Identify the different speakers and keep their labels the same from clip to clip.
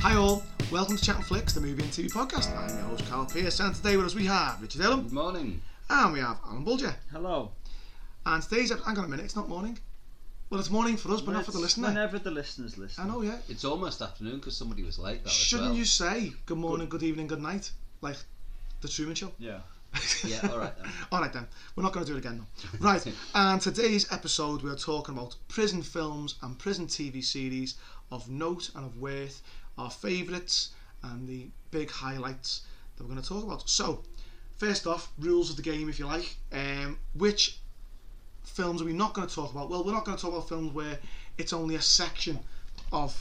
Speaker 1: Hi all, welcome to Chat and Flicks, the movie and TV podcast. I'm your host Carl Pierce, and today with us we have Richard Ellum
Speaker 2: Good morning.
Speaker 1: and we have Alan Bulger.
Speaker 3: Hello.
Speaker 1: And today's ep- hang on a minute, it's not morning. Well, it's morning for us, but not for the
Speaker 3: It's
Speaker 1: listener.
Speaker 3: Whenever the listeners listen.
Speaker 1: I know, yeah.
Speaker 2: It's almost afternoon because somebody was late. That
Speaker 1: Shouldn't you
Speaker 2: as
Speaker 1: say good morning, good evening, good night, like the Truman Show?
Speaker 3: Yeah.
Speaker 2: well. Yeah, all right then.
Speaker 1: All right then, we're not going to do it again though. Right, and today's episode we are talking about prison films and prison TV series of note and of worth, our favourites and the big highlights that we're going to talk about. So, first off, rules of the game, if you like. Um, which films are we not going to talk about? Well, we're not going to talk about films where it's only a section of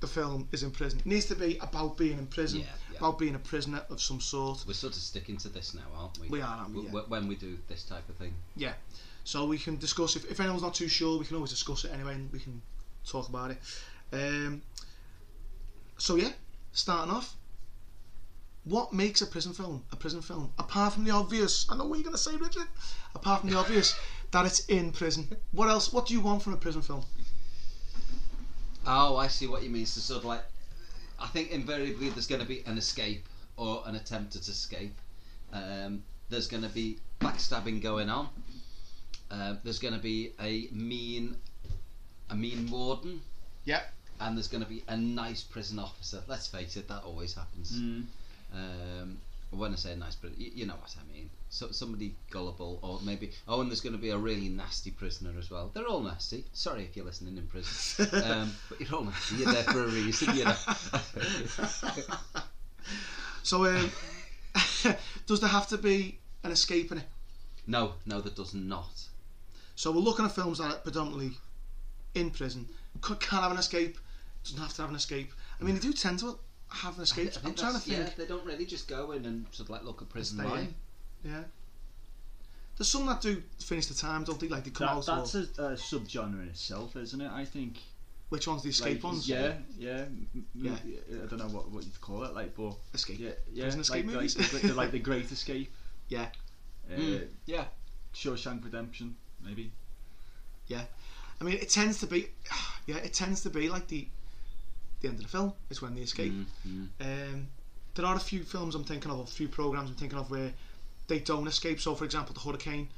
Speaker 1: the film is in prison. It needs to be about being in prison,
Speaker 2: Yeah, yeah.
Speaker 1: about being a prisoner of some sort.
Speaker 2: We're sort of sticking to this now, aren't we?
Speaker 1: We are, aren't we?
Speaker 2: W-
Speaker 1: Yeah.
Speaker 2: w- When we do this type of thing.
Speaker 1: Yeah. So we can discuss if, if anyone's not too sure, we can always discuss it anyway, and we can talk about it. Um, so yeah, starting off, what makes a prison film a prison film? Apart from the obvious, I know what you're gonna say, Richard. Apart from the obvious that it's in prison, what else? What do you want from a prison film?
Speaker 2: Oh, I see what you mean. So sort of like, I think invariably there's going to be an escape or an attempt at escape. Um, there's going to be backstabbing going on. Um, there's going to be a mean, a mean warden,
Speaker 1: Yeah.
Speaker 2: and there's going to be a nice prison officer. Let's face it, that always happens.
Speaker 1: Hmm.
Speaker 2: Um, when I say nice, but you, you know what I mean. So somebody gullible, or maybe oh, and there's going to be a really nasty prisoner as well. They're all nasty. Sorry if you're listening in prison, um, but you're all nasty. You're there for a reason, you know.
Speaker 1: So um, does there have to be an escape in it?
Speaker 2: no, no, that does not.
Speaker 1: So we're looking at films that are predominantly in prison. Could, can have an escape. Doesn't have to have an escape. I mean, they do tend to have an
Speaker 2: I
Speaker 1: escape.
Speaker 2: think
Speaker 1: I'm trying to
Speaker 2: that's- yeah,
Speaker 1: think.
Speaker 2: they don't really just go in and sort of like look at prison
Speaker 1: Stay
Speaker 2: life.
Speaker 1: Yeah. There's some that do finish the time, don't they? Like they come
Speaker 3: Hmm. That-
Speaker 1: out.
Speaker 3: that's
Speaker 1: or,
Speaker 3: a, a subgenre in itself, isn't it? I think.
Speaker 1: which one's the escape
Speaker 3: like,
Speaker 1: ones?
Speaker 3: Yeah, yeah, m-
Speaker 1: Yeah.
Speaker 3: m- I don't know what, what you'd call it, like, but
Speaker 1: Escape.
Speaker 3: yeah, yeah,
Speaker 1: Prison escape
Speaker 3: like,
Speaker 1: movies? Hmm,
Speaker 3: Like, the, the- like the Great Escape.
Speaker 1: Yeah.
Speaker 3: Uh,
Speaker 2: Mm, yeah,
Speaker 3: Shawshank Redemption, maybe.
Speaker 1: I mean, it tends to be. Yeah, it tends to be like the the end of the film. It's when they escape.
Speaker 2: Mm, mm.
Speaker 1: Um, there are a few films I'm thinking of, a few programs I'm thinking of where they don't escape. So, for example, the Hurricane.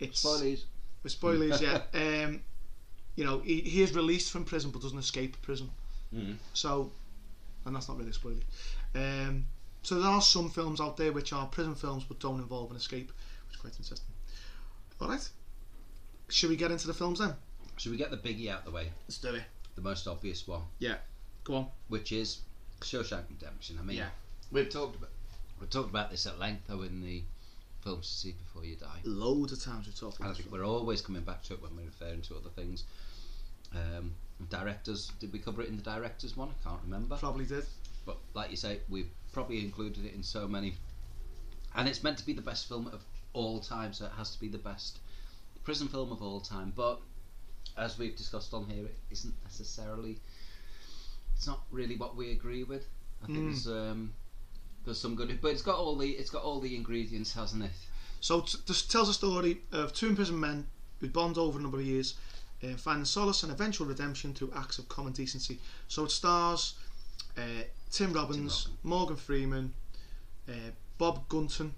Speaker 1: It's
Speaker 2: Spoilers.
Speaker 1: with spoilers, yeah. Um, you know, he, he is released from prison but doesn't escape prison.
Speaker 2: Mm.
Speaker 1: So, and that's not really spoiling. Um, so there are some films out there which are prison films but don't involve an escape, which is quite interesting. All right, should we get into the films then?
Speaker 2: Should we get the biggie out the way,
Speaker 1: Let's do it.
Speaker 2: the most obvious one,
Speaker 1: Go on.
Speaker 2: which is Shawshank Redemption? I mean,
Speaker 1: Yeah.
Speaker 2: we've talked about we've talked about this at length though in the films to see before you die.
Speaker 1: Loads of times we talked
Speaker 2: And I
Speaker 1: about this.
Speaker 2: think we're always coming back to it when we're referring to other things. Um, directors, did we cover it in the directors one? I can't remember.
Speaker 1: Probably did.
Speaker 2: But like you say, we've probably included it in so many. And it's meant to be the best film of all time, so it has to be the best prison film of all time. But as we've discussed on here, it isn't necessarily. It's not really what we agree with. I think
Speaker 1: Mm.
Speaker 2: there's um, there's some good, but it's got all the it's got all the ingredients, hasn't it?
Speaker 1: So t- this tells a story of two imprisoned men who bond over a number of years, uh, finding solace and eventual redemption through acts of common decency. So it stars uh, Tim Robbins,
Speaker 2: Robbins.
Speaker 1: Morgan Freeman, uh, Bob Gunton,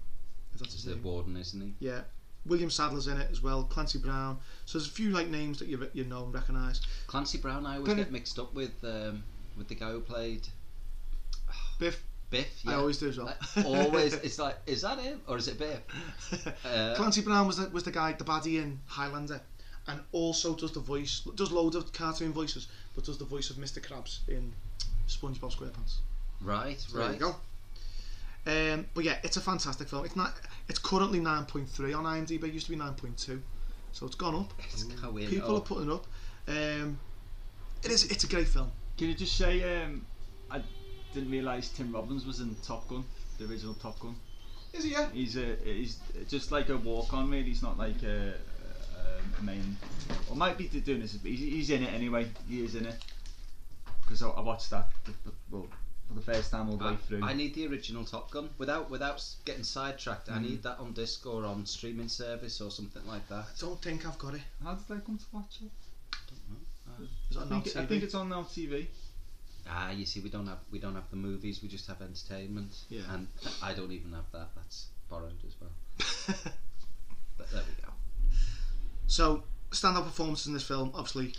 Speaker 1: if that's his
Speaker 2: It's the
Speaker 1: name.
Speaker 2: warden, isn't he?
Speaker 1: Yeah, William Sadler's in it as well. Clancy Brown. So there's a few like names that you re- you know and recognise.
Speaker 2: Clancy Brown, I always
Speaker 1: Don't
Speaker 2: get
Speaker 1: it-
Speaker 2: mixed up with um, with the guy who played
Speaker 1: Biff,
Speaker 2: Biff.
Speaker 1: I
Speaker 2: Yeah.
Speaker 1: always do as well.
Speaker 2: Like, always, it's like, is that him or is it Biff? Uh,
Speaker 1: Clancy Brown was the, was the guy, the baddie in Highlander, and also does the voice, does loads of cartoon voices, but does the voice of Mr. Krabs in SpongeBob SquarePants.
Speaker 2: right,
Speaker 1: So
Speaker 2: right.
Speaker 1: There you go. Um, but yeah, it's a fantastic film. It's not. It's currently nine point three on IMDb. It used to be nine point two, so it's gone up.
Speaker 2: It's going
Speaker 1: People are
Speaker 2: up.
Speaker 1: putting up. Um, it is. It's a great film.
Speaker 3: Can you just say, um, I didn't realise Tim Robbins was in Top Gun, the original Top Gun.
Speaker 1: Is it? Yeah.
Speaker 3: He's a he's just like a walk on really. He's not like a, a- a main or might be doing this, but he's, he's in it anyway. He is in it because I, I watched that the, the, well for the first time all
Speaker 1: Uh,
Speaker 3: the way through.
Speaker 2: I, I need the original Top Gun without without s- getting sidetracked. I need that on disc or on streaming service or something like that.
Speaker 1: Mm. I don't think I've got it.
Speaker 3: How did I come to watch it?
Speaker 1: Is it
Speaker 3: I
Speaker 1: on
Speaker 3: think,
Speaker 1: Now
Speaker 3: I
Speaker 1: TV?
Speaker 3: think it's on now TV.
Speaker 2: Ah, you see, we don't have we don't have the movies. We just have entertainment.
Speaker 1: Yeah.
Speaker 2: And I don't even have that. That's borrowed as well. But there we go.
Speaker 1: so, standout performances in this film, obviously,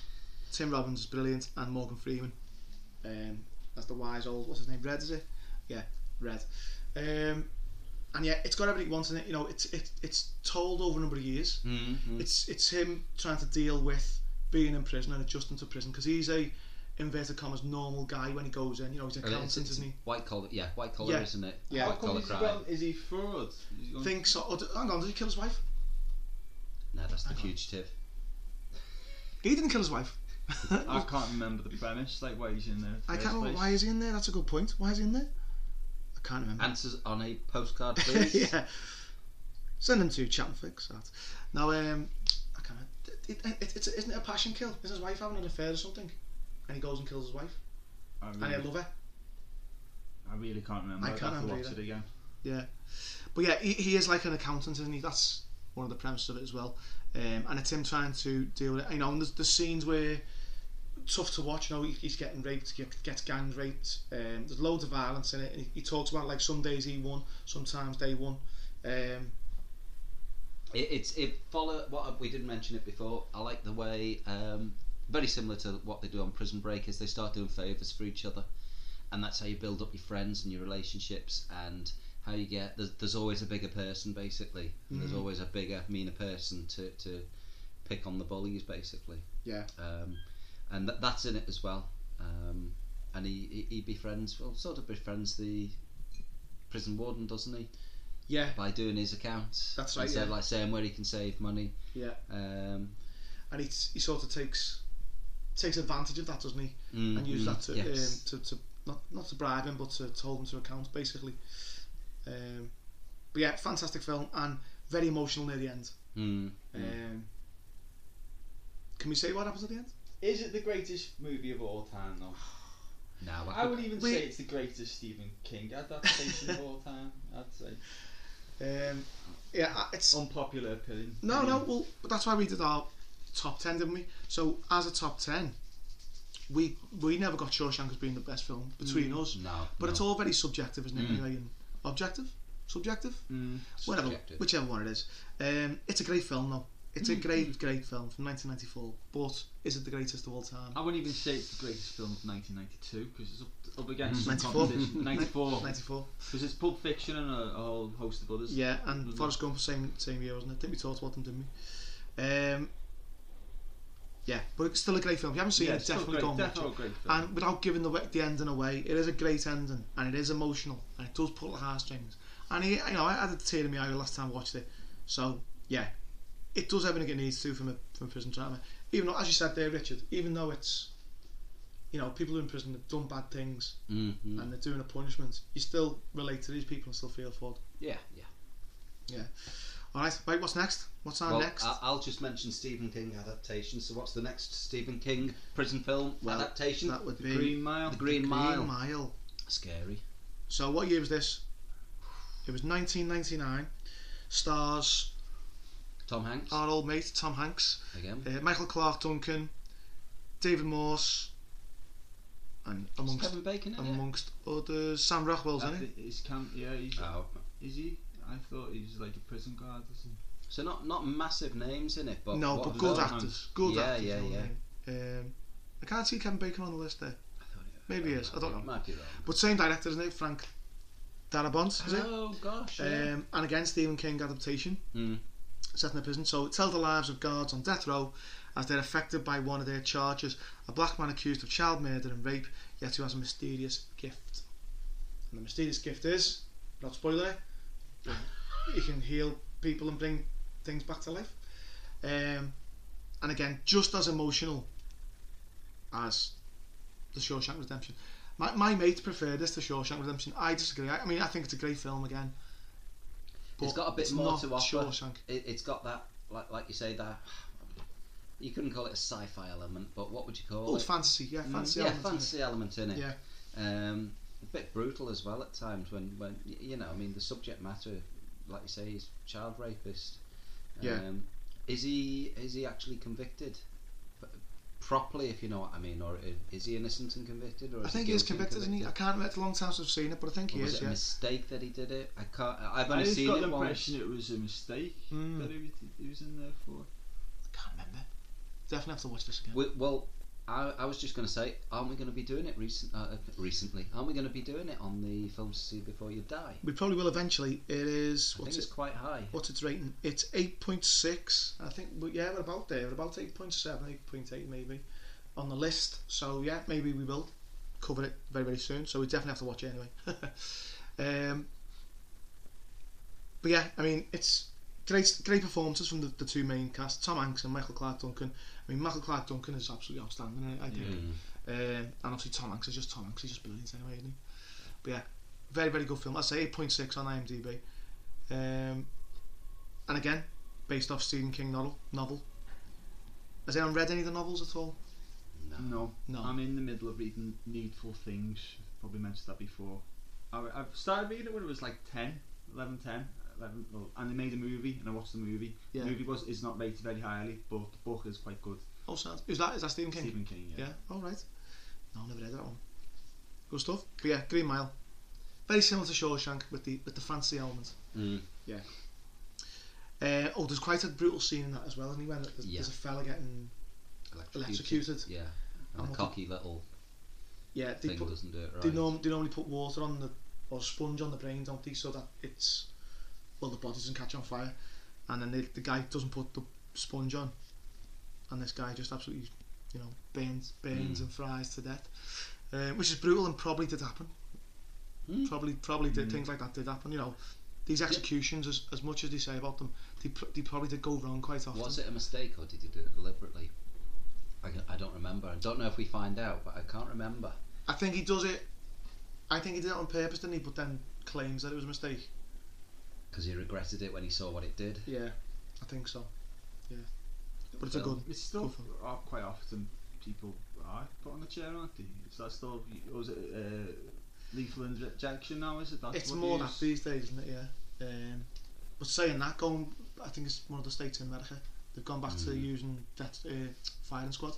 Speaker 1: Tim Robbins is brilliant and Morgan Freeman. Um, that's the wise old, what's his name, Red, is it? Yeah, Red. Um, and yeah, it's got everything it wants in it. You know, it's it, it's told over a number of years.
Speaker 2: Mm-hmm.
Speaker 1: It's it's him trying to deal with being in prison and adjusting to prison because he's a inverted commas normal guy when he goes in. You know, he's an accountant, isn't he?
Speaker 2: White collar, yeah, white collar,
Speaker 1: Yeah.
Speaker 2: isn't it?
Speaker 1: Yeah.
Speaker 2: White
Speaker 3: How come
Speaker 2: collar
Speaker 3: he's
Speaker 2: crime.
Speaker 3: gone- is he fraud? Is he gone-
Speaker 1: Think so. Oh, d- hang on, did he kill his wife?
Speaker 2: No, that's the
Speaker 1: Hang on.
Speaker 2: fugitive.
Speaker 1: He didn't kill his wife.
Speaker 3: I
Speaker 1: I
Speaker 3: can't remember the premise, like why he's in there. in the first
Speaker 1: can't. remember
Speaker 3: place.
Speaker 1: Why is he in there? That's a good point. Why is he in there? I can't remember.
Speaker 2: Answers on a postcard, please.
Speaker 1: yeah. Send him to Chatfix. That. Now, um, I can't. It, it, it, it's, isn't it a passion kill? Is his wife having an affair or something? And he goes and kills his wife.
Speaker 3: I
Speaker 1: And I
Speaker 3: really,
Speaker 1: love her.
Speaker 3: I really can't remember.
Speaker 1: I
Speaker 3: I
Speaker 1: can't
Speaker 3: can't have to
Speaker 1: remember
Speaker 3: watch it again.
Speaker 1: But yeah, he, he is like an accountant, isn't he? That's one of the premises of it as well. Um, and it's him trying to deal with it. You know, and there's the scenes where tough to watch. You know, he, he's getting raped, he gets gang raped. Um, there's loads of violence in it. And he, he talks about like some days he won, sometimes they won. Um,
Speaker 2: It, it's it follow what uh, we didn't mention it before. I like the way um, very similar to what they do on Prison Break is they start doing favors for each other, and that's how you build up your friends and your relationships and how you get there's, there's always a bigger person basically. And There's
Speaker 1: Mhm.
Speaker 2: always a bigger meaner person to to pick on the bullies basically.
Speaker 1: Yeah.
Speaker 2: Um, and th- that's in it as well. Um, and he, he he befriends well sort of befriends the prison warden doesn't he
Speaker 1: yeah,
Speaker 2: by doing his accounts.
Speaker 1: That's right,
Speaker 2: And so,
Speaker 1: yeah.
Speaker 2: like saying where he can save money.
Speaker 1: yeah.
Speaker 2: Um,
Speaker 1: And he, he sort of takes takes advantage of that, doesn't he?
Speaker 2: mm,
Speaker 1: And use
Speaker 2: mm,
Speaker 1: that to,
Speaker 2: yes.
Speaker 1: um, to, to not, not to bribe him, but to, to hold him to account, basically. Um, but yeah, fantastic film and very emotional near the end.
Speaker 2: Mm, mm.
Speaker 1: Um, can we say what happens at the end?
Speaker 3: Is it the greatest movie of all time, though?
Speaker 2: Now I,
Speaker 3: I
Speaker 2: could-
Speaker 3: would even
Speaker 1: Wait.
Speaker 3: say it's the greatest Stephen King adaptation of all time. I'd say
Speaker 1: Um, yeah, I- it's
Speaker 2: Um,
Speaker 3: unpopular opinion.
Speaker 1: no, no.
Speaker 3: opinion.
Speaker 1: Well, but that's why we did our top ten, didn't we? So as a top ten, we we never got Shawshank as being the best film between us.
Speaker 2: no,
Speaker 1: But
Speaker 2: Mm. no.
Speaker 1: it's all very subjective, isn't it?
Speaker 2: Mm.
Speaker 1: Anyway, and objective, subjective,
Speaker 3: Mm.
Speaker 1: whatever,
Speaker 2: Subjective.
Speaker 1: whichever one it is. Um, it's a great film, though. It's
Speaker 3: Mm.
Speaker 1: a great, great film from 1994. But is it the greatest of all time?
Speaker 3: I wouldn't even say it's the greatest film of 1992 because it's up, up against some
Speaker 1: 94.
Speaker 3: competition. 94
Speaker 1: 94.
Speaker 3: because it's Pulp Fiction and a, a whole host of others.
Speaker 1: Yeah, and
Speaker 3: Mhm.
Speaker 1: Forrest Gump same same year, wasn't it? I think we talked about them, didn't we? Um, yeah, but it's still a great film. If you haven't seen
Speaker 3: yeah,
Speaker 1: it,
Speaker 3: it's still
Speaker 1: definitely
Speaker 3: great,
Speaker 1: go and watch
Speaker 3: definitely
Speaker 1: it.
Speaker 3: a great film.
Speaker 1: And without giving the wa- the ending away, it is a great ending, and it is emotional, and it does pull at the heartstrings. And he, you know, I had a tear in my eye the last time I watched it. So yeah, it does everything it needs to from a from a prison drama. Even though, as you said there, Richard, even though it's, you know, people who are in prison have done bad things
Speaker 2: Mm, mm.
Speaker 1: and they're doing a punishment, you still relate to these people and still feel for them.
Speaker 2: yeah, yeah.
Speaker 1: All right, right. What's next? What's our
Speaker 2: well, uh,
Speaker 1: next?
Speaker 2: I, I'll just mention Stephen King adaptation. So what's the next Stephen King prison film
Speaker 1: Well,
Speaker 2: adaptation?
Speaker 1: that would
Speaker 3: the
Speaker 1: be
Speaker 3: Green Mile.
Speaker 2: the Green Mile.
Speaker 1: Mile.
Speaker 2: Scary.
Speaker 1: So what year was this? It was 1999. Stars
Speaker 2: Tom Hanks
Speaker 1: our old mate Tom Hanks,
Speaker 2: again.
Speaker 1: uh, Michael Clark Duncan, David Morse, and amongst
Speaker 2: Kevin Bacon in it.
Speaker 1: amongst others, Sam Rockwell's
Speaker 3: I
Speaker 1: in it.
Speaker 3: thi- Is Cam? Yeah, he's,
Speaker 2: Oh,
Speaker 3: is he? I thought he was like a prison guard or something.
Speaker 2: so not not massive names in it, but
Speaker 1: no,
Speaker 2: what
Speaker 1: Nou, but
Speaker 2: was
Speaker 1: good
Speaker 2: that?
Speaker 3: Tom
Speaker 1: actors.
Speaker 3: Hanks.
Speaker 1: Good
Speaker 2: Yeah,
Speaker 1: actors.
Speaker 2: yeah,
Speaker 1: you know what I
Speaker 2: yeah.
Speaker 1: mean? Um, I can't see Kevin Bacon on the list there,
Speaker 2: I thought it-
Speaker 1: Maybe he is, I don't know.
Speaker 2: Might be wrong.
Speaker 1: but same director, isn't it? Frank Darabont, is it?
Speaker 2: Oh gosh. Yeah.
Speaker 1: Um, and again, Stephen King adaptation.
Speaker 2: Mm.
Speaker 1: set in a prison. So it tells the lives of guards on death row as they're affected by one of their charges a black man accused of child murder and rape, yet who has a mysterious gift. And the mysterious gift is not spoiling it, you can heal people and bring things back to life. Um, and again, just as emotional as The Shawshank Redemption. My, my mate preferred this to Shawshank Redemption. I disagree. I, I mean, I think it's a great film again.
Speaker 2: It's
Speaker 1: but
Speaker 2: got a bit
Speaker 1: it's
Speaker 2: more
Speaker 1: not
Speaker 2: to offer.
Speaker 1: Shawshank.
Speaker 2: it, it's got that like like you say that you couldn't call it a sci-fi element but what would you call
Speaker 1: Oh,
Speaker 2: it
Speaker 1: it's fantasy, yeah, fantasy.
Speaker 2: Mm-hmm. yeah
Speaker 1: element,
Speaker 2: fantasy element in it
Speaker 1: Yeah.
Speaker 2: um, a bit brutal as well at times when when y- you know I mean the subject matter like you say is child rapist
Speaker 1: Yeah.
Speaker 2: um, is he is he actually convicted But- properly, if you know what I mean, or i- is he innocent and convicted,
Speaker 1: I
Speaker 2: or is
Speaker 1: think
Speaker 2: he
Speaker 1: he is
Speaker 2: guilty and
Speaker 1: convicted, isn't he? I can't remember. It's a long time since I've seen it, but I think
Speaker 2: Or
Speaker 1: he is.
Speaker 2: was it a
Speaker 1: Yeah.
Speaker 2: mistake that he did it? I can't. I- I've
Speaker 3: I
Speaker 2: only
Speaker 3: just
Speaker 2: seen
Speaker 3: got
Speaker 2: it
Speaker 3: the
Speaker 2: once.
Speaker 3: impression it was a mistake
Speaker 1: Mm.
Speaker 3: that he was, he was in there for.
Speaker 1: I can't remember. Definitely have to watch this again.
Speaker 2: We, well, I, I was just going to say, aren't we going to be doing it recent, uh, recently? Aren't we going to be doing it on the film to see before you die?
Speaker 1: We probably will eventually. It is
Speaker 2: I think
Speaker 1: what's
Speaker 2: it's
Speaker 1: it?
Speaker 2: quite high.
Speaker 1: What's its rating? It's eight point six. I think. But yeah, we're about there. We're about 8.7, 8.8 maybe, on the list. So yeah, maybe we will cover it very very soon. So we definitely have to watch it anyway. um, but yeah, I mean it's great great performances from the, the two main cast, Tom Hanks and Michael Clark Duncan. I mean Michael Clark Duncan is absolutely outstanding. I- I think.
Speaker 2: Mm.
Speaker 1: Um, and obviously Tom Hanks is just Tom Hanks. He's just brilliant anyway, isn't he? But yeah, very very good film. I say 8.6 on IMDb. Um, and again, based off Stephen King novel. Novel. Has anyone read any of the novels at all?
Speaker 3: No,
Speaker 1: No.
Speaker 3: I'm in the middle of reading Needful Things. Probably mentioned that before. I, I started reading it when it was like 10, 11, 10, 11, well, and they made a movie, and I watched the movie.
Speaker 1: Yeah.
Speaker 3: The movie was is not rated very highly, but the book is quite good.
Speaker 1: Oh, sad. Is that is that Stephen King?
Speaker 3: Stephen King, yeah.
Speaker 1: Yeah. All right. No, never read that one. Good stuff. But yeah, Green Mile. Very similar to Shawshank with the with the fancy element.
Speaker 2: Mm.
Speaker 1: Uh, oh, there's quite a brutal scene in that as well, isn't he? When there's,
Speaker 2: Yeah.
Speaker 1: there's a fella getting Electrocuted.
Speaker 2: Yeah.
Speaker 1: And
Speaker 2: And
Speaker 1: what-
Speaker 2: the cocky little
Speaker 1: yeah, they
Speaker 2: thing
Speaker 1: put-
Speaker 2: doesn't do it right.
Speaker 1: They, norm- they normally put water on the or sponge on the brain, don't they, so that it's well the body doesn't catch on fire, and then they, the guy doesn't put the sponge on, and this guy just absolutely you know burns burns
Speaker 2: Mm.
Speaker 1: and fries to death, um, which is brutal and probably did happen.
Speaker 2: Mm.
Speaker 1: Probably probably did
Speaker 3: Mm.
Speaker 1: things like that did happen. You know, these executions as, as much as they say about them, they, pr- they probably did go wrong quite often.
Speaker 2: Was it a mistake or did he do it deliberately? I, ca- I don't remember. I don't know if we find out, but I can't remember.
Speaker 1: I think he does it. I think he did it on purpose, didn't he? But then claims that it was a mistake.
Speaker 2: Because he regretted it when he saw what it did.
Speaker 1: Yeah, I think so. Yeah, but it's a
Speaker 2: Well,
Speaker 1: good.
Speaker 3: It's still
Speaker 1: Good
Speaker 3: uh, quite often people are put on the chair, aren't they? Is that still was it uh, lethal injection now? Is it? That's
Speaker 1: it's
Speaker 3: what
Speaker 1: more
Speaker 3: they
Speaker 1: that
Speaker 3: use?
Speaker 1: these days, isn't it? Yeah. Um, but saying that, going, I think it's one of the states in America. They've gone back to
Speaker 2: Mm.
Speaker 1: using that uh, firing squad.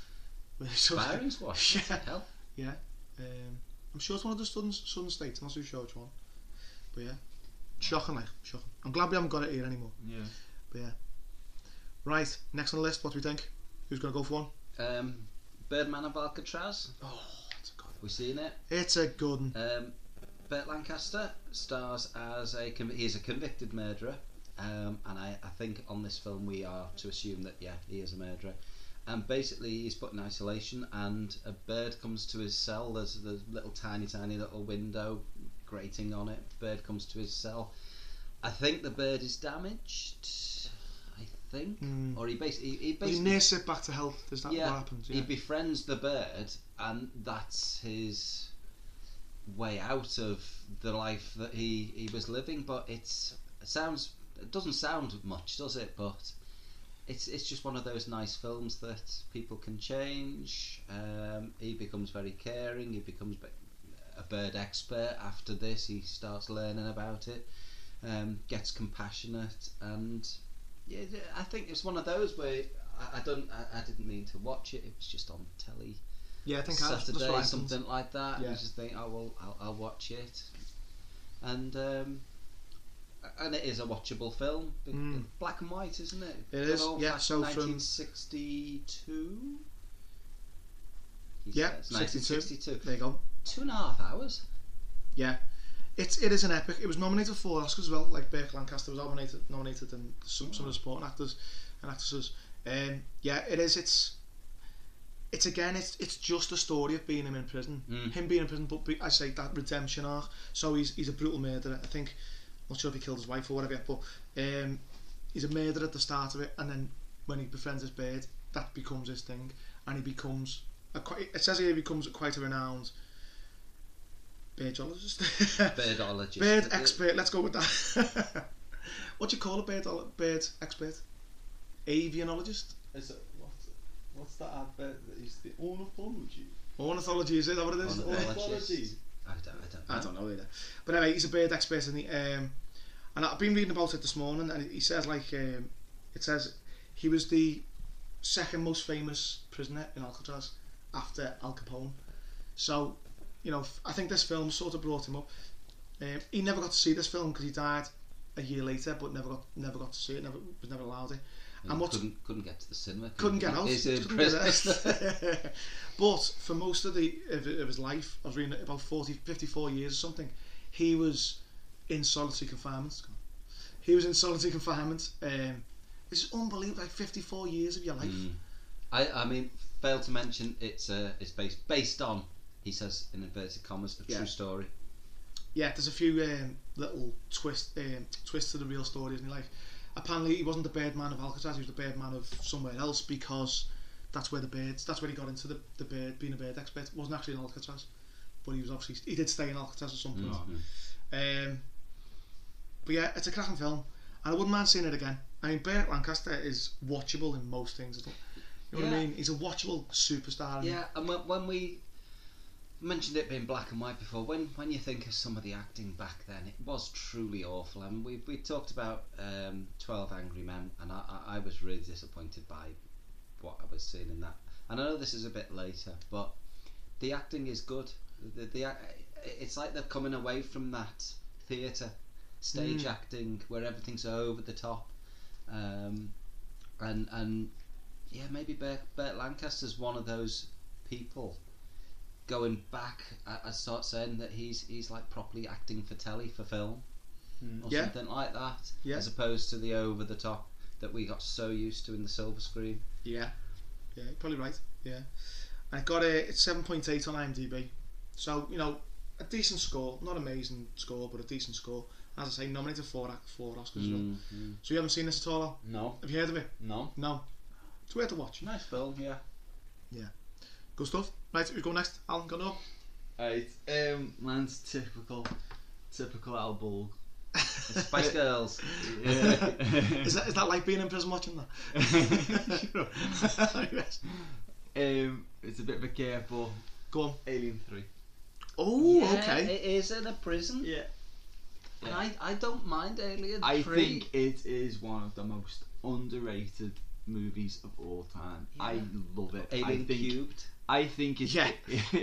Speaker 1: Where it's just-
Speaker 2: Firing squad. What the
Speaker 1: Yeah.
Speaker 2: hell?
Speaker 1: Yeah. Um, I'm sure it's one of the southern, southern states. I'm not too sure which one. But yeah, shocking, like shocking. I'm glad we haven't got it here anymore.
Speaker 3: Yeah.
Speaker 1: But yeah. Right, next on the list. What do we think? Who's gonna go for one?
Speaker 2: Um, Birdman of Alcatraz.
Speaker 1: Oh, it's a good. Uh,
Speaker 2: We've seen it.
Speaker 1: It's a good. One.
Speaker 2: Um, Bert Lancaster stars as a conv- he's a convicted murderer, um, and I, I think on this film we are to assume that yeah he is a murderer, and basically he's put in isolation, and a bird comes to his cell. There's the little tiny tiny little window grating on it. Bird comes to his cell. I think the bird is damaged. I think,
Speaker 1: Mm.
Speaker 2: or he basically he
Speaker 1: But he
Speaker 2: basically
Speaker 1: nurse it back to health. Is that
Speaker 2: Yeah,
Speaker 1: what happens?
Speaker 2: he
Speaker 1: Yeah.
Speaker 2: befriends the bird, and that's his way out of the life that he, he was living. But it's it sounds it doesn't sound much, does it? But it's it's just one of those nice films that people can change. Um, he becomes very caring. He becomes be- a bird expert after this. He starts learning about it. Um, gets compassionate and yeah, th- I think it's one of those where I, I don't, I, I didn't mean to watch it. It was just on telly
Speaker 1: yeah, I think I- that's, that's
Speaker 2: Saturday,
Speaker 1: what I think.
Speaker 2: something like that. And
Speaker 1: Yeah.
Speaker 2: I just think, oh well, I'll, I'll watch it, and um, a- and it is a watchable film. Be-
Speaker 1: Mm.
Speaker 2: Black and white, isn't it?
Speaker 1: It
Speaker 2: Good
Speaker 1: is,
Speaker 2: old
Speaker 1: yeah,
Speaker 2: fashioned
Speaker 1: so from-
Speaker 2: 1962. He
Speaker 1: Yeah,
Speaker 2: says,
Speaker 1: 62.
Speaker 2: 1962.
Speaker 1: There you go.
Speaker 2: Two and a half hours.
Speaker 1: Yeah, it's it is an epic. It was nominated for Oscars as well. Like Burke Lancaster was nominated, nominated, and some some of the supporting actors and actresses. Um, yeah, it is. It's it's again. It's it's just a story of being him in prison.
Speaker 2: Mm.
Speaker 1: Him being in prison, but be, I say that redemption arc. So he's he's a brutal murderer. I think. Not sure if he killed his wife or whatever, but um, he's a murderer at the start of it, and then when he befriends this bird, that becomes his thing, and he becomes a quite. It says here he becomes quite a renowned birdologist.
Speaker 2: Birdologist.
Speaker 1: Bird
Speaker 2: It-
Speaker 1: expert, let's go with that. what do you call a bird, bird expert? Avianologist?
Speaker 4: Is it what? What's that advert that is the ornithology?
Speaker 1: Ornithology, is it? Is that what it is?
Speaker 2: Ornithology. Ornithology.
Speaker 4: Ornithology.
Speaker 2: I don't, I don't know.
Speaker 1: I don't know either. But anyway, he's a bird expert, and he, um, and I've been reading about it this morning, and he says like, um, it says he was the second most famous prisoner in Alcatraz after Al Capone. So, you know, f- I think this film sort of brought him up. Um, he never got to see this film because he died a year later, but never got never got to see it. Never was never allowed it. And what's-
Speaker 2: Mm. couldn't couldn't get to the cinema.
Speaker 1: couldn't get out.
Speaker 2: Is in
Speaker 1: couldn't get
Speaker 2: prison.
Speaker 1: out. but for most of the of, of his life, I was reading it, about 40, 54 years or something, he was in solitary confinement. He was in solitary confinement. Um, it's unbelievable, like 54 years of your life.
Speaker 2: Mm. I, I mean, failed to mention it's uh, it's based based on he says in inverted commas a
Speaker 1: Yeah.
Speaker 2: true story.
Speaker 1: Yeah, there's a few um, little twist um, twists to the real story, isn't he? Like, apparently he wasn't the bird man of Alcatraz, he was the bird man of somewhere else because that's where the birds, that's where he got into the, the bird, being a bird expert. wasn't actually in Alcatraz, but he was obviously, he did stay in Alcatraz at some point.
Speaker 2: Mhm.
Speaker 1: Um, but yeah, it's a cracking film, and I wouldn't mind seeing it again. I mean, Burt Lancaster is watchable in most things. Isn't he? You know what I
Speaker 2: Yeah.
Speaker 1: mean? He's a watchable superstar. and-
Speaker 2: Yeah, and when, when we mentioned it being black and white before, when when you think of some of the acting back then, it was truly awful. And we we talked about um, Twelve Angry Men, and I, I I was really disappointed by what I was seeing in that. And I know this is a bit later, but the acting is good. The, the, ac- it's like they're coming away from that theatre, stage
Speaker 1: Mm.
Speaker 2: acting where everything's over the top, um, and and yeah, maybe Bert, Bert Lancaster's one of those people. Going back, I, I start saying that he's he's like properly acting for telly for film or
Speaker 1: Yeah.
Speaker 2: something like that,
Speaker 1: Yeah.
Speaker 2: as opposed to the over the top that we got so used to in the silver screen.
Speaker 1: yeah, yeah. You're probably right. Yeah, and it got a it's seven point eight on IMDb, so you know a decent score, not amazing score, but a decent score. As I say, nominated for ac- four Oscars. as well.
Speaker 2: Mhm.
Speaker 1: So you haven't seen this at all? Al?
Speaker 2: No,
Speaker 1: Have you heard of it?
Speaker 2: no,
Speaker 1: No. It's worth a watch.
Speaker 2: nice film, yeah.
Speaker 1: Good stuff. Right, who's going next? Alan, got no.
Speaker 3: Right, um, mine's typical, typical Al Borg.
Speaker 2: Spice Girls.
Speaker 3: Yeah.
Speaker 1: Is that is that like being in prison watching that? Yes.
Speaker 3: um, it's a bit of a careful
Speaker 1: Go on.
Speaker 3: Alien Three.
Speaker 1: Oh,
Speaker 2: Yeah,
Speaker 1: okay.
Speaker 2: It is in a prison,
Speaker 3: Yeah,
Speaker 2: and I, I don't mind Alien
Speaker 3: I
Speaker 2: Three.
Speaker 3: think it is one of the most underrated movies of all time. I
Speaker 2: Yeah.
Speaker 3: love it. I
Speaker 2: Alien
Speaker 3: think
Speaker 2: Cubed.
Speaker 3: I think it's
Speaker 1: Yeah.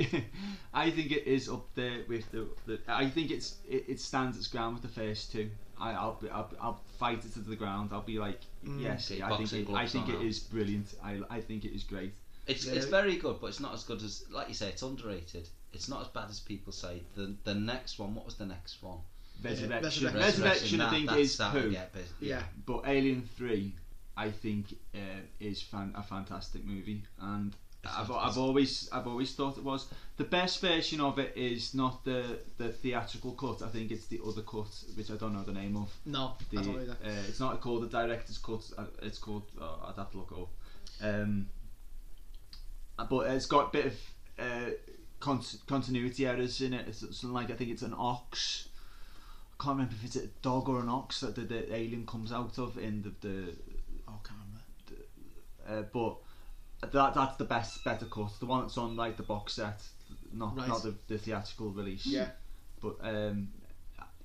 Speaker 3: I think it is up there with the, the I think it's it, it stands its ground with the first two. I I'll, be, I'll, I'll fight it to the ground. I'll be like
Speaker 1: Mm.
Speaker 3: yes,
Speaker 2: Okay,
Speaker 3: I think
Speaker 2: boxing
Speaker 3: it, I
Speaker 2: gloves
Speaker 3: think
Speaker 2: on
Speaker 3: it
Speaker 2: now.
Speaker 3: is brilliant. I I think it is great.
Speaker 2: It's,
Speaker 1: Yeah.
Speaker 2: it's very good, but it's not as good as, like you say, it's underrated. It's not as bad as people say. The the next one, what was the next one?
Speaker 3: Resurrection.
Speaker 1: Resurrection.
Speaker 3: Resurrection, I
Speaker 2: that-
Speaker 3: think
Speaker 2: that's
Speaker 3: is
Speaker 2: that
Speaker 3: poo.
Speaker 2: we get, but-
Speaker 1: Yeah.
Speaker 3: But Alien Three, I think uh, is fan- a fantastic movie, and
Speaker 2: It's
Speaker 3: I've,
Speaker 2: fantastic.
Speaker 3: I've always I've always thought it was the best version of it is not the the theatrical cut. I think it's the other cut, which I don't know the name of.
Speaker 1: No,
Speaker 3: The,
Speaker 1: I don't know that.
Speaker 3: Uh, it's not called the director's cut. uh, It's called oh, I'd have to look up. Um, uh, but it's got a bit of uh, cont- continuity errors in it. It's something like I think it's an ox. I can't remember if it's a dog or an ox that the, the alien comes out of in the, the
Speaker 1: Oh, can't remember.
Speaker 3: uh, but that that's the best better cut. The one that's on like the box set, not
Speaker 1: Right.
Speaker 3: not the, the theatrical release.
Speaker 1: Yeah.
Speaker 3: But um,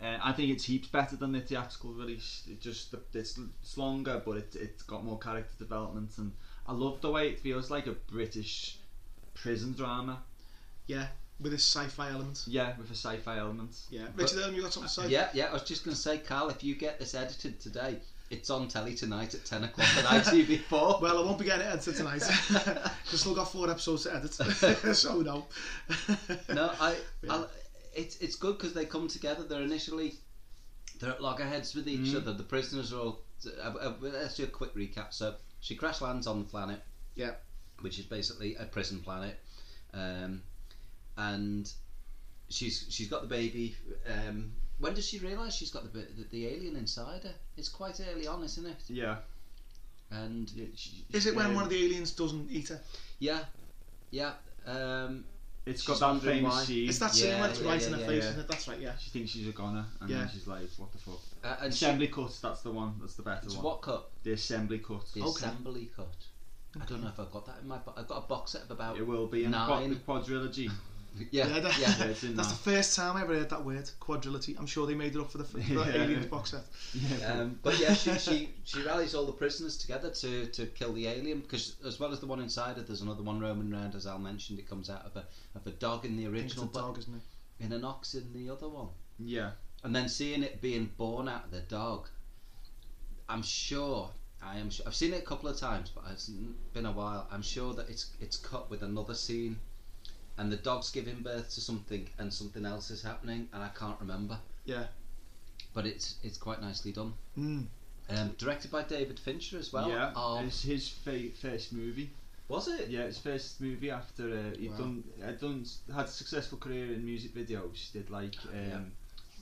Speaker 3: uh, I think it's heaps better than the theatrical release. It just it's, it's longer, but it it's got more character development, and I love the way it feels like a British prison drama.
Speaker 1: Yeah, with this sci-fi element.
Speaker 3: Yeah, with a sci-fi element.
Speaker 1: Yeah.
Speaker 3: But-
Speaker 1: Richard, Elm, you got something to say?
Speaker 2: Yeah, yeah. I was just going to say, Carl, if you get this edited today, it's on telly tonight at 10 o'clock on ITV4.
Speaker 1: Well, I won't be getting it edited tonight. 'Cause I've still got four episodes to edit. so no.
Speaker 2: no, I,
Speaker 1: Yeah.
Speaker 2: I it's it's good because they come together. They're initially they're at loggerheads with each
Speaker 3: Mm.
Speaker 2: other. The prisoners are all. Uh, uh, let's do a quick recap. So she crash lands on the planet.
Speaker 1: Yeah.
Speaker 2: Which is basically a prison planet, um, and she's she's got the baby. Um, when does she realise she's got the, ba- the the alien inside her? It's quite early on, isn't it?
Speaker 3: Yeah.
Speaker 2: And
Speaker 1: Is it when
Speaker 3: Um,
Speaker 1: one of the aliens doesn't eat her?
Speaker 2: yeah, yeah. Um,
Speaker 3: It's
Speaker 2: She's
Speaker 3: got that
Speaker 2: wondering
Speaker 3: famous
Speaker 2: why.
Speaker 3: scene.
Speaker 1: It's that scene
Speaker 2: yeah,
Speaker 1: where it's
Speaker 2: yeah,
Speaker 1: right
Speaker 2: yeah,
Speaker 1: in her
Speaker 2: yeah,
Speaker 1: face,
Speaker 3: yeah.
Speaker 1: isn't it? That's right. Yeah.
Speaker 3: She thinks she's a goner, and
Speaker 1: Yeah.
Speaker 3: then she's like, "What the fuck?"
Speaker 2: uh, and she,
Speaker 3: assembly cut. That's the one. That's the better
Speaker 2: it's
Speaker 3: one.
Speaker 2: what cut?
Speaker 3: The assembly cut.
Speaker 2: The
Speaker 1: Okay.
Speaker 2: assembly cut. I don't know if I've got that in my. Bo- I've got a box set of about.
Speaker 3: Oh, It will be in the,
Speaker 2: Nine.
Speaker 3: quad- the quadrilogy.
Speaker 1: Yeah,
Speaker 2: Yeah, yeah,
Speaker 1: that-
Speaker 2: yeah.
Speaker 3: it's in
Speaker 1: That's
Speaker 3: that.
Speaker 1: the first time I ever heard that word, quadrility. I'm sure they made it up for the, for the
Speaker 3: Yeah.
Speaker 1: Aliens box set.
Speaker 2: Um, but yeah, she, she she rallies all the prisoners together to, to kill the alien because as well as the one inside her, there's another one roaming around. As Al mentioned, it comes out of a of a dog in the
Speaker 1: I think it's a
Speaker 2: original, but
Speaker 1: dog, isn't it?
Speaker 2: in an ox in the other one.
Speaker 3: yeah.
Speaker 2: And then seeing it being born out of the dog, I'm sure I am. Sure, I've seen it a couple of times, but it's n- been a while. I'm sure that it's it's cut with another scene, and the dog's giving birth to something, and something else is happening, and I can't remember.
Speaker 1: Yeah.
Speaker 2: But it's it's quite nicely done.
Speaker 1: Mm.
Speaker 2: Um, directed by David Fincher as well. um,
Speaker 3: yeah.
Speaker 2: of-
Speaker 3: It's his fa- first movie.
Speaker 2: was it?
Speaker 3: Yeah, his first movie after uh, he'd
Speaker 2: Wow.
Speaker 3: done had done s- had a successful career in music videos. Did like um,
Speaker 2: Yeah.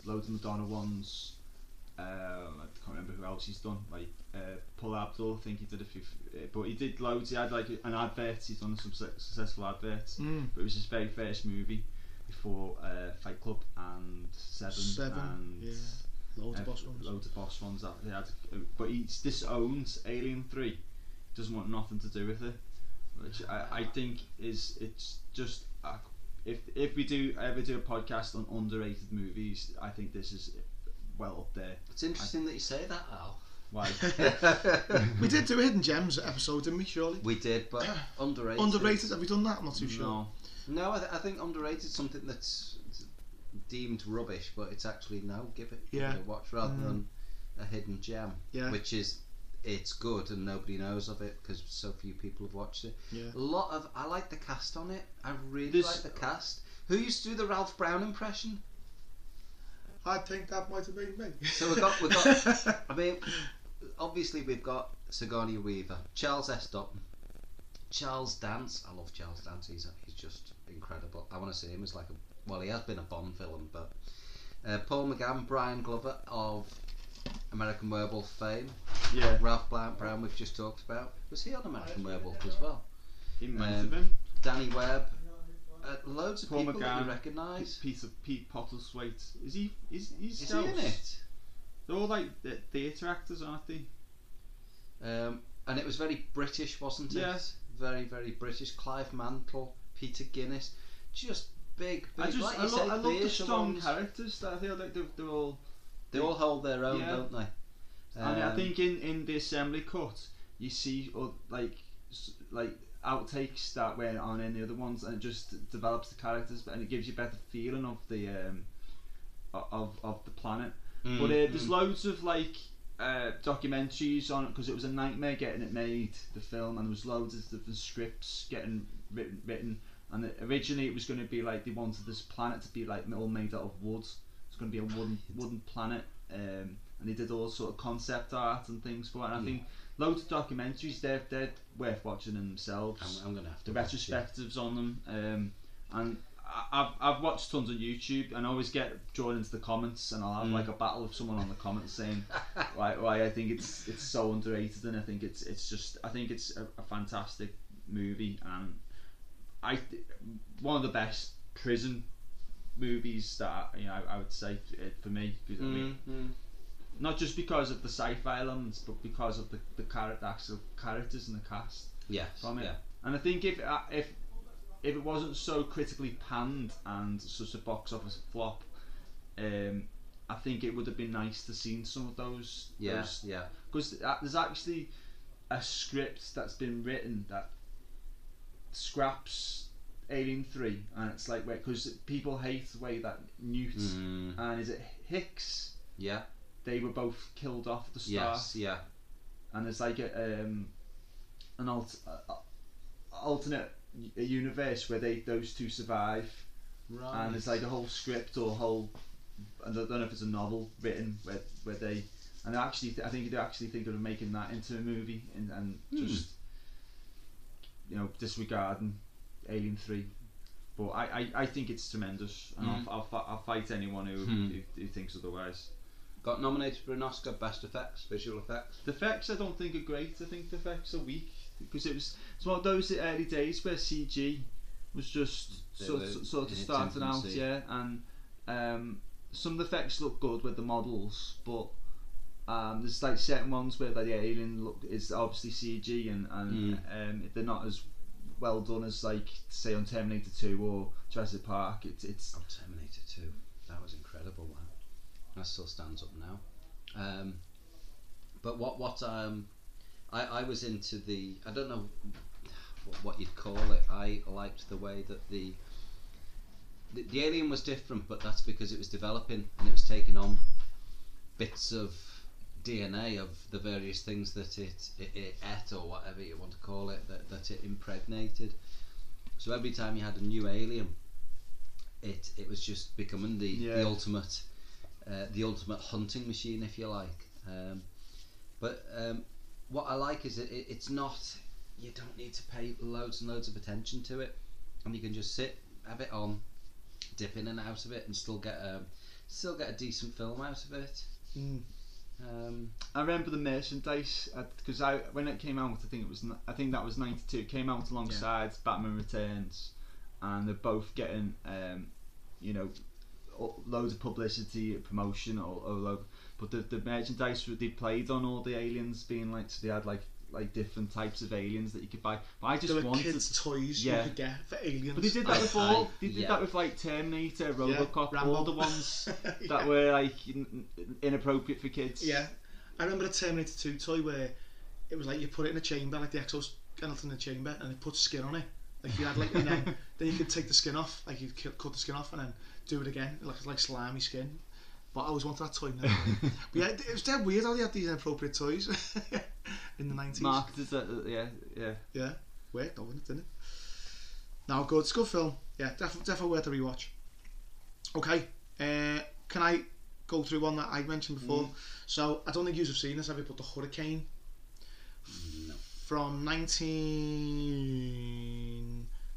Speaker 3: loads of Madonna ones. Um, I can't remember who else he's done. Like uh, Paul Abdul, I think he did a few, f- uh, but he did loads. He had like an advert. He's done some suc- successful adverts.
Speaker 1: Mm.
Speaker 3: But it was his very first movie before uh, Fight Club and Seven,
Speaker 1: Seven,
Speaker 3: and
Speaker 1: yeah. Loads
Speaker 3: uh,
Speaker 1: of boss ones.
Speaker 3: loads of boss ones that they had. But he's disowned Alien Three. Doesn't want nothing to do with it, which I, I think is it's just uh, if if we do ever do a podcast on underrated movies, I think this is well up there.
Speaker 2: It's interesting that you say that, Al.
Speaker 3: Why?
Speaker 1: We did do a Hidden Gems episode, didn't we, surely?
Speaker 2: we did, but underrated.
Speaker 1: Underrated, have we done that? I'm not too sure.
Speaker 3: no,
Speaker 2: No, I, th- I think underrated is something that's deemed rubbish, but it's actually no. Give it, give
Speaker 1: Yeah.
Speaker 2: it a watch rather
Speaker 1: Mm.
Speaker 2: than a hidden gem,
Speaker 1: Yeah.
Speaker 2: which is it's good and nobody knows of it because so few people have watched it.
Speaker 1: Yeah.
Speaker 2: A lot of I like the cast on it. I really
Speaker 3: This-
Speaker 2: like the cast. Who used to do the Ralph Brown impression?
Speaker 1: I think that might have been me.
Speaker 2: So we got- we got- I mean, obviously we've got Sigourney Weaver, Charles S. Dutton, Charles Dance. I love Charles Dance. He's he's just incredible. I want to see him as like a well, he has been a Bond villain, but uh, Paul McGann, Brian Glover of American Werewolf fame,
Speaker 3: yeah,
Speaker 2: Ralph Brown, Brown we've just talked about. Was he on American Werewolf as well?
Speaker 3: it might
Speaker 2: Um,
Speaker 3: have been
Speaker 2: Danny Webb. Uh, loads of
Speaker 3: Paul
Speaker 2: people that
Speaker 3: McGann.
Speaker 2: you recognise.
Speaker 3: Peter Pete Postlethwaite. Is he? Is, he's
Speaker 2: Is he in it?
Speaker 3: They're all like the theatre actors, aren't they?
Speaker 2: Um, and it was very British, wasn't it?
Speaker 3: Yes.
Speaker 2: Very, very British. Clive Mantle, Peter Guinness, just big. big
Speaker 3: I just
Speaker 2: like
Speaker 3: I,
Speaker 2: you
Speaker 3: lo-
Speaker 2: said,
Speaker 3: I love the
Speaker 2: theatre
Speaker 3: strong
Speaker 2: ones.
Speaker 3: characters that I feel like they're, they're all
Speaker 2: They all hold their own,
Speaker 3: Yeah.
Speaker 2: don't they?
Speaker 3: and I
Speaker 2: Um,
Speaker 3: think in, in the assembly cut, you see or like s- like outtakes that weren't on any other ones, and it just develops the characters, but and it gives you a better feeling of the um, o- of of the planet.
Speaker 2: Mm,
Speaker 3: But uh, there's
Speaker 2: mm.
Speaker 3: loads of like uh, documentaries on it because it was a nightmare getting it made, the film, and there was loads of different scripts getting written. written and it, originally it was going to be like they wanted this planet to be like all made out of wood. It's going to be a wooden wooden planet, um, and they did all sort of concept art and things for it. And I
Speaker 2: Yeah.
Speaker 3: think loads of documentaries they're they're worth watching in themselves
Speaker 2: I'm, I'm gonna have to
Speaker 3: the
Speaker 2: watch it.
Speaker 3: retrospectives on them, um, and I, I've I've watched tons on YouTube, and I always get drawn into the comments, and I'll have
Speaker 2: Mm.
Speaker 3: like a battle with someone on the comments saying why why I think it's it's so underrated, and I think it's it's just I think it's a, a fantastic movie, and I th- one of the best prison movies that you know I, I would say uh, for me, 'cause I mean,
Speaker 2: Mm, mm.
Speaker 3: not just because of the sci-fi elements, but because of the the, char- the actual characters and the cast
Speaker 2: Yes.
Speaker 3: from it.
Speaker 2: yeah.
Speaker 3: And I think if uh, if if it wasn't so critically panned and such a box office flop, um, I think it would have been nice to seen some of those.
Speaker 2: Yeah. Yeah.
Speaker 3: Because uh, there's actually a script that's been written that scraps Alien Three, and it's like because people hate the way that Newt
Speaker 2: Mm,
Speaker 3: and is it Hicks
Speaker 2: yeah.
Speaker 3: they were both killed off at the start
Speaker 2: Yes. Yeah.
Speaker 3: and there's like a, um, an alt- uh, alternate u- universe where they those two survive,
Speaker 2: Right.
Speaker 3: and it's like a whole script or whole I don't know if it's a novel written where where they and they actually I think they're actually thinking of making that into a movie and and just you know disregarding Alien Three. But I, I, I think it's tremendous, and
Speaker 2: Mm.
Speaker 3: I'll, I'll, fi- I'll fight anyone who,
Speaker 2: Hmm.
Speaker 3: who, who thinks otherwise.
Speaker 2: got nominated for an Oscar Best Effects, Visual Effects.
Speaker 3: The effects I don't think are great. I think the effects are weak because it was it's one of those early days where CG was just
Speaker 2: They
Speaker 3: sort,
Speaker 2: were
Speaker 3: sort
Speaker 2: in
Speaker 3: of
Speaker 2: its
Speaker 3: starting out,
Speaker 2: infancy.
Speaker 3: yeah. And um, some of the effects look good with the models, but um, there's like
Speaker 2: Hmm.
Speaker 3: certain ones where the alien look is obviously CG and and um, they're not as well done as like say on Terminator Two or Jurassic Park. It's it's
Speaker 2: Oh, Terminator 2. That was incredible, wow. That still stands up now. Um, but what, what um, I, I was into the, I don't know what, what you'd call it, I liked the way that the, the, the alien was different, but that's because it was developing and it was taking on bits of DNA of the various things that it, it, it ate or whatever you want to call it, that, that it impregnated. So every time you had a new alien, it it was just becoming the,
Speaker 3: Yeah.
Speaker 2: the ultimate uh, the ultimate hunting machine if you like um, but um, what I like is it, it, it's not you don't need to pay loads and loads of attention to it and you can just sit have it on dip in and out of it and still get a still get a decent film out of it
Speaker 1: Mm.
Speaker 2: um,
Speaker 3: I remember the merchandise because I when it came out, I think it was n- I think that was ninety two. Came out alongside Batman Returns, and they're both getting um, you know o- loads of publicity promotion all, all over. But the, the merchandise that they played on all the aliens being like so they had like like different types of aliens that you could buy. But I just
Speaker 1: There were
Speaker 3: wanted.
Speaker 1: kids' toys
Speaker 3: yeah.
Speaker 1: you could get for aliens.
Speaker 3: But they did
Speaker 2: I-
Speaker 3: that with
Speaker 2: I-
Speaker 3: all. They did
Speaker 2: yeah.
Speaker 3: that with like Terminator, RoboCop, all
Speaker 1: Rambo.
Speaker 3: the ones
Speaker 1: Yeah.
Speaker 3: that were like n- n- inappropriate for kids.
Speaker 1: Yeah, I remember a Terminator 2 toy where it was like you put it in a chamber, like the exoskeleton in a chamber, and it put skin on it. Like you had like, and then, then you could take the skin off, like you would cut the skin off and then do it again, like it's like slimy skin. But I always wanted that toy now. but yeah, it was dead weird how they had these inappropriate toys in the nineties.
Speaker 3: Marketers, that, uh, yeah, yeah.
Speaker 1: Yeah, worked though, didn't it? Didn't it? No, good, it's a good film. Yeah, definitely, definitely worth a rewatch. Okay, uh, can I go through one that I mentioned before? So I don't think you've seen this. Have you put the Hurricane
Speaker 2: no
Speaker 1: from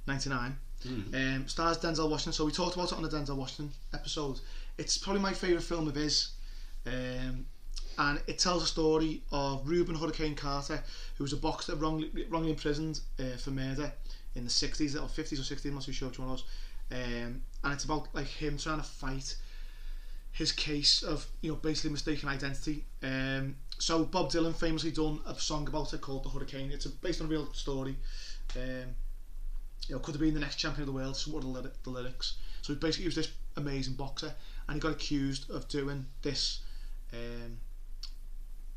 Speaker 1: 1999?
Speaker 2: Mm.
Speaker 1: Um, stars Denzel Washington. So we talked about it on the Denzel Washington episode. It's probably my favourite film of his. Um, and it tells a story of Reuben Hurricane Carter, who was a boxer wrongly, wrongly imprisoned uh, for murder in the 60s or 50s or 60s, I'm not too sure which one it was. Um, and it's about like him trying to fight his case of you know basically mistaken identity. Um, so Bob Dylan famously done a song about it called "The Hurricane." It's a, based on a real story. Um, you know, could have been the next champion of the world, some of the, lyri- the lyrics. So he basically was this amazing boxer, and he got accused of doing this. Um,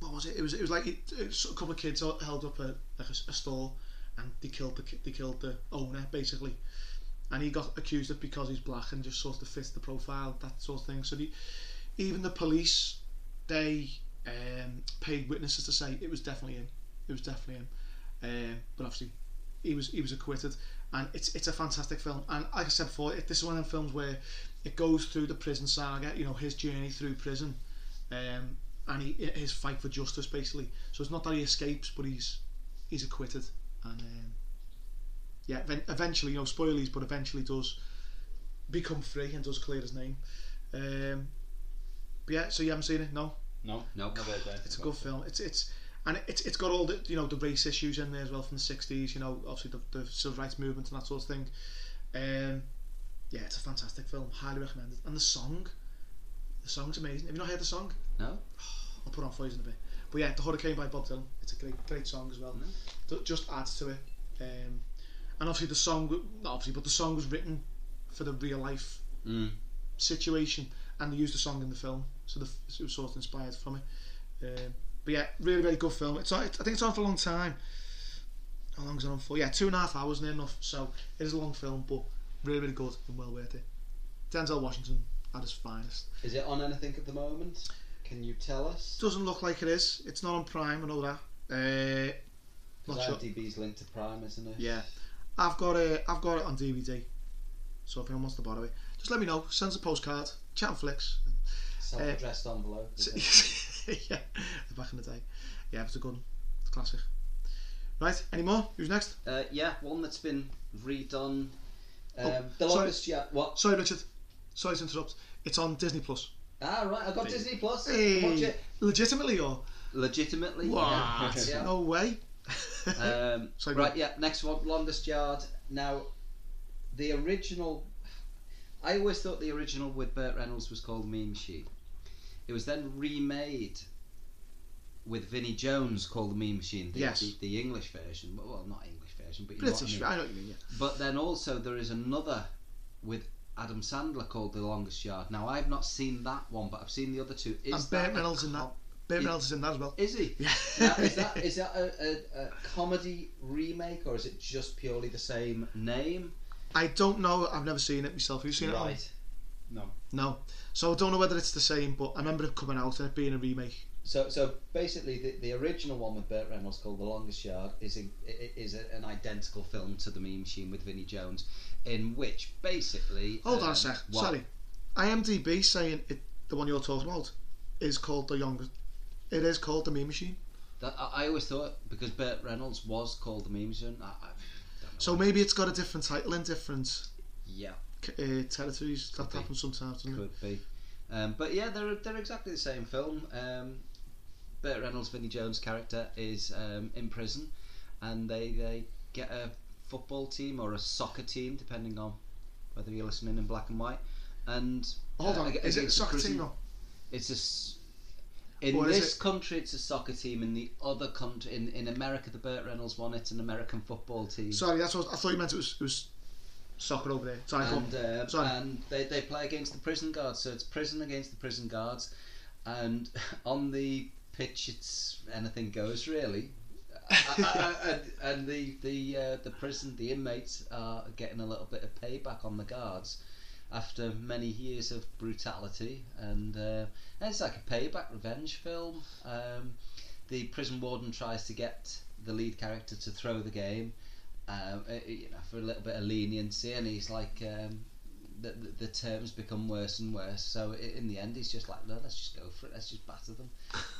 Speaker 1: what was it? It was it was like it, it was a couple of kids held up a like a, s- a store, and they killed the ki- they killed the owner basically, and he got accused of because he's black and just sort of fits the profile that sort of thing. So the, even the police, they um, paid witnesses to say it was definitely him. It was definitely him, um, but obviously he was he was acquitted, and it's it's a fantastic film. And like I said before, it, this is one of them films where it goes through the prison saga, you know, his journey through prison, um, and he, his fight for justice basically. So it's not that he escapes, but he's he's acquitted, and um, yeah, ev- eventually, you know, spoilers, but eventually does become free and does clear his name. Um, but yeah, so you haven't seen it, no?
Speaker 2: no no
Speaker 1: It's a good film. It's it's and it's it's got all the you know the race issues in there as well from the sixties. You know, obviously the, the civil rights movement and that sort of thing. Um, yeah, it's a fantastic film. Highly recommended. And the song, the song's amazing. Have you not heard the song?
Speaker 2: no
Speaker 1: I'll put on for you in a bit. But yeah, The Hurricane by Bob Dylan. It's a great great song as well.
Speaker 2: Mm.
Speaker 1: Ju- Just adds to it. Um, and obviously the song, w- not obviously, but the song was written for the real life
Speaker 2: mm.
Speaker 1: situation and they used the song in the film so the, so it was sort of inspired from it um, but yeah really really good film it's on, it, I think it's on for a long time how long's it on for yeah two and a half hours near enough so it is a long film but really really good and well worth it Denzel Washington at his finest
Speaker 2: is it on anything at the moment can you tell us
Speaker 1: doesn't look like it is it's not on Prime and all that uh, not sure
Speaker 2: IMDb's linked to Prime isn't it
Speaker 1: yeah I've got it I've got it on DVD so if anyone wants to borrow it just let me know send us a postcard chat and flicks
Speaker 2: self-addressed
Speaker 1: Uh,
Speaker 2: envelope is it?
Speaker 1: yeah, back in the day. Yeah, it's a good one. It's a classic. Right, any more? Who's next?
Speaker 2: Uh, yeah, one that's been redone. Um,
Speaker 1: Oh,
Speaker 2: the
Speaker 1: sorry.
Speaker 2: longest, yeah. What?
Speaker 1: Sorry, Richard. Sorry to interrupt. It's on Disney Plus.
Speaker 2: Ah, right. I got Disney Plus.
Speaker 1: Hey,
Speaker 2: Watch it.
Speaker 1: legitimately or
Speaker 2: Legitimately. yeah,
Speaker 1: what? Oh.
Speaker 2: Yeah.
Speaker 1: No way.
Speaker 2: Um,
Speaker 1: Sorry,
Speaker 2: right, yeah. Next one, longest yard. Now, the original. I always thought the original with Burt Reynolds was called Mean Machine. It was then remade with Vinnie Jones called The Mean Machine, the,
Speaker 1: Yes.
Speaker 2: the, the English version, but well, not English version, but you
Speaker 1: British,
Speaker 2: know what I mean.
Speaker 1: I know what you mean, yeah.
Speaker 2: But then also there is another with Adam Sandler called The Longest Yard. Now I've not seen that one, but I've seen the other two. Is
Speaker 1: And
Speaker 2: that
Speaker 1: Burt
Speaker 2: a
Speaker 1: Reynolds in that.
Speaker 2: co-
Speaker 1: Burt
Speaker 2: it-
Speaker 1: Reynolds is in that as well.
Speaker 2: Is he?
Speaker 1: Yeah.
Speaker 2: Now, is that is that a, a, a comedy remake or is it just purely the same name?
Speaker 1: I don't know. I've never seen it myself. Have you seen it? Alan?
Speaker 2: right.
Speaker 1: No. So I don't know whether it's the same, but I remember it coming out and it being a remake.
Speaker 2: So, so basically, the, the original one with Burt Reynolds called The Longest Yard is in, i- i- is a, an identical film to The Mean Machine with Vinnie Jones, in which basically.
Speaker 1: Hold on
Speaker 2: um,
Speaker 1: a sec.
Speaker 2: what-
Speaker 1: Sorry. IMDb saying it, the one you're talking about is called the youngest. It is called the Mean Machine.
Speaker 2: That, I, I always thought because Burt Reynolds was called The Mean Machine. I, I don't know
Speaker 1: So
Speaker 2: why.
Speaker 1: maybe it's got a different title in different
Speaker 2: yeah,
Speaker 1: c- uh, territories. That
Speaker 2: be.
Speaker 1: happens sometimes. Doesn't it?
Speaker 2: could be. Um, but yeah, they're they're exactly the same film. Um, Burt Reynolds, Vinnie Jones' character is um, in prison, and they they get a football team or a soccer team, depending on whether you're listening in black and white. And
Speaker 1: Hold
Speaker 2: uh,
Speaker 1: on.
Speaker 2: ag-
Speaker 1: Is it a
Speaker 2: against
Speaker 1: soccer
Speaker 2: prison-
Speaker 1: team though?
Speaker 2: It's a. s- In
Speaker 1: Or is
Speaker 2: this
Speaker 1: it-
Speaker 2: country, it's a soccer team. In the other country, in, in America, the Burt Reynolds one, it's an American football team.
Speaker 1: Sorry, that's what I thought you meant. It was, it was soccer over there. Sorry, I thought-
Speaker 2: and uh,
Speaker 1: Sorry.
Speaker 2: and they, they play against the prison guards, so it's prison against the prison guards, and on the pitch it's anything goes really, I- I- I- and, and the the uh, the prison the inmates are getting a little bit of payback on the guards after many years of brutality, and, uh, and it's like a payback revenge film. Um, the prison warden tries to get the lead character to throw the game um, uh, you know, for a little bit of leniency, and he's like, um, the, the, the terms become worse and worse. So i- in the end, he's just like, no, let's just go for it. Let's just batter them.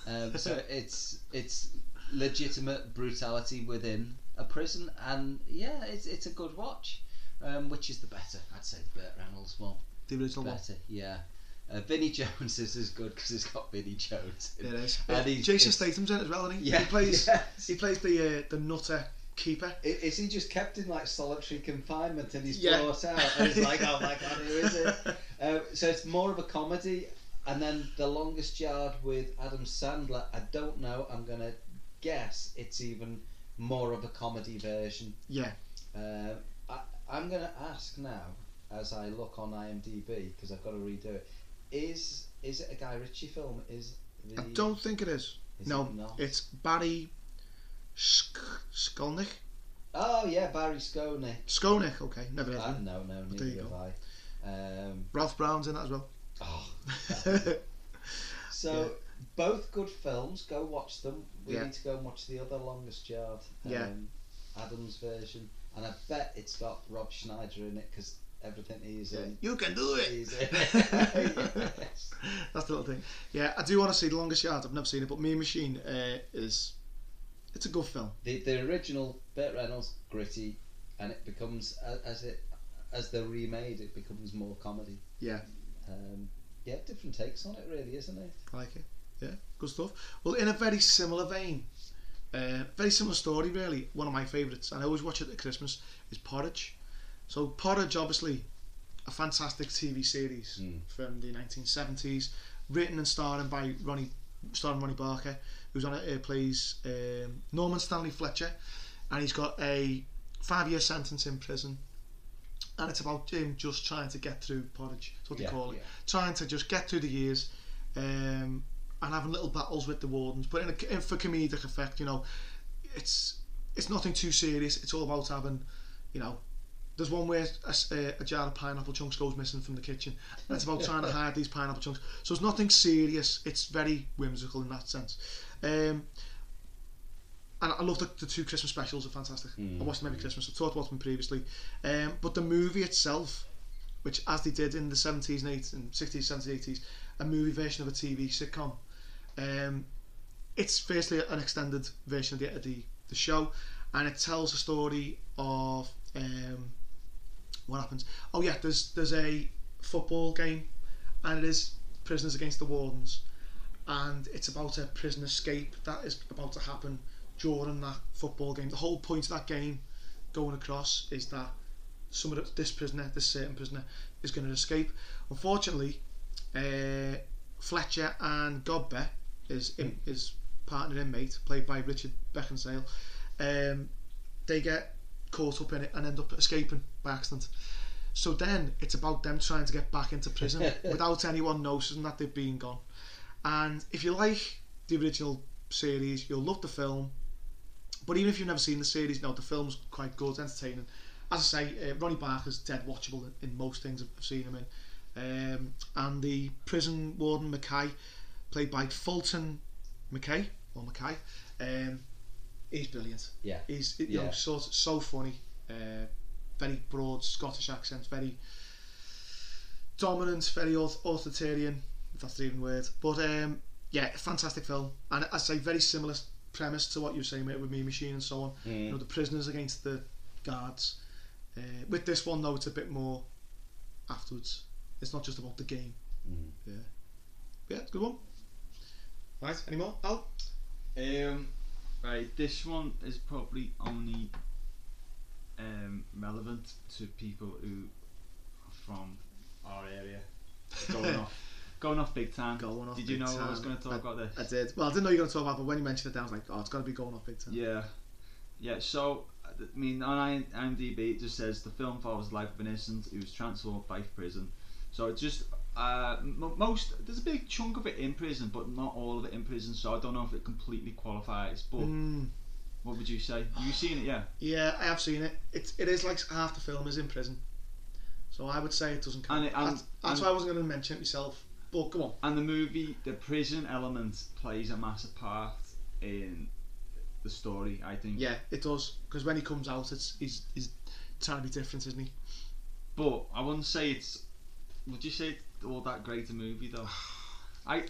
Speaker 2: Um, so it's it's legitimate brutality within a prison, and yeah, it's it's a good watch. Um, which is the better? I'd say the Burt Reynolds one.
Speaker 1: the original one.
Speaker 2: Better, yeah. Uh, Vinnie Jones is as good because it's got Vinnie Jones. in
Speaker 1: There
Speaker 2: it.
Speaker 1: it is.
Speaker 2: And
Speaker 1: Uh,
Speaker 2: he's-
Speaker 1: Jason
Speaker 2: it's-
Speaker 1: Statham's in it as well, isn't he?
Speaker 2: Yeah,
Speaker 1: He plays.
Speaker 2: yes.
Speaker 1: He plays the uh, the nutter keeper.
Speaker 2: I- Is he just kept in like solitary confinement and he's
Speaker 1: Yeah.
Speaker 2: brought out and he's like, oh my god, who is it? Uh, so it's more of a comedy, and then the longest yard with Adam Sandler. I don't know. I'm gonna guess it's even more of a comedy version.
Speaker 1: Yeah.
Speaker 2: Uh, I, I'm gonna ask now as I look on IMDb because I've got to redo it. Is is it a Guy Ritchie film? Is the
Speaker 1: I don't think it is.
Speaker 2: is
Speaker 1: no,
Speaker 2: it not?
Speaker 1: it's Barry Sk- Skolnick.
Speaker 2: oh yeah, Barry Skoney.
Speaker 1: Skolnick, okay, never heard
Speaker 2: Uh,
Speaker 1: of him.
Speaker 2: no, no,
Speaker 1: there you
Speaker 2: neither have I. Um,
Speaker 1: Ralph Brown's in that as well.
Speaker 2: oh, So both good films. Go watch them. We
Speaker 1: Yeah.
Speaker 2: need to go and watch the other longest yard.
Speaker 1: Yeah.
Speaker 2: Um, Adam's version, and I bet it's got Rob Schneider in it because everything he's in.
Speaker 1: you can do it.
Speaker 2: He's in. it. yes.
Speaker 1: That's the little thing. Yeah, I do want to see The Longest Yard. I've never seen it, but Mean Machine uh, is. It's a good film.
Speaker 2: The the original Burt Reynolds gritty, and it becomes a- as it as they're remade, it becomes more comedy.
Speaker 1: Yeah.
Speaker 2: Um, yeah, different takes on it, really, isn't it?
Speaker 1: I like it. Yeah, good stuff. Well, in a very similar vein, uh, very similar story, really. One of my favourites, and I always watch it at Christmas, is Porridge. So, Porridge, obviously, a fantastic TV series
Speaker 2: Mm.
Speaker 1: from the 1970s, written and starring by Ronnie, starring Ronnie Barker, who's on it, uh, plays um, Norman Stanley Fletcher, and he's got a five year sentence in prison. And it's about him just trying to get through porridge. That's what
Speaker 2: Yeah,
Speaker 1: they call it.
Speaker 2: yeah.
Speaker 1: Trying to just get through the years um, and having little battles with the wardens, but in a, in, for comedic effect, you know, it's it's nothing too serious. It's all about having, you know, there's one where a, s- a- a jar of pineapple chunks goes missing from the kitchen, and it's about trying to hide these pineapple chunks. So it's nothing serious. It's very whimsical in that sense. Um, and I love the, the two Christmas specials are fantastic. I watched them every Christmas. I've talked about them previously, um, but the movie itself, which as they did in the 70s and 80s, and 60s, 70s, 80s, a movie version of a TV sitcom. Um, it's firstly an extended version of the, of the the show, and it tells the story of um, what happens. Oh yeah, there's there's a football game, and it is prisoners against the wardens, and it's about a prison escape that is about to happen during that football game. The whole point of that game going across is that some of the, this prisoner, this certain prisoner, is going to escape. Unfortunately, uh, Fletcher and Godber, his im- his partner inmate, played by Richard Beckinsale, um, they get caught up in it and end up escaping by accident. So then it's about them trying to get back into prison without anyone noticing that they've been gone. And if you like the original series, you'll love the film. But even if you've never seen the series, no, the film's quite good, entertaining. As I say, uh, Ronnie Barker's dead watchable in, in most things I've seen him in. Um, and the prison warden Mackay, played by Fulton McKay or Mackay, um, he's brilliant.
Speaker 2: Yeah.
Speaker 1: He's you know
Speaker 2: Yeah.
Speaker 1: sort so funny, uh, very broad Scottish accent, very dominant, very auth- authoritarian. If that's the even word, but um, yeah, fantastic film, and I say very similar premise to what you were saying mate, with Me Machine and so on. You
Speaker 2: Mm.
Speaker 1: know the prisoners against the guards. Uh, with this one though, it's a bit more afterwards. It's not just about the game.
Speaker 2: Mm.
Speaker 1: Yeah, yeah, it's a good one. Right, any more? Al?
Speaker 3: Um, right, this one is probably only um, relevant to people who are from our area. Going off, going off big time.
Speaker 1: Going off
Speaker 3: Did you
Speaker 1: big
Speaker 3: know I was
Speaker 1: time.
Speaker 3: going to talk
Speaker 1: I-
Speaker 3: about this?
Speaker 1: I did. Well, I didn't know you were going to talk about, it, but when you mentioned it, I was like, oh, it's got to be going off big time.
Speaker 3: Yeah, yeah. So I th- I mean, on I- IMDb it just says the film follows the life of an innocent who was transformed by prison. So it's just uh, m- most there's a big chunk of it in prison, but not all of it in prison. So I don't know if it completely qualifies. But
Speaker 1: Mm,
Speaker 3: what would you say? You've seen it, yeah?
Speaker 1: yeah, I have seen it. It, it is like half the film is in prison. So I would say it doesn't count.
Speaker 3: And it- and-
Speaker 1: that's that's
Speaker 3: and-
Speaker 1: why I wasn't going to mention it myself. But come on.
Speaker 3: And the movie, the prison element plays a massive part in the story. I think.
Speaker 1: Yeah, it does. Because when he comes out, it's he's, he's trying to be different, isn't he?
Speaker 3: But I wouldn't say it's. Would you say it's all that great a movie though? I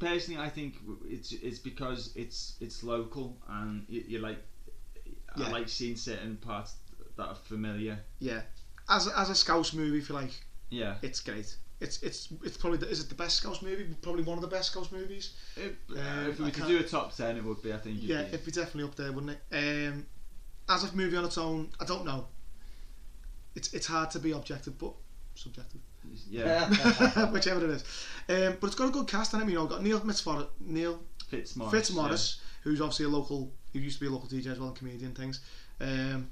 Speaker 3: personally, I think it's it's because it's it's local and you, you like.
Speaker 1: Yeah.
Speaker 3: I like seeing certain parts that are familiar.
Speaker 1: Yeah. As, a- as a Scouse movie, if you like,
Speaker 3: Yeah.
Speaker 1: it's great. It's it's it's probably the, is it the best Scouse movie? Probably one of the best Scouse movies.
Speaker 3: If,
Speaker 1: Um,
Speaker 3: if
Speaker 1: I
Speaker 3: we could
Speaker 1: can't-
Speaker 3: do a top ten, it would be. I think. it'd
Speaker 1: Yeah,
Speaker 3: be-
Speaker 1: it'd be definitely up there, wouldn't it? Um, as a movie on its own, I don't know. It's it's hard to be objective, but subjective, Uh,
Speaker 3: yeah.
Speaker 1: whichever it is. Um, but it's got a good cast in it. You know, we've got Neil Fitzmorris, Neil
Speaker 3: Fitzmaurice.
Speaker 1: Fitzmaurice, who's obviously a local, who used to be a local DJ as well and comedian and things. Um,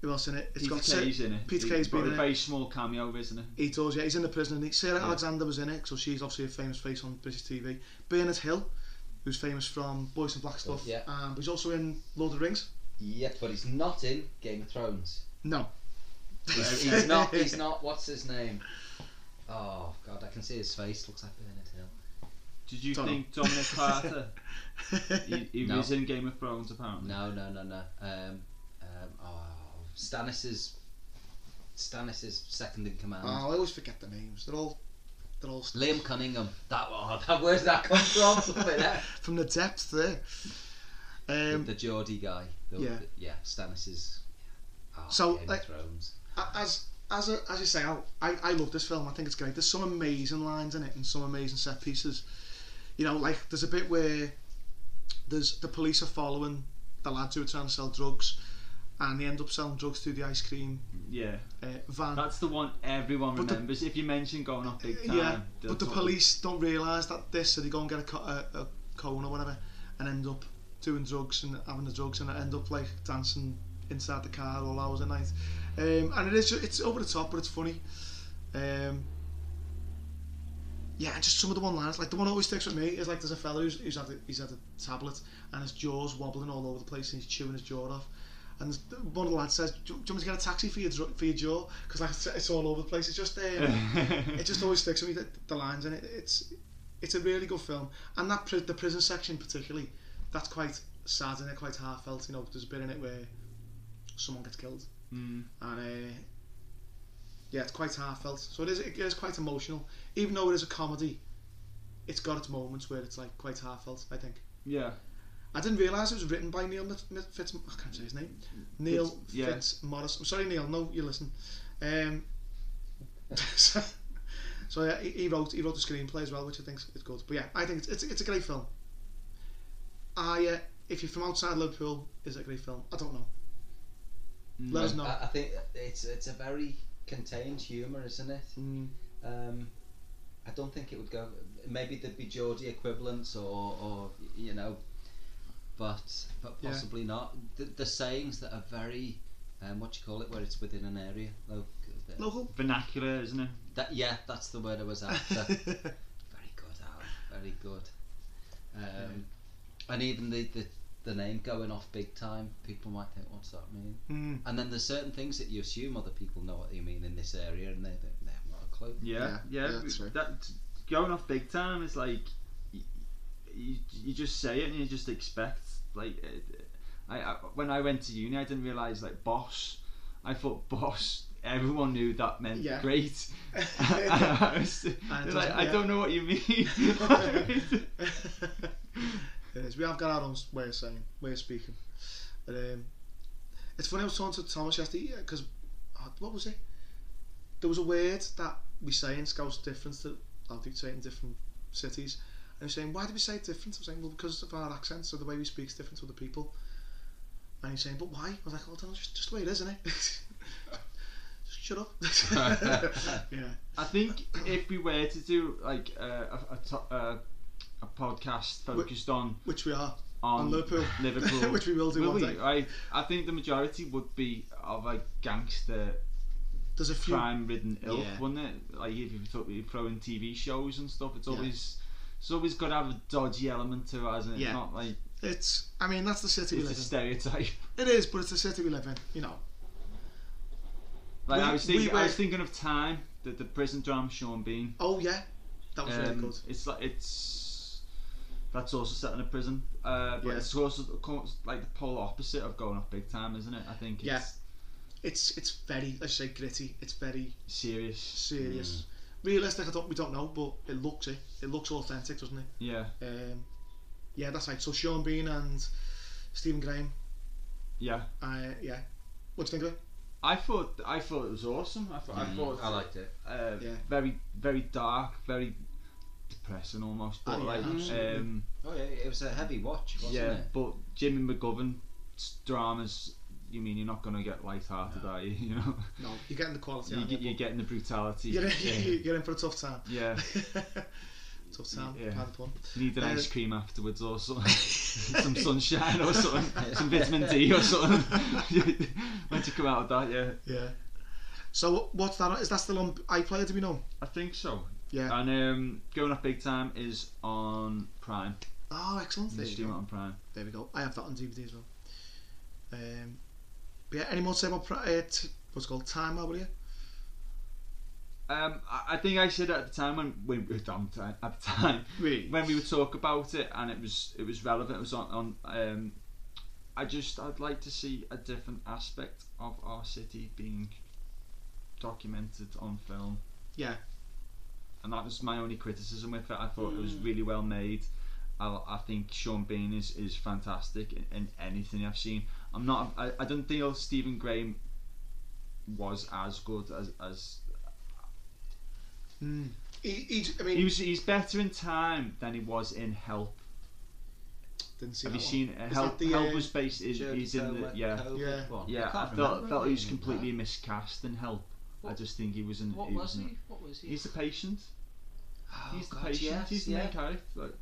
Speaker 1: who else in it?
Speaker 3: Yeah.
Speaker 1: It's
Speaker 3: Peter
Speaker 1: got Sa-
Speaker 3: Kay's in it.
Speaker 1: Peter
Speaker 3: He-
Speaker 1: Kay's
Speaker 3: but
Speaker 1: been
Speaker 3: a
Speaker 1: in it.
Speaker 3: very small cameo, isn't it?
Speaker 1: He does, yeah. He's in the prison. Isn't he? Sarah
Speaker 3: Yeah.
Speaker 1: Alexander was in it, so she's obviously a famous face on British TV. Bernard Hill, who's famous from Boys and Black Stuff,
Speaker 2: yeah.
Speaker 1: um, but he's also in Lord of the Rings.
Speaker 2: Yeah, but he's not in Game of Thrones.
Speaker 1: No,
Speaker 2: He's, he's not. He's not. What's his name? Oh God, I can see his face. Looks like Bernard Hill.
Speaker 3: Did you
Speaker 1: Don't know.
Speaker 3: think Dominic Carter? he he
Speaker 2: No.
Speaker 3: was in Game of Thrones apparently.
Speaker 2: No, no, no, no. Um, um, oh, Stannis's. Stannis's second in command.
Speaker 1: Oh, I always forget the names. They're all, they're all st-
Speaker 2: Liam Cunningham. That oh, that where's that come from? Flipping heck.
Speaker 1: from the depths there. Um,
Speaker 2: the Geordie guy. The,
Speaker 1: Yeah.
Speaker 2: the- yeah. Stannis's. Oh,
Speaker 1: So,
Speaker 2: Game
Speaker 1: like-
Speaker 2: of Thrones.
Speaker 1: a- as as a, as you say, I, I I love this film. I think it's great. There's some amazing lines in it and some amazing set pieces. You know, like there's a bit where there's the police are following the lads who are trying to sell drugs, and they end up selling drugs through the ice cream
Speaker 3: Yeah.
Speaker 1: uh, van.
Speaker 3: That's the one everyone
Speaker 1: But the-
Speaker 3: remembers. if you mention going off big time,
Speaker 1: yeah,
Speaker 3: they'll
Speaker 1: but the
Speaker 3: talk-
Speaker 1: police don't realise that this, so they go and get a, co- a, a cone or whatever, and end up doing drugs and having the drugs, and end up like dancing inside the car all hours a night. Um, and it is ju- it's over the top, but it's funny. Um, yeah, and just some of the one lines, like the one that always sticks with me is like there's a fella who's, who's had a, he's had a tablet and his jaw's wobbling all over the place and he's chewing his jaw off. And there's- one of the lads says, "Do you do you want me to get a taxi for your dr- for your jaw? Because like, it's- it's all over the place. It's just um, it just always sticks with me the, the lines in it. It's it's a really good film, and that pri- the prison section particularly, that's quite sad and quite heartfelt. You know, there's a bit in it where someone gets killed,
Speaker 3: Mm,
Speaker 1: and uh, yeah, it's quite heartfelt. So it is it is quite emotional, even though it is a comedy. It's got its moments where it's like quite heartfelt. I think
Speaker 3: yeah.
Speaker 1: I didn't realize it was written by Neil Mit- Mit- Fitz. I can't say his name. Neil
Speaker 3: Fitz- yeah.
Speaker 1: Fitzmaurice. I'm sorry, Neil. No, you listen. Um, so, so yeah, he, he wrote he wrote the screenplay as well, which I think is good. But yeah, I think it's it's, it's a great film. I uh, if you're from outside Liverpool, is it a great film? I don't know.
Speaker 3: Mm.
Speaker 1: Let us know.
Speaker 2: Um, I, I think it's it's a very contained humour, isn't it?
Speaker 1: Mm,
Speaker 2: Um, I don't think it would go. Maybe there'd be Geordie equivalents or, or you know, but but
Speaker 1: Yeah.
Speaker 2: possibly not. The, the sayings that are very, um, what do you call it, where it's within an area. Local,
Speaker 1: Local.
Speaker 3: Mm. Vernacular, isn't it?
Speaker 2: That, yeah, that's the word I was after. Very good, Alan. Very good. Um, And even the, the the name going off big time, people might think, what's that mean?
Speaker 1: Mm.
Speaker 2: And then there's certain things that you assume other people know what you mean in this area, and they think they have not a clue.
Speaker 3: Yeah,
Speaker 1: Yeah,
Speaker 3: yeah.
Speaker 1: yeah, that's right.
Speaker 3: that going off big time is like you, you, you just say it and you just expect like uh, I, I when I went to uni I didn't realize like boss I thought boss everyone knew that meant
Speaker 1: Yeah.
Speaker 3: great
Speaker 1: Hmm.
Speaker 3: I, was,
Speaker 1: And it
Speaker 3: like,
Speaker 1: doesn't-
Speaker 3: I
Speaker 1: yeah.
Speaker 3: don't know what you mean
Speaker 1: It is. We have got our own way of saying, way of speaking. But um, it's funny. I was talking to Thomas yesterday because what was it? There was a word that we say in Scouse difference that I'll do say it in different cities. And he was saying, why do we say it different? I was saying, well, because of our accents, so the way we speak is different to other people. And he's saying, but why? I was like, well, that's just, just the way it is, isn't it? Just Shut up. yeah.
Speaker 3: I think if we were to do like uh, a a, to- uh, a podcast focused on
Speaker 1: Which we are.
Speaker 3: on,
Speaker 1: On Liverpool.
Speaker 3: Liverpool.
Speaker 1: Which we will do one
Speaker 3: we?
Speaker 1: day.
Speaker 3: I, I think the majority would be of a gangster
Speaker 1: There's a few.
Speaker 3: crime ridden ilk,
Speaker 2: Yeah.
Speaker 3: wouldn't it? Like if you thought you throw in TV shows and stuff, it's
Speaker 1: Yeah.
Speaker 3: always it's always got to have a dodgy element to it, hasn't it?
Speaker 1: Yeah.
Speaker 3: It's not like
Speaker 1: It's, I mean, that's the city we
Speaker 3: it's a
Speaker 1: live in.
Speaker 3: stereotype.
Speaker 1: It is, but it's the city we live in, you know.
Speaker 3: Like
Speaker 1: We-
Speaker 3: I was thinking,
Speaker 1: we were-
Speaker 3: I was thinking of time the the prison drama Sean Bean.
Speaker 1: Oh yeah, that was really
Speaker 3: Um,
Speaker 1: good.
Speaker 3: It's like it's that's also set in a prison, uh, but
Speaker 1: Yeah.
Speaker 3: it's also of course, like the polar opposite of going off big time, isn't it? I think it's
Speaker 1: Yeah. It's it's very, I say, gritty. It's very
Speaker 3: serious. Mm.
Speaker 1: serious, realistic. I don't, we don't know, but it looks it. It looks authentic, doesn't it?
Speaker 3: Yeah,
Speaker 1: Um, yeah, that's right. So Sean Bean and Stephen Graham.
Speaker 3: yeah.
Speaker 1: Uh, yeah, what do you think of it?
Speaker 3: I thought I thought it was awesome. I thought I thought
Speaker 2: Mm, I liked it.
Speaker 3: uh,
Speaker 1: Yeah.
Speaker 3: very very dark, very depressing almost. But
Speaker 1: Oh, yeah,
Speaker 3: like,
Speaker 1: absolutely.
Speaker 3: um,
Speaker 2: Oh yeah, it was a heavy watch, wasn't
Speaker 3: yeah.
Speaker 2: it?
Speaker 3: But Jimmy McGovern's dramas. You mean you're not gonna get lighthearted,
Speaker 2: No.
Speaker 3: are you? You know,
Speaker 1: No, you're getting the quality.
Speaker 3: you
Speaker 1: aren't
Speaker 3: get, you're getting the brutality.
Speaker 1: You're,
Speaker 3: yeah.
Speaker 1: in, you're in for a tough time.
Speaker 3: yeah.
Speaker 1: tough time.
Speaker 3: Yeah.
Speaker 1: Pardon the pun.
Speaker 3: You need an
Speaker 1: Uh,
Speaker 3: ice cream afterwards or something. some sunshine or something. Some vitamin D or something. Once you come out of that, yeah.
Speaker 1: Yeah. So what's that? on- Is that still on iPlayer? Do we know?
Speaker 3: I think so.
Speaker 1: Yeah.
Speaker 3: And um, Going Up Big Time is on Prime.
Speaker 1: Oh, excellent.
Speaker 3: You can
Speaker 1: There you
Speaker 3: stream
Speaker 1: go.
Speaker 3: it on Prime.
Speaker 1: There we go. I have that on DVD as well. Um, but yeah, any more to say about pri- uh, t- what's it called time over here?
Speaker 3: Um, I, I think I said at the time when, when damn time, at the time
Speaker 1: Really?
Speaker 3: when we would talk about it and it was it was relevant. It was on, on um, I just I'd like to see a different aspect of our city being documented on film.
Speaker 1: Yeah.
Speaker 3: and that was my only criticism with it. I thought it was really well made. I, I think Sean Bean is, is fantastic in, in anything I've seen. I'm not. I, I don't think Stephen Graham was as good as, as
Speaker 1: Mm. He, he, I mean,
Speaker 3: he was. He's better in Time than he was in Help.
Speaker 1: didn't see
Speaker 3: Have
Speaker 1: that
Speaker 3: you seen uh,
Speaker 1: Is
Speaker 3: Help?
Speaker 1: that the,
Speaker 3: Help
Speaker 1: uh,
Speaker 3: was based in.
Speaker 2: Jodie
Speaker 3: He's in the
Speaker 2: Comer-
Speaker 3: yeah.
Speaker 2: Comer
Speaker 1: Yeah.
Speaker 2: one.
Speaker 3: Yeah,
Speaker 2: can't
Speaker 3: I felt,
Speaker 2: remember
Speaker 3: felt
Speaker 2: him
Speaker 3: he was
Speaker 2: in
Speaker 3: completely miscast in Help. I
Speaker 2: What-
Speaker 3: just think he was in.
Speaker 2: that. What
Speaker 3: he
Speaker 2: was
Speaker 3: was in-
Speaker 2: he? What was he?
Speaker 3: He's the patient.
Speaker 2: oh,
Speaker 3: he's the
Speaker 2: God,
Speaker 3: patient.
Speaker 2: yes,
Speaker 3: he's the
Speaker 2: yeah.
Speaker 3: main character. Like,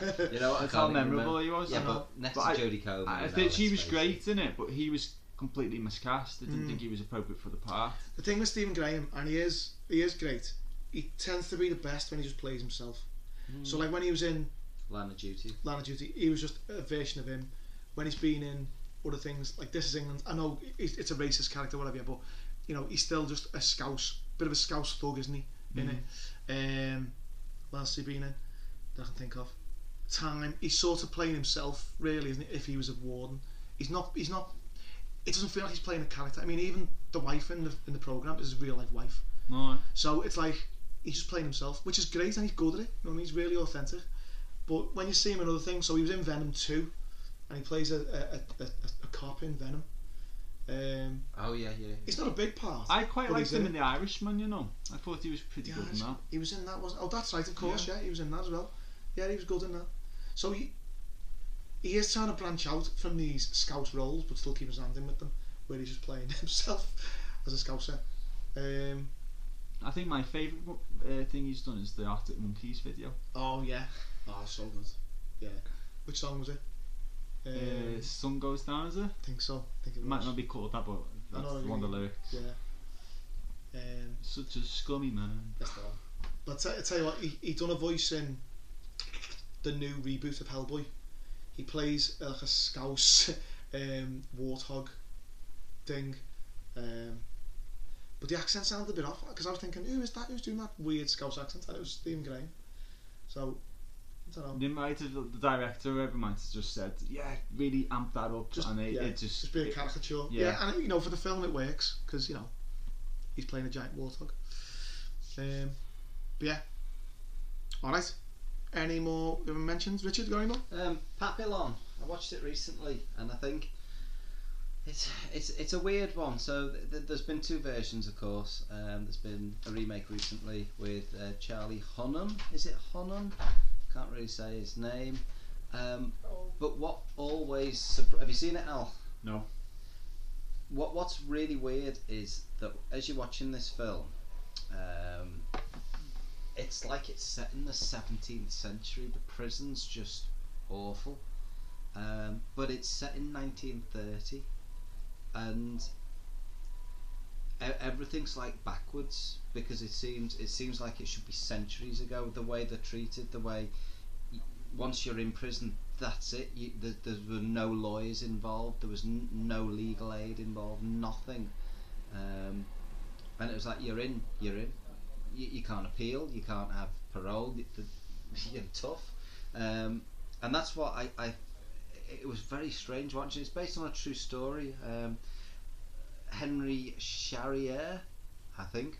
Speaker 1: one?
Speaker 2: You know what? I
Speaker 3: that's how
Speaker 2: can't even
Speaker 3: memorable
Speaker 2: remember.
Speaker 3: he was.
Speaker 2: Yeah,
Speaker 3: I know.
Speaker 2: but next
Speaker 3: But I-
Speaker 2: to Jodie Comer.
Speaker 3: I
Speaker 2: you know,
Speaker 3: think she
Speaker 2: let's
Speaker 3: was
Speaker 2: face
Speaker 3: great
Speaker 2: it.
Speaker 3: in it, but he was completely miscast. I didn't
Speaker 1: Mm.
Speaker 3: think he was appropriate for the part.
Speaker 1: the thing with Stephen Graham, and he is he is great. He tends to be the best when he just plays himself.
Speaker 3: Hmm.
Speaker 1: So like when he was in
Speaker 2: Line of Duty.
Speaker 1: Line of Duty, he was just a version of him. When he's been in other things like This Is England, I know it- it's a racist character, whatever, but you know he's still just a scouse, bit of a scouse thug, isn't he? In it, um, what else has he been in that I can think of? Time. He's sort of playing himself, really, isn't he? If he was a warden, he's not. He's not. It doesn't feel like he's playing a character. I mean, even the wife in the in the program is his real life wife.
Speaker 3: No,
Speaker 1: So it's like he's just playing himself, which is great, and he's good at it. You know what I mean? He's really authentic. But when you see him in other things, so he was in Venom 2, and he plays a a, a, a, a cop in Venom. Um,
Speaker 2: Oh yeah, yeah.
Speaker 1: it's not a big part.
Speaker 3: I quite
Speaker 1: But
Speaker 3: liked
Speaker 1: he's in
Speaker 3: him in The Irishman. You know, I thought he was pretty
Speaker 1: Yeah,
Speaker 3: good in
Speaker 1: that's-
Speaker 3: that.
Speaker 1: He was in that, wasn't? Oh, that's right. Of course, yeah. he was in that as well. Yeah, he was good in that. So he he is trying to branch out from these scout roles, but still keep his hand in with them, where he's just playing himself as a scouser. Um,
Speaker 3: I think my favourite mo- uh, thing he's done is the Arctic Monkeys video.
Speaker 1: Oh yeah. Oh, so good. Yeah. Which song was it? Uh,
Speaker 3: Uh, Sun Goes Down, is it?
Speaker 1: I think so. I think it
Speaker 3: It
Speaker 1: was.
Speaker 3: might not be called that, but
Speaker 1: I know
Speaker 3: that's
Speaker 1: what you
Speaker 3: one of the
Speaker 1: mean.
Speaker 3: lyrics.
Speaker 1: Yeah. Um,
Speaker 3: Such a scummy man.
Speaker 1: that's the one. But I tell, I tell you what, he, he done a voice in the new reboot of Hellboy. He plays uh, like a scouse um, warthog thing. Um, but the accent sounded a bit off because I was thinking, who is that? Who's doing that weird scouse accent? And it was Stephen Graham. So, I don't know.
Speaker 3: The, might have- the director, whoever might have just said, yeah, really amp that up,
Speaker 1: Just-
Speaker 3: and it,
Speaker 1: yeah,
Speaker 3: it just,
Speaker 1: Just be a
Speaker 3: it-
Speaker 1: caricature. Yeah.
Speaker 3: yeah.
Speaker 1: and you know, for the film it works because you know he's playing a giant warthog. Um, but yeah. All right. Any more mentions? Richard, you got any more?
Speaker 2: Um, Papillon. I watched it recently, and I think it's it's it's a weird one. So th- th- there's been two versions, of course. Um, there's been a remake recently with uh, Charlie Hunnam. Is it Hunnam? Can't really say his name. Um, but what always surpri- have you seen it, Al?
Speaker 3: No.
Speaker 2: What What's really weird is that as you're watching this film, um, it's like it's set in the 17th century. The prison's just awful. Um, but it's set in 1930, and e- everything's like backwards because it seems it seems like it should be centuries ago. The way they're treated, the way y- once you're in prison, that's it. You, there, there were no lawyers involved. There was n- no legal aid involved. Nothing. Um, and it was like you're in, you're in. You, you can't appeal. You can't have parole. y- the- You're tough. Um, and that's what I, I. It was very strange watching. It's based on a true story. Um, Henry Charrier, I think,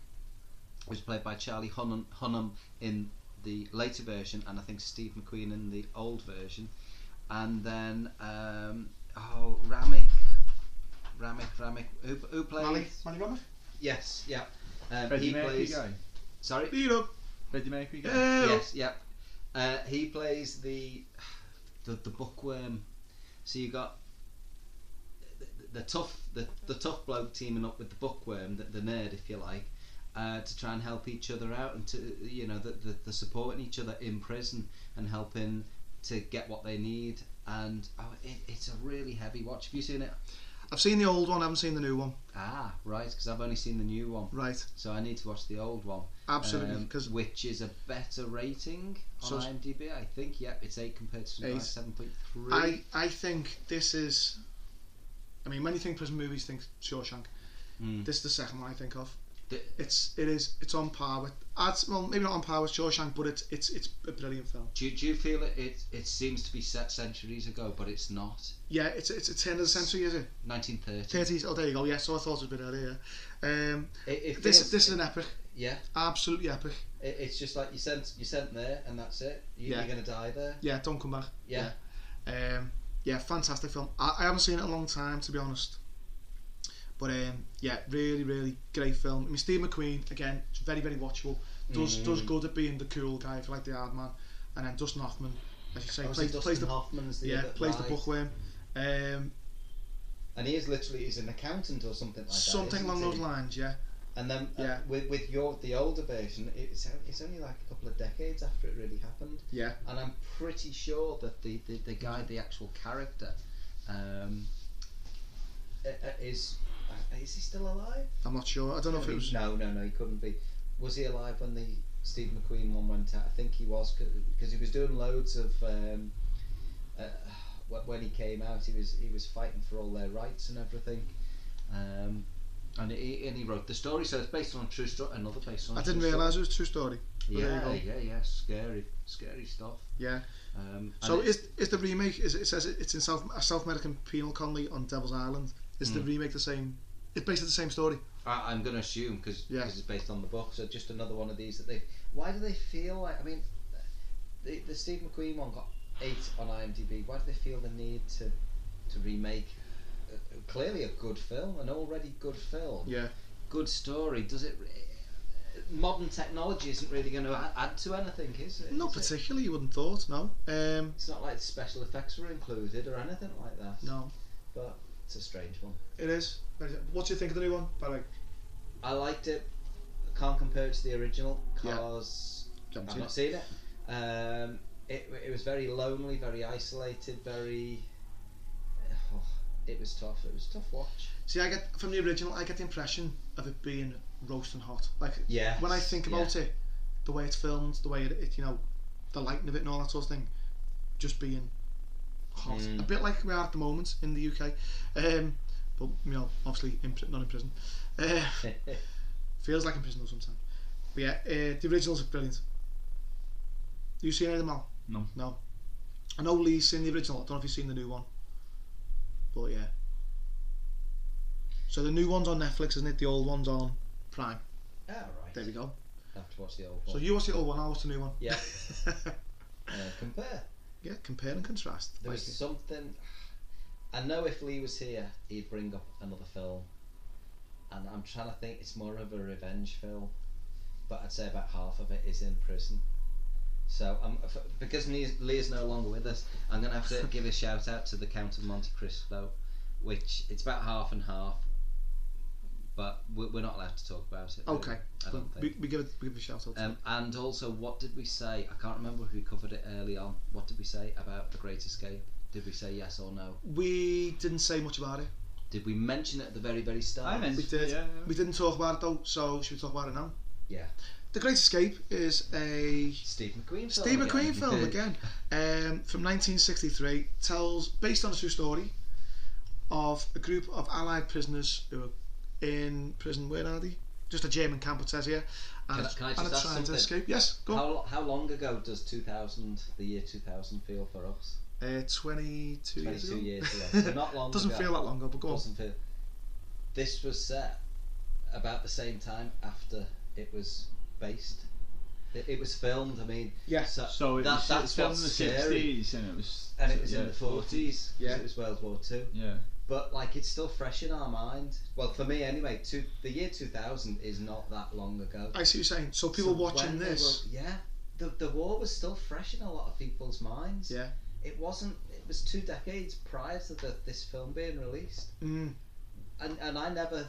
Speaker 2: was played by Charlie Hunnam, Hunnam in the later version, and I think Steve McQueen in the old version. And then um, oh Ramick, Ramick, Ramick, who, who played?
Speaker 1: Manny, Manny Ramos.
Speaker 2: Yes, yeah. Um,
Speaker 3: Freddie
Speaker 2: he
Speaker 3: Mercury
Speaker 2: plays.
Speaker 3: guy.
Speaker 2: Sorry.
Speaker 1: Beat up.
Speaker 3: Freddie Mercury guy.
Speaker 2: Yes, yeah. Uh, he plays the, the the bookworm. So you got the, the tough the, the tough bloke teaming up with the bookworm, the, the nerd, if you like, uh, to try and help each other out and to you know that the, the supporting each other in prison and helping to get what they need. And oh, it, it's a really heavy watch. Have you seen it?
Speaker 1: I've seen the old one. I haven't seen the new one.
Speaker 2: Ah, right, because I've only seen the new one,
Speaker 1: Right.
Speaker 2: so I need to watch the old one.
Speaker 1: Absolutely.
Speaker 2: Um,
Speaker 1: Because
Speaker 2: which is a better rating on
Speaker 1: So-
Speaker 2: IMDb, I think. Yep, it's eight compared to something like
Speaker 1: Eight.
Speaker 2: seven point three.
Speaker 1: I I think this is. I mean, when you think prison movies, think Shawshank.
Speaker 2: Mm.
Speaker 1: This is the second one I think of.
Speaker 2: The-
Speaker 1: It's it is it's on par with. I'd- Well, maybe not on par with Shawshank, but it's it's it's a brilliant film.
Speaker 2: do, you- do you feel it, it? It seems to be set centuries ago, but it's not.
Speaker 1: Yeah, it's it's a turn of the century, is it?
Speaker 2: Nineteen thirty.
Speaker 1: Thirties. Oh, there you go. Yeah, so I thought it was a bit earlier. Um, this this is an epic,
Speaker 2: yeah.
Speaker 1: absolutely epic.
Speaker 2: It, it's just like you sent you sent there, and that's it. You,
Speaker 1: Yeah.
Speaker 2: You're gonna die there.
Speaker 1: Yeah, don't come back.
Speaker 2: Yeah.
Speaker 1: Um, yeah, fantastic film. I, I haven't seen it in a long time, to be honest. But um, yeah, really, really great film. I mean, Steve McQueen again, it's very, very watchable. Does does
Speaker 2: Mm.
Speaker 1: good at being the cool guy, if you like the hard man, and then Dustin Hoffman, as you say,
Speaker 2: Obviously
Speaker 1: plays, plays
Speaker 2: Dustin
Speaker 1: the
Speaker 2: Hoffman's the
Speaker 1: yeah
Speaker 2: other-
Speaker 1: plays
Speaker 2: right.
Speaker 1: the bookworm. Um,
Speaker 2: and he is literally he's an accountant or something like that.
Speaker 1: something
Speaker 2: isn't
Speaker 1: along
Speaker 2: he?
Speaker 1: those lines, yeah.
Speaker 2: And then uh,
Speaker 1: Yeah.
Speaker 2: with with your the older version, it's it's only like a couple of decades after it really happened.
Speaker 1: Yeah.
Speaker 2: And I'm pretty sure that the the, the guy, the actual character, um, i- i- is uh, is he still alive?
Speaker 1: I'm not sure. I don't know if it was.
Speaker 2: No, no, no. He couldn't be. Was he alive when the Steve McQueen one went out? I think he was because he was doing loads of. Um, uh, wh- when he came out, he was he was fighting for all their rights and everything. Um, and he, and he wrote the story, so it's based on a true story. Another based on. a
Speaker 1: I didn't
Speaker 2: true story.
Speaker 1: realise it was a true story. but there you
Speaker 2: Yeah,
Speaker 1: go.
Speaker 2: yeah, yeah. Scary, scary stuff.
Speaker 1: Yeah.
Speaker 2: Um,
Speaker 1: So
Speaker 2: and it-
Speaker 1: is is the remake? Is it says it- it's in South a South American penal colony on Devil's Island? Is the
Speaker 2: Mm.
Speaker 1: remake the same? It's based on the same story.
Speaker 2: I, I'm going to assume because
Speaker 1: Yeah.
Speaker 2: it's based on the book, so just another one of these that they. Why do they feel like? I mean, the, the Steve McQueen one got eight on IMDb. Why do they feel the need to to remake? uh, Clearly, a good film, an already good film,
Speaker 1: Yeah.
Speaker 2: good story. Does it? re- Modern technology isn't really going to add to anything, is it?
Speaker 1: Not
Speaker 2: Is it?
Speaker 1: particularly. You wouldn't thought. No. Um.
Speaker 2: It's not like special effects were included or anything like that.
Speaker 1: No.
Speaker 2: But it's a strange one.
Speaker 1: uh, It is. What do you think of the new one? By the way?
Speaker 2: I liked it. Can't compare it to the original
Speaker 1: Yeah.
Speaker 2: because
Speaker 1: You haven't
Speaker 2: I've
Speaker 1: seen
Speaker 2: not
Speaker 1: it.
Speaker 2: seen it. Um, it, it was very lonely, very isolated, very. it was tough. It was a tough watch.
Speaker 1: See, I get from the original, I get the impression of it being roasting hot. Like
Speaker 2: Yeah.
Speaker 1: when I think about it, the way it's filmed, the way it, it you know, the lighting of it and all that sort of thing, just being hot,
Speaker 2: Mm.
Speaker 1: a bit like we are at the moment in the UK, um, but you know, obviously in, pri- not in prison. Uh, feels like in prison though sometimes. But yeah, uh, the originals are brilliant. You seen any of them all?
Speaker 3: No.
Speaker 1: No. I know Lee's seen the original. I don't know if you've seen the new one. But yeah. So the new one's on Netflix, isn't it? The old one's on Prime.
Speaker 2: Oh, right.
Speaker 1: There we go.
Speaker 2: I have to watch the old
Speaker 1: So
Speaker 2: one.
Speaker 1: you watch the old one, I'll watch the new one.
Speaker 2: Yeah. uh, compare.
Speaker 1: yeah, compare and contrast.
Speaker 2: There was
Speaker 1: Like,
Speaker 2: something. I know if Lee was here, he'd bring up another film, and I'm trying to think. It's more of a revenge film, but I'd say about half of it is in prison. So I'm f- because Lee Lee is no longer with us. I'm gonna have to give a shout out to the Count of Monte Cristo, which it's about half and half, but we're, we're not allowed to talk about it. really.
Speaker 1: okay.
Speaker 2: I don't
Speaker 1: we,
Speaker 2: think.
Speaker 1: we give it we give it a shout out. to
Speaker 5: Um, and also, what did we say? I can't remember if we covered it early on. What did we say about the Great Escape? Did we say yes or no?
Speaker 1: we didn't say much about it.
Speaker 5: Did we mention it at the very, very start?
Speaker 3: I meant
Speaker 1: We did.
Speaker 3: Yeah,
Speaker 1: We didn't talk about it though. So should we talk about it now?
Speaker 2: Yeah.
Speaker 1: The Great Escape is a
Speaker 2: Steve McQueen. film
Speaker 1: Steve
Speaker 2: again.
Speaker 1: McQueen film again, um, from 1963, tells based on a true story of a group of Allied prisoners who were in prison. Where are they? Just a German camp, it says here, and,
Speaker 5: Can I-
Speaker 1: a-
Speaker 5: can I
Speaker 1: and
Speaker 5: just
Speaker 1: a
Speaker 5: ask
Speaker 1: trying to
Speaker 5: something?
Speaker 1: escape. Yes, go. on.
Speaker 2: How, how long ago does 2000, the year 2000, feel for us?
Speaker 1: Uh, 22, years
Speaker 2: 22
Speaker 1: ago.
Speaker 2: years ago. So not long
Speaker 1: Doesn't
Speaker 2: ago.
Speaker 1: feel that long ago, but go on.
Speaker 2: Doesn't feel- This was set about the same time after it was based. It, it was filmed, I mean.
Speaker 1: Yeah.
Speaker 2: So,
Speaker 3: So it
Speaker 2: Uh, that,
Speaker 3: was,
Speaker 2: that's
Speaker 3: it's filmed in the
Speaker 2: what's scary.
Speaker 3: sixties, and it was
Speaker 2: And it was
Speaker 3: yeah,
Speaker 2: in the 40s.
Speaker 1: Yeah.
Speaker 2: Yeah. It was World War Two.
Speaker 3: Yeah,
Speaker 2: But, like, it's still fresh in our mind. Well, for me anyway, two, the year 2000 is not that long ago.
Speaker 1: I see what you're saying. So people
Speaker 2: So
Speaker 1: watching
Speaker 2: when they
Speaker 1: this,
Speaker 2: were- yeah. The, the war was still fresh in a lot of people's minds.
Speaker 1: Yeah.
Speaker 2: It wasn't, it was two decades prior to the, this film being released.
Speaker 1: mm,
Speaker 2: and and I never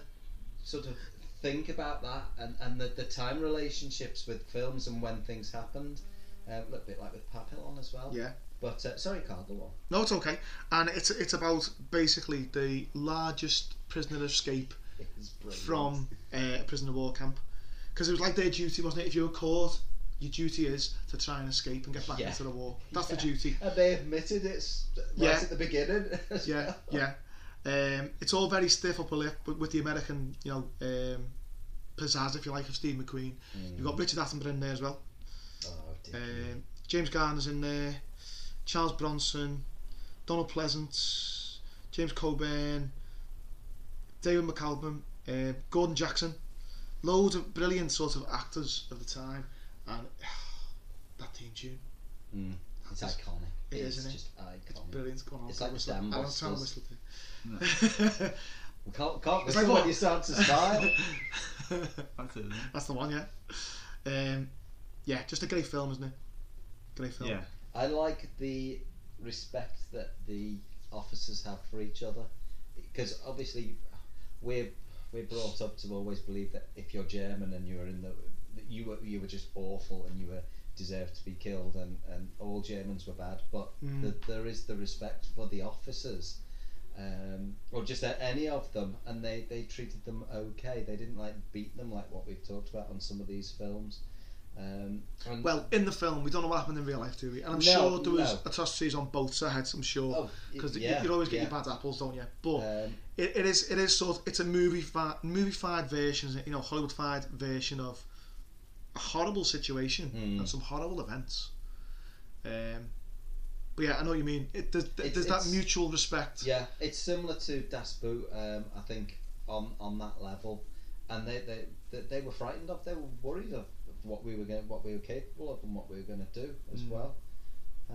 Speaker 2: sort of think about that and, and the, the time relationships with films and when things happened. Uh, a little bit like with Papillon as well.
Speaker 1: Yeah.
Speaker 2: But uh, sorry, Carl, the one.
Speaker 1: no, it's okay. And it's it's about basically the largest prisoner escape
Speaker 2: It's brilliant.
Speaker 1: from uh, a prisoner of war camp because it was like their duty wasn't it if you were caught your duty is to try and escape and get back
Speaker 2: Yeah.
Speaker 1: into the war that's
Speaker 2: Yeah.
Speaker 1: the duty
Speaker 2: And they admitted it's right
Speaker 1: Yeah.
Speaker 2: at the beginning. as
Speaker 1: yeah
Speaker 2: well.
Speaker 1: yeah um, it's all very stiff upper lip but with the American you know um, pizzazz if you like of Steve McQueen
Speaker 2: Mm.
Speaker 1: you've got Richard Attenborough in there as well
Speaker 2: Oh, dear.
Speaker 1: um, James Garner's in there Charles Bronson Donald Pleasant James Coburn David McAlbum uh, Gordon Jackson loads of brilliant sort of actors of the time and that theme tune
Speaker 2: Mm. It's
Speaker 1: That's-
Speaker 2: iconic.
Speaker 1: it is,
Speaker 2: it's
Speaker 1: isn't it?
Speaker 2: just iconic.
Speaker 1: brilliant go on I'll
Speaker 2: Oh. It's
Speaker 1: try
Speaker 2: like
Speaker 1: and whistle it. I'll try
Speaker 2: Dan
Speaker 1: and
Speaker 2: Buster's-
Speaker 1: whistle it.
Speaker 2: We can't,
Speaker 1: It's
Speaker 2: can't whistle
Speaker 1: like what-
Speaker 2: when you start to smile.
Speaker 3: that's it. isn't it?
Speaker 1: that's the one yeah um, yeah just a great film isn't it great film
Speaker 3: Yeah,
Speaker 2: I like the respect that the officers have for each other, because obviously we're we're brought up to always believe that if you're German and you were in the that you were you were just awful and you were deserved to be killed and, and all Germans were bad, but
Speaker 1: Mm.
Speaker 2: that there is the respect for the officers. Um, or just a- any of them, and they, they treated them okay. They didn't like beat them like what we've talked about on some of these films. Um, and-
Speaker 1: well in the film we don't know what happened in real life do we and I'm
Speaker 2: No,
Speaker 1: sure there was
Speaker 2: no.
Speaker 1: atrocities on both sides I'm sure
Speaker 2: oh,
Speaker 1: because
Speaker 2: yeah,
Speaker 1: you, you always get
Speaker 2: yeah.
Speaker 1: your bad apples, don't you? But
Speaker 2: Um,
Speaker 1: it, it is it is sort it's a movie movie fied version, isn't it? you know, Hollywood fied version of a horrible situation
Speaker 2: Mm.
Speaker 1: and some horrible events. Um, but yeah, I know what you mean. It, there's
Speaker 2: It's-
Speaker 1: there's that
Speaker 2: it's-
Speaker 1: mutual respect.
Speaker 2: Yeah, it's similar to Das Boot, um, I think, on, on that level, and they, they they they were frightened of, they were worried of what we were going, what we were capable of, and what we were going to do as
Speaker 1: Mm.
Speaker 2: well.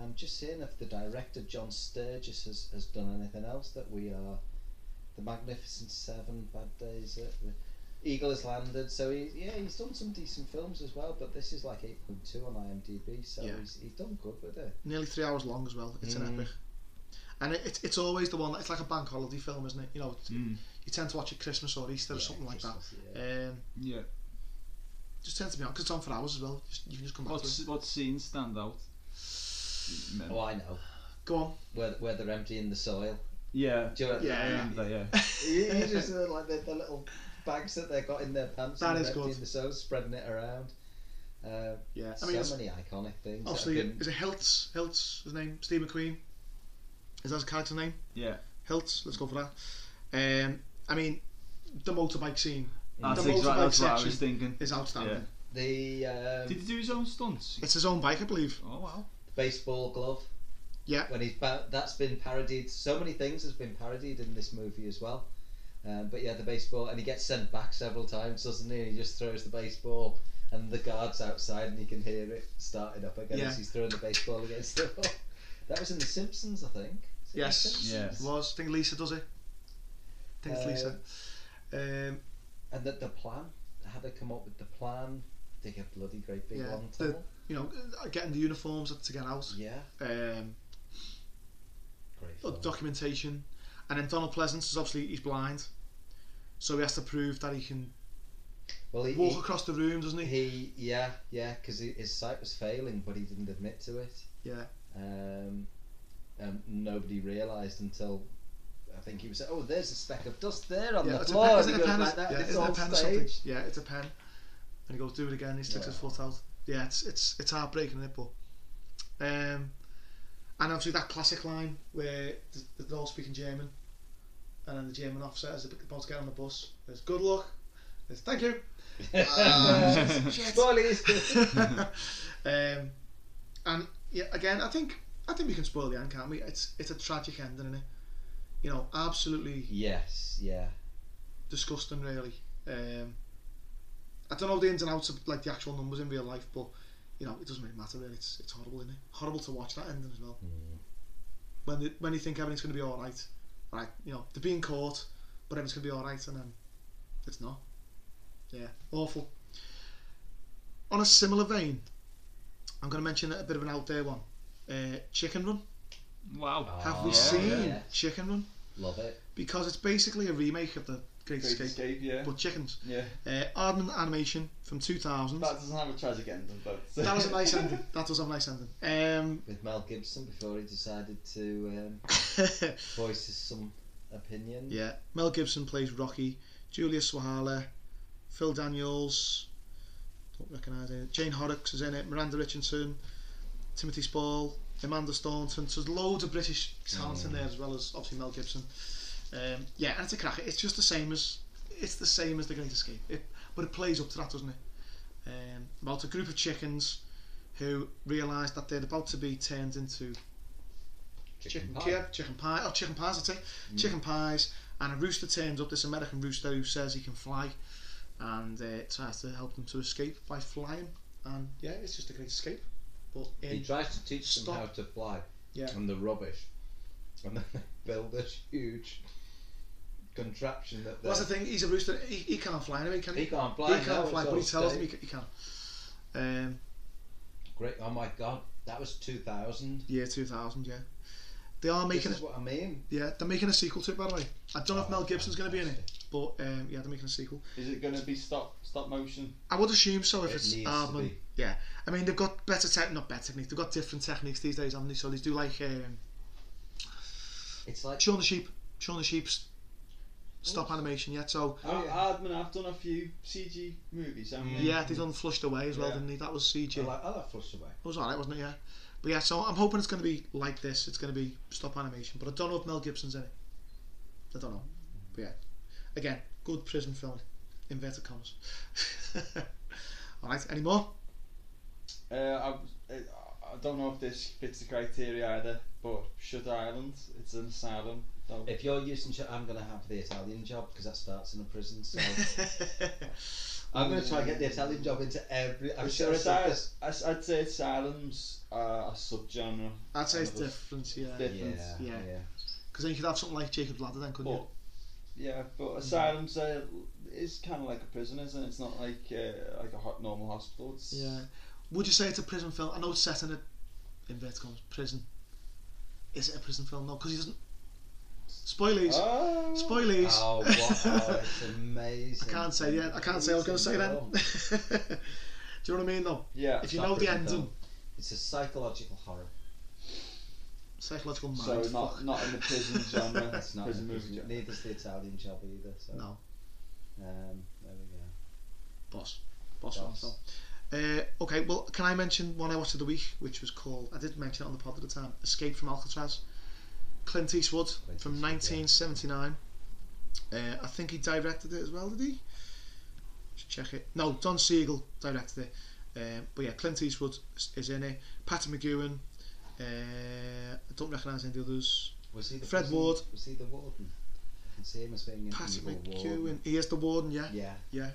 Speaker 2: I'm just seeing if the director John Sturgis has, has done anything else that we are, the Magnificent Seven, Bad Days, uh, the Eagle has landed. So he, yeah, he's done some decent films as well, but this is like 8.2 on IMDb, so
Speaker 1: Yeah.
Speaker 2: he's, he's done good with it.
Speaker 1: Nearly three hours long as well. It's an
Speaker 2: Mm.
Speaker 1: epic. And it, it's it's always the one. that- It's like a bank holiday film, isn't it? You know, it's-
Speaker 3: mm.
Speaker 1: you tend to watch it Christmas or Easter or
Speaker 2: Hmm. Yeah,
Speaker 1: something like
Speaker 2: Christmas, yeah.
Speaker 1: that. Um,
Speaker 3: yeah.
Speaker 1: Just tends to be on because it's on for hours as well. Just, you can just come back to it.
Speaker 6: What's, what scenes stand out? Mem-
Speaker 2: Oh, I know.
Speaker 1: Go on.
Speaker 2: Where, where they're emptying the soil.
Speaker 6: Yeah.
Speaker 2: Do you know
Speaker 1: Yeah,
Speaker 6: I
Speaker 1: yeah.
Speaker 6: remember that, yeah.
Speaker 2: you, you just uh, like the, the little bags that they've got in their pants.
Speaker 1: That
Speaker 2: and
Speaker 1: is
Speaker 2: they're emptying
Speaker 1: good.
Speaker 2: The soil, spreading it around. Uh,
Speaker 1: Yeah. I
Speaker 2: so
Speaker 1: mean, it's,
Speaker 2: many iconic things. that
Speaker 1: obviously,
Speaker 2: have been-
Speaker 1: is it Hiltz? Hiltz, his name? Steve McQueen? Is that his character name?
Speaker 6: Yeah.
Speaker 1: Hiltz, let's go for that. Um, I mean, the motorbike scene
Speaker 6: That's,
Speaker 1: The
Speaker 6: exactly
Speaker 1: motorbike
Speaker 6: that's what I
Speaker 1: section.
Speaker 6: was thinking.
Speaker 1: is outstanding.
Speaker 6: Yeah.
Speaker 2: the um,
Speaker 6: Did he do his own stunts?
Speaker 1: It's his own bike, I believe.
Speaker 6: Oh wow.
Speaker 2: baseball glove.
Speaker 1: Yeah.
Speaker 2: When he's ba- that's been parodied. So many things has been parodied in this movie as well. Um, but yeah, the baseball, and he gets sent back several times, doesn't he? He just throws the baseball, and the guards outside, and you can hear it starting up again
Speaker 1: Yeah.
Speaker 2: as he's throwing the baseball against the wall. That was in The Simpsons, I think. Is it The
Speaker 1: Yes.
Speaker 2: Simpsons?
Speaker 6: Yes.
Speaker 1: It was. I think Lisa does it. I think it's
Speaker 2: Um,
Speaker 1: Lisa. Um,
Speaker 2: And that the plan, how they come up with the plan, dig a bloody great big
Speaker 1: Yeah,
Speaker 2: long
Speaker 1: the-
Speaker 2: tunnel.
Speaker 1: you know, uh, getting the uniforms to get out.
Speaker 2: Yeah,
Speaker 1: Um,
Speaker 2: great.
Speaker 1: Well,
Speaker 2: film.
Speaker 1: documentation, and then Donald Pleasance is obviously he's blind, so he has to prove that he can
Speaker 2: well, he,
Speaker 1: walk across the room, doesn't
Speaker 2: he,
Speaker 1: he?
Speaker 2: he, yeah, yeah, because his sight was failing, but he didn't admit to it.
Speaker 1: Yeah,
Speaker 2: um, and nobody realised until I think he was oh there's a speck of dust there on
Speaker 1: yeah.
Speaker 2: the
Speaker 1: It's a
Speaker 2: floor
Speaker 1: pen,
Speaker 2: and
Speaker 1: isn't it
Speaker 2: he
Speaker 1: a
Speaker 2: goes
Speaker 1: pen?
Speaker 2: like that
Speaker 1: yeah,
Speaker 2: and it's
Speaker 1: isn't it
Speaker 2: all
Speaker 1: a pen or something?
Speaker 2: staged
Speaker 1: Yeah, it's a pen. And he goes, "Do it again." He sticks his
Speaker 2: Yeah.
Speaker 1: foot out. Yeah, it's it's it's heartbreaking, isn't it? But, um, and obviously that classic line where th- they're all speaking German, and then the German officer is about to get on the bus. There's good luck. There's thank you. Ah, shit.
Speaker 2: Spoilers.
Speaker 1: um, and yeah, again, I think I think we can spoil the end, can't we? It's it's a tragic ending, isn't it? You know, absolutely
Speaker 2: yes yeah
Speaker 1: disgusting, really. Um, I don't know the ins and outs of like the actual numbers in real life, but you know, it doesn't really matter. Really, it's it's horrible, isn't it? Horrible to watch that ending as well. When the, when you think everything's going to be all right, right? You know, they're being caught, but everything's going to be all right, and then it's not. Yeah, awful. On a similar vein, I'm going to mention a bit of an out there one. Uh, Chicken Run.
Speaker 6: Wow.
Speaker 1: Have
Speaker 2: Oh,
Speaker 1: we
Speaker 6: yeah,
Speaker 1: seen
Speaker 2: yeah.
Speaker 1: Chicken Run?
Speaker 2: love it
Speaker 1: Because it's basically a remake of the Great,
Speaker 3: Great
Speaker 1: Escape,
Speaker 3: Escape, yeah.
Speaker 1: but chickens.
Speaker 3: Yeah.
Speaker 1: Uh, Arden Animation from 2000.
Speaker 3: That doesn't have a tragic ending, but.
Speaker 1: That was a nice ending. That was a nice ending. Um,
Speaker 2: with Mel Gibson before he decided to um, voice his some opinion
Speaker 1: yeah, Mel Gibson plays Rocky. Julia Swahala, Phil Daniels. Don't recognise it. Jane Horrocks is in it. Miranda Richardson, Timothy Spall, Amanda Staunton. So there's loads of British talent in
Speaker 2: Mm.
Speaker 1: there as well as obviously Mel Gibson. Um, yeah, and it's a cracker. It's just the same as it's the same as The Great Escape. It, but it plays up to that, doesn't it? Um, about a group of chickens who realise that they're about to be turned into chicken,
Speaker 2: pie. Mm.
Speaker 1: kebab, chicken pie, oh chicken pies, I'd say, chicken pies, and a rooster turns up. This American rooster who says he can fly, and uh, tries to help them to escape by flying. And yeah, it's just a great escape. But
Speaker 2: he
Speaker 1: in,
Speaker 2: tries to teach
Speaker 1: Stop.
Speaker 2: them how to fly
Speaker 1: yeah,
Speaker 2: and the rubbish and then they build this huge contraption that
Speaker 1: well, that's
Speaker 2: they
Speaker 1: the thing. He's a rooster. He, he can't fly anyway, can he?
Speaker 2: he can't fly
Speaker 1: He
Speaker 2: no,
Speaker 1: can't
Speaker 2: it's
Speaker 1: fly, but
Speaker 2: all
Speaker 1: he tells them
Speaker 2: staged.
Speaker 1: he, ca- he can. Um,
Speaker 2: great oh my god that was 2000
Speaker 1: year two thousand, yeah. They are
Speaker 2: this
Speaker 1: making
Speaker 2: is
Speaker 1: it.
Speaker 2: what I mean
Speaker 1: Yeah, they're making a sequel to it, by the way. I don't know if
Speaker 2: Oh,
Speaker 1: Mel Gibson's going to be in it,
Speaker 2: fantastic.
Speaker 1: but um, yeah, they're making a sequel.
Speaker 3: Is it going to be stop stop motion?
Speaker 1: I would assume so if
Speaker 2: It
Speaker 1: it's
Speaker 2: needs to
Speaker 1: Aardman.
Speaker 2: be.
Speaker 1: Yeah, I mean they've got better tech, not better techniques. They've got different techniques these days, haven't they? So they do like um,
Speaker 2: It's like
Speaker 1: Shaun the Sheep, Shaun the Sheep's stop animation. Yeah, so
Speaker 2: Oh,
Speaker 3: Oh,
Speaker 2: yeah.
Speaker 3: Admin, I've done a few CG movies, haven't
Speaker 2: Mm.
Speaker 3: they?
Speaker 1: yeah, they done Flushed Away as well,
Speaker 3: Yeah.
Speaker 1: didn't they? That was CG.
Speaker 2: I like, I like Flush Away.
Speaker 1: It was alright, wasn't it? Yeah. But yeah, so I'm hoping it's going to be like this. It's going to be stop animation, but I don't know if Mel Gibson's in it. I don't know. But yeah, again, good prison film. Inverted commas. All right, any more?
Speaker 3: Uh, I, was- uh, I don't know if this fits the criteria either, but Shutter Island, it's an asylum. No.
Speaker 2: If you're using shit, I'm going to have the Italian job because that starts in a prison. So I'm going to try and get the Italian job into every. I'm
Speaker 3: It's
Speaker 2: sure it's like
Speaker 3: asy-
Speaker 2: this.
Speaker 3: as- I'd say asylums are a subgenre.
Speaker 1: I'd say it's
Speaker 3: Another-
Speaker 1: different, yeah.
Speaker 2: Yeah,
Speaker 1: Because
Speaker 3: Diff-
Speaker 2: yeah,
Speaker 3: Difference.
Speaker 1: Yeah. then you could have something like Jacob Ladder, then couldn't
Speaker 3: But yeah,
Speaker 1: Mm.
Speaker 3: but asylums are is kind of like a prison, isn't it? It's not like uh, like a hot normal hospital. It's,
Speaker 1: you? Yeah. Would you say it's a prison film? I know it's set in a inverted commas prison. Is it a prison film? No, because he doesn't.
Speaker 3: it's
Speaker 1: Spoilies.
Speaker 3: Oh.
Speaker 1: Spoilies.
Speaker 2: Oh, what? Oh, it's amazing.
Speaker 1: I can't say yet. I can't say I was going to say
Speaker 2: Amazing film.
Speaker 1: that. Do you know what I mean though?
Speaker 3: Yeah.
Speaker 1: If you
Speaker 2: Not
Speaker 1: know the
Speaker 2: prison
Speaker 1: ending,
Speaker 2: film. It's a psychological horror.
Speaker 1: psychological mind.
Speaker 3: So
Speaker 1: fuck.
Speaker 3: not not in the prison genre.
Speaker 2: It's not
Speaker 3: prison
Speaker 2: a
Speaker 3: movie
Speaker 2: prison.
Speaker 3: genre.
Speaker 2: Neither's the Italian job either. So.
Speaker 1: No,
Speaker 2: Um, there we
Speaker 1: boss. Boss.
Speaker 2: Boss.
Speaker 1: boss. Uh, okay, well, can I mention one I watched of the week, which was called, I did mention it on the pod at the time, Escape from Alcatraz. Clint Eastwood
Speaker 2: Clint
Speaker 1: from
Speaker 2: Eastwood, yeah.
Speaker 1: 1979. Uh, I think he directed it as well, did he? Just check it. No, Don Siegel directed it. Um, but yeah, Clint Eastwood is- is in it. Pat McGowan. Uh, I don't recognise any of the others.
Speaker 2: go. Was he the
Speaker 1: Fred
Speaker 2: prison-
Speaker 1: Ward.
Speaker 2: Was he the warden? I can see him as being an
Speaker 1: Pat
Speaker 2: evil
Speaker 1: McGowan.
Speaker 2: warden.
Speaker 1: He is the warden, yeah.
Speaker 2: Yeah.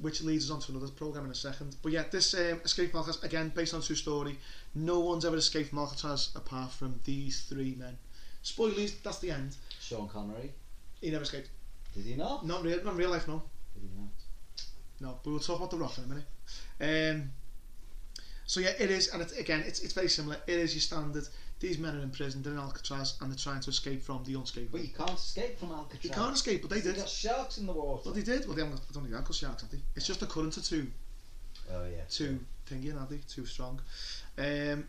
Speaker 1: which leads us on to another program in a second. But yeah, this um, Escape from Alcatraz again based on a true story. No one's ever escaped from Alcatraz apart from these three men. Spoilers. That's the end.
Speaker 2: Sean Connery.
Speaker 1: He never escaped.
Speaker 2: Did he not?
Speaker 1: Not real. Not in real life. No.
Speaker 2: Did he not?
Speaker 1: No. But we'll talk about the Rock in a minute. Um. So yeah, it is, and it's again, it's it's very similar. It is your standard. These men are in prison. They're in Alcatraz, and they're trying to escape from the unscapable.
Speaker 2: But you can't escape from Alcatraz.
Speaker 1: They can't escape, but they
Speaker 2: They
Speaker 1: did.
Speaker 2: got sharks in the water.
Speaker 1: But they did. Well, they haven't. got- I don't think they've got sharks, have they? It's just the current of two
Speaker 2: Oh yeah.
Speaker 1: too thingy, aren't they? Too strong. Um,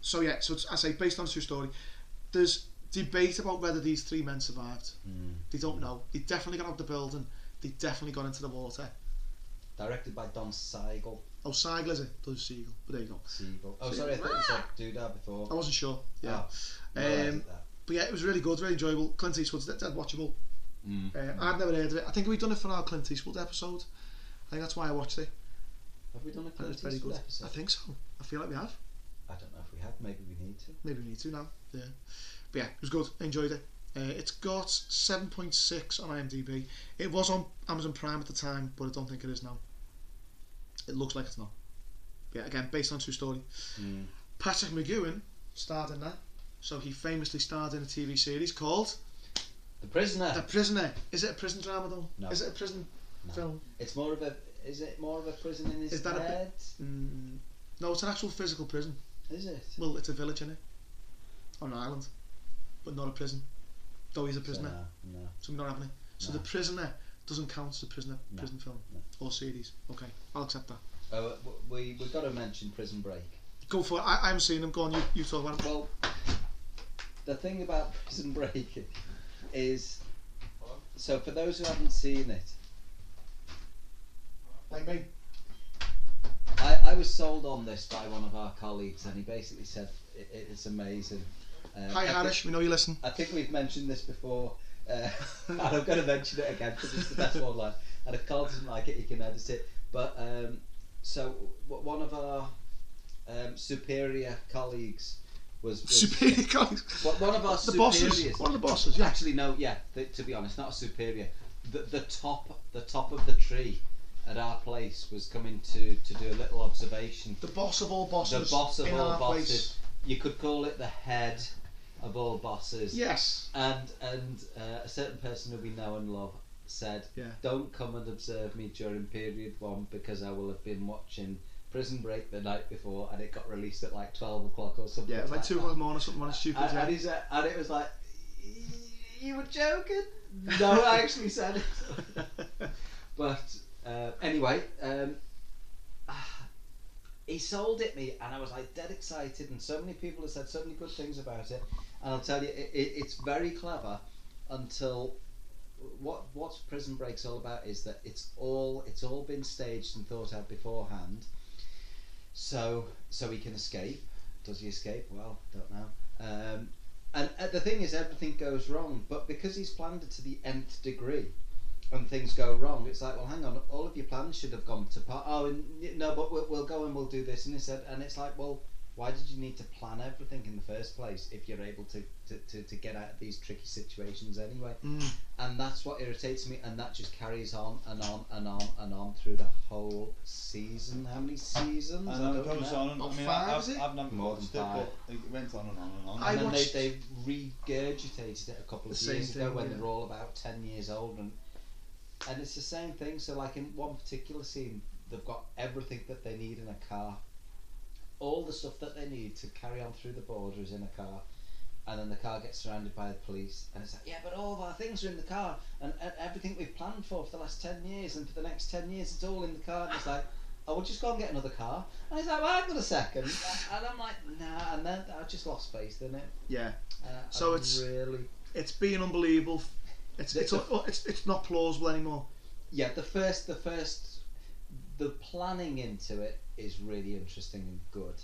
Speaker 1: so yeah, so it's, I say based on a true story, there's debate about whether these three men survived.
Speaker 2: Mm.
Speaker 1: They don't know. They definitely got out of the building. They definitely got into the water.
Speaker 2: Directed by Don Siegel.
Speaker 1: Oh, Seigel is it? Does Seagull? But there you go.
Speaker 2: Siegel. Oh, sorry, I thought you said do that before.
Speaker 1: I wasn't sure. Yeah.
Speaker 2: Oh, no, I did
Speaker 1: um,
Speaker 2: that.
Speaker 1: But yeah, it was really good, really enjoyable. Clint Eastwood's dead, dead watchable.
Speaker 7: Mm.
Speaker 1: Uh, I've never heard of it. I think we've done it for our Clint Eastwood episode. I think that's why I watched it.
Speaker 2: Have we done a
Speaker 1: And
Speaker 2: Clint
Speaker 1: it's very
Speaker 2: Eastwood
Speaker 1: good.
Speaker 2: episode?
Speaker 1: I think so. I feel like we have.
Speaker 2: I don't know if we have. Maybe we need to.
Speaker 1: Maybe we need to now. Yeah. But yeah, it was good. I enjoyed it. Uh, it's got 7.6 on IMDb. It was on Amazon Prime at the time, but I don't think it is now. It looks like it's not. Yeah, again, based on true story. Hmm.
Speaker 7: Mm.
Speaker 1: Patrick McGowan starred in that. So he famously starred in a TV series called
Speaker 2: The prisoner.
Speaker 1: The Prisoner. Is it a prison drama though?
Speaker 2: No.
Speaker 1: Is it a prison
Speaker 2: No.
Speaker 1: film?
Speaker 2: It's more of a. Is it more of a prison in his
Speaker 1: Is that a bit-
Speaker 2: head?
Speaker 1: Mm, no, it's an actual physical prison.
Speaker 2: Is it?
Speaker 1: Well, it's a village in it, on an island, but not a prison. Though he's a prisoner.
Speaker 2: No, no.
Speaker 1: So we're not having it. So
Speaker 2: No.
Speaker 1: the prisoner doesn't count as a prisoner
Speaker 2: No.
Speaker 1: prison film
Speaker 2: No.
Speaker 1: or series. Okay, I'll accept that.
Speaker 2: Oh, uh, w- we we've got to mention Prison Break.
Speaker 1: Go for it. I, I haven't seen them. Go on, you, you talk about it.
Speaker 2: Well, the thing about Prison Break is, so for those who haven't seen it,
Speaker 1: Like me.
Speaker 2: I, I was sold on this by one of our colleagues, and he basically said it, it's amazing. Uh,
Speaker 1: Hi
Speaker 2: I think-
Speaker 1: Harish, we know you listen.
Speaker 2: I think we've mentioned this before, uh, and I'm going to mention it again because it's the best one line. And if Carl doesn't like it, he can edit it. But um, so w- one of our um, superior colleagues was, was
Speaker 1: Superior colleagues.
Speaker 2: Well, one of our
Speaker 1: the
Speaker 2: superiors-
Speaker 1: bosses. One of the bosses. Yeah.
Speaker 2: Actually, no, yeah. Th- to be honest, not a superior. The, the top, the top of the tree at our place was coming to to do a little observation.
Speaker 1: The boss of all bosses.
Speaker 2: The boss of
Speaker 1: in
Speaker 2: all
Speaker 1: our
Speaker 2: bosses.
Speaker 1: Place.
Speaker 2: You could call it the head of all bosses.
Speaker 1: Yes.
Speaker 2: And and uh, a certain person who we know and love said,
Speaker 1: Yeah.
Speaker 2: "Don't come and observe me during period one because I will have been watching." Prison Break the night before, and it got released at like twelve o'clock or something.
Speaker 1: Yeah, it was like two
Speaker 2: that.
Speaker 1: o'clock in the morning or something. One stupid.
Speaker 2: And,
Speaker 1: yeah.
Speaker 2: and, he said, and it was like, you were joking. No, I actually said it. but uh, anyway, um, ah, he sold it me, and I was like dead excited. And so many people have said so many good things about it. And I'll tell you, it, it, it's very clever until what what's Prison Break's all about is that it's all it's all been staged and thought out beforehand. So so he can escape. Does he escape? Well, don't know. Um, and uh, the thing is, everything goes wrong, but because he's planned it to the nth degree, and things go wrong, it's like, well, hang on, all of your plans should have gone to part. Oh, and, y- no, but we'll, we'll go and we'll do this, and this, and- and it's like, well, why did you need to plan everything in the first place if you're able to to, to, to get out of these tricky situations anyway?
Speaker 1: Mm.
Speaker 2: And that's what irritates me, and that just carries on and on and on and on through the whole season. How many seasons?
Speaker 3: And
Speaker 2: I
Speaker 3: then it
Speaker 2: don't
Speaker 3: goes
Speaker 2: know.
Speaker 3: on and
Speaker 1: About
Speaker 3: I mean,
Speaker 1: Oh, five,
Speaker 3: I,
Speaker 1: is it?
Speaker 3: I've, I've never
Speaker 2: More than
Speaker 3: watched it,
Speaker 2: five.
Speaker 3: but it went on and on and on.
Speaker 1: I
Speaker 2: and then
Speaker 1: watched-
Speaker 2: they, they regurgitated it a couple of
Speaker 1: The same
Speaker 2: years ago
Speaker 1: thing,
Speaker 2: when
Speaker 1: yeah.
Speaker 2: they're all about 10 years old and and it's the same thing so like in one particular scene they've got everything that they need in a car all the stuff that they need to carry on through the border is in a car and then the car gets surrounded by the police, and it's like, yeah, but all of our things are in the car, and, and everything we've planned for for the last 10 years, and for the next 10 years, it's all in the car. And it's like, oh, we'll just go and get another car. And he's like, well, hang on a second. And I'm like, nah, and then I just lost faith in it.
Speaker 1: Yeah.
Speaker 2: Uh,
Speaker 1: So
Speaker 2: I
Speaker 1: it's-
Speaker 2: really.
Speaker 1: It's being unbelievable. It's it's,
Speaker 2: The-
Speaker 1: it's it's not plausible anymore.
Speaker 2: Yeah, the first, the first, the planning into it is really interesting and good,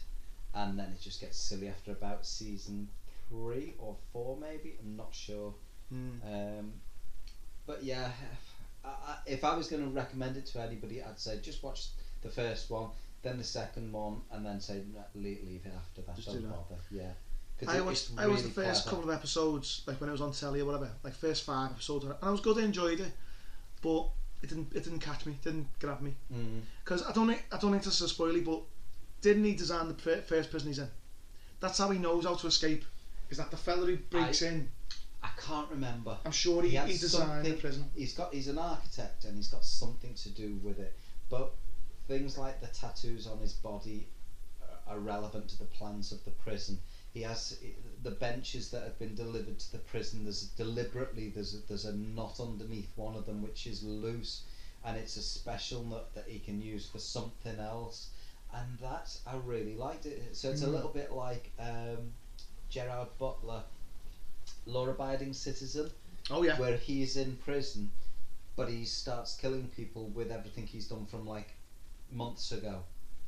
Speaker 2: and then it just gets silly after about season three or four, maybe. I'm not sure.
Speaker 1: Mm.
Speaker 2: Um, but yeah, I, I, if I was going to recommend it to anybody, I'd say just watch the first one, then the second one, and then say "No, leave, leave it after that.
Speaker 1: Just
Speaker 2: Don't
Speaker 1: do that.
Speaker 2: bother. Yeah. 'Cause
Speaker 1: I
Speaker 2: it-
Speaker 1: watched
Speaker 2: it's
Speaker 1: I watched the
Speaker 2: really
Speaker 1: first
Speaker 2: clever.
Speaker 1: couple of episodes, like when it was on telly or whatever, like first five episodes, and I was good. I enjoyed it, but it didn't it didn't catch me, didn't grab me.
Speaker 2: Mm.
Speaker 1: Because I don't think I don't think this is a spoiler, but didn't he design the pr- first prison he's in? That's how he knows how to escape. Is that the fella who breaks in?
Speaker 2: I can't remember.
Speaker 1: I'm sure he,
Speaker 2: He had
Speaker 1: he designed the
Speaker 2: something-
Speaker 1: prison.
Speaker 2: He's got he's an architect and he's got something to do with it, but things like the tattoos on his body uh, are- are relevant to the plans of the prison. He has the benches that have been delivered to the prison. There's deliberately there's a, there's a knot underneath one of them which is loose, and it's a special knot that he can use for something else. And that's I really liked it. So it's a
Speaker 1: Mm.
Speaker 2: little bit like um, Gerard Butler, law-abiding citizen
Speaker 1: Oh yeah,
Speaker 2: where he's in prison, but he starts killing people with everything he's done from like months ago,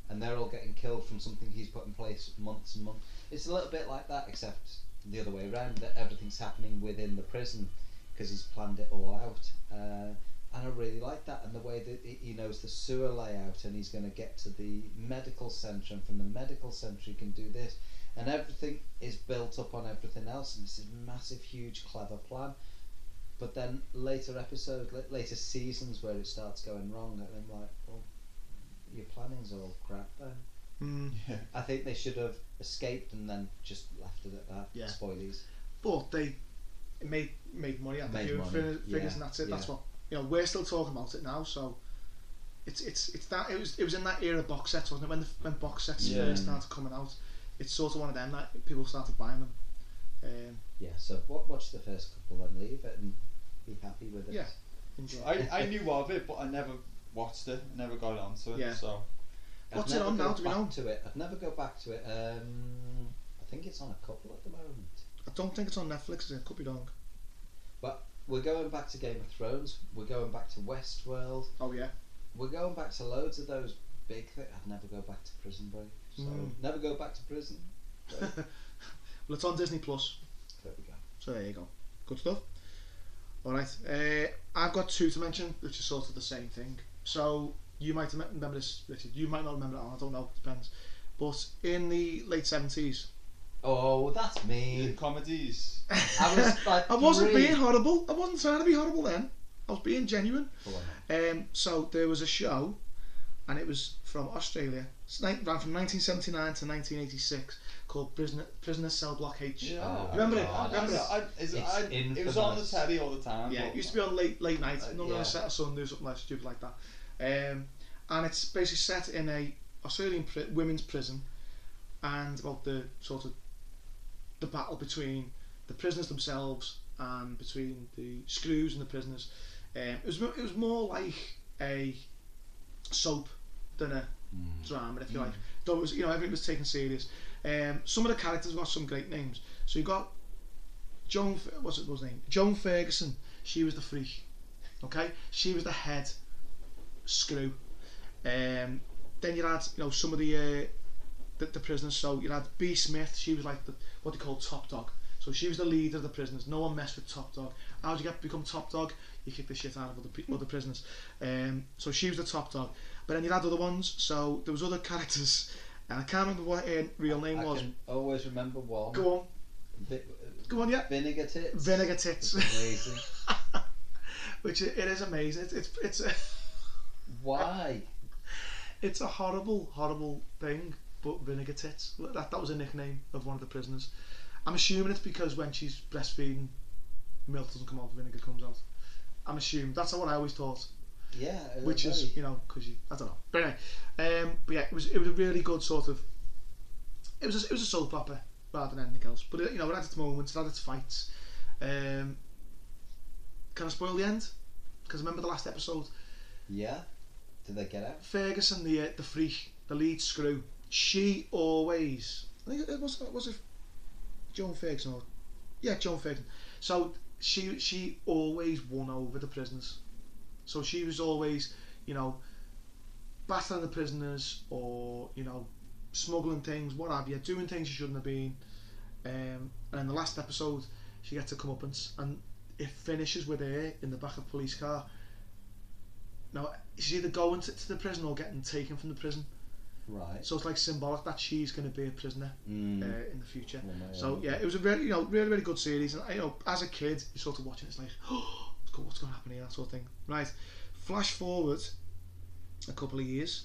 Speaker 2: and they're all getting killed from something he's put in place months and months. It's a little bit like that, except the other way around. That everything's happening within the prison because he's planned it all out. Uh, and I really like that, and the way that he he knows the sewer layout, and he's going to get to the medical centre, and from the medical centre he can do this, and everything is built up on everything else, and it's a massive, huge, clever plan. But then later episode, la- later seasons where it starts going wrong, and I'm like, well, your planning's all crap then.
Speaker 1: mm.
Speaker 2: I think they should have escaped and then just left it at that.
Speaker 1: Yeah.
Speaker 2: Spoilies.
Speaker 1: but they made made money out of
Speaker 2: Made
Speaker 1: viewing
Speaker 2: money,
Speaker 1: figures, figures
Speaker 2: yeah,
Speaker 1: and that's it. That's
Speaker 2: yeah.
Speaker 1: what you know. We're still talking about it now, so it's it's it's that it was it was in that era of box sets, wasn't it? When the when box sets
Speaker 8: Yeah.
Speaker 1: first started coming out, it's sort of one of them that people started buying them. Um,
Speaker 2: Yeah. So wa- watch the first couple, then leave it and be happy with it.
Speaker 1: Yeah. enjoy.
Speaker 3: I, I knew of it, but I never watched it. Never got onto it.
Speaker 1: Yeah.
Speaker 3: So
Speaker 2: I'd
Speaker 1: What's it
Speaker 2: never
Speaker 1: on
Speaker 2: go
Speaker 1: now, do we
Speaker 2: back
Speaker 1: know?
Speaker 2: To it. I'd never go back to it. Um, I think it's on a couple at the moment.
Speaker 1: I don't think it's on Netflix. is it? could be wrong.
Speaker 2: We're going back to Game of Thrones. We're going back to Westworld.
Speaker 1: Oh yeah.
Speaker 2: We're going back to loads of those big things. I'd never go back to Prison Break. So
Speaker 1: Mm.
Speaker 2: never go back to prison.
Speaker 1: Well, it's on Disney Plus,
Speaker 2: There we go.
Speaker 1: so there you go. Good stuff. All right, uh, I've got two to mention, which is sort of the same thing. So you might rem- remember this, Richard. You might not remember that one. I don't know. Depends. But in the late seventies,
Speaker 2: Oh, that's
Speaker 3: the
Speaker 2: me.
Speaker 3: comedies.
Speaker 2: I was like
Speaker 1: I wasn't
Speaker 2: three.
Speaker 1: being horrible. I wasn't trying to be horrible then. I was being genuine.
Speaker 2: Go on.
Speaker 1: Um, so there was a show, and it was from Australia. It's ni- ran from 1979 to 1986, called Prisoner, Prisoner Cell Block H.
Speaker 3: Yeah.
Speaker 1: Remember it?
Speaker 3: I,
Speaker 2: Oh, God,
Speaker 1: Remember it?
Speaker 3: I, is-
Speaker 2: It's
Speaker 3: I- it was on the
Speaker 2: infamous.
Speaker 3: telly all the time.
Speaker 1: Yeah,
Speaker 3: but
Speaker 1: it used to be on late late night,
Speaker 3: Uh,
Speaker 1: not on
Speaker 2: yeah.
Speaker 1: a set or Sunday or something like stupid like that. Um, and it's basically set in a Australian pri- women's prison, and about the sort of the battle between the prisoners themselves and between the screws and the prisoners. Um, it was mo- it was more like a soap than a
Speaker 3: Hmm.
Speaker 1: drama, if you like. Though it was, you know, everything was taken serious. Um, some of the characters got some great names. So you got Joan. F- What's it was name? Joan Ferguson. She was the freak. Okay, she was the head screw. Um, then you had, you know, some of the, uh, the the prisoners. So you had B Smith. She was like the what they call top dog. So she was the leader of the prisoners. No one messed with top dog. How do you get become top dog? You kick the shit out of other, pe- other prisoners. Um, so she was the top dog. But then you had other ones. So there was other characters, and I can't remember what her real name
Speaker 2: I
Speaker 1: was.
Speaker 2: can always remember one.
Speaker 1: Go on,
Speaker 2: Vi-
Speaker 1: go on, yeah.
Speaker 2: vinegar tits.
Speaker 1: Vinegar
Speaker 2: It's
Speaker 1: tits,
Speaker 2: amazing.
Speaker 1: which it, it is amazing. It's it's it's a,
Speaker 2: Why?
Speaker 1: it's a horrible horrible thing. But vinegar tits. That that was a nickname of one of the prisoners. I'm assuming it's because when she's breastfeeding, milk doesn't come out, vinegar comes out. I'm assuming that's what I always thought.
Speaker 2: Yeah. uh,
Speaker 1: which is
Speaker 2: very-
Speaker 1: you know because you I don't know. But anyway, um, but yeah, it was it was a really good sort of. It was a, it was a soap opera, rather than anything else. But uh, you know, it had its moments, it had its fights. Um, can I spoil the end? Because remember the last episode,
Speaker 2: Yeah. Did they get out?
Speaker 1: Ferguson, the uh, the freak, the lead screw. She always. I think it was was it Joan Ferguson or yeah Joan Ferguson. So she she always won over the prisoners. So she was always you know battling the prisoners or you know smuggling things, what have you, doing things she shouldn't have been. Um, and in the last episode, she gets a comeuppance and it finishes with her in the back of a police car. Now she's either going to, to the prison or getting taken from the prison.
Speaker 2: Right. Hmm.
Speaker 1: So it's like symbolic that she's going to be a prisoner
Speaker 9: Mm.
Speaker 1: uh, in the future.
Speaker 2: One way or
Speaker 1: So
Speaker 2: another.
Speaker 1: yeah, it was a really, you know, really, really good series. And you know, as a kid, you sort of watching, it's like, oh, what's going to happen here, that sort of thing. Right. Flash forward a couple of years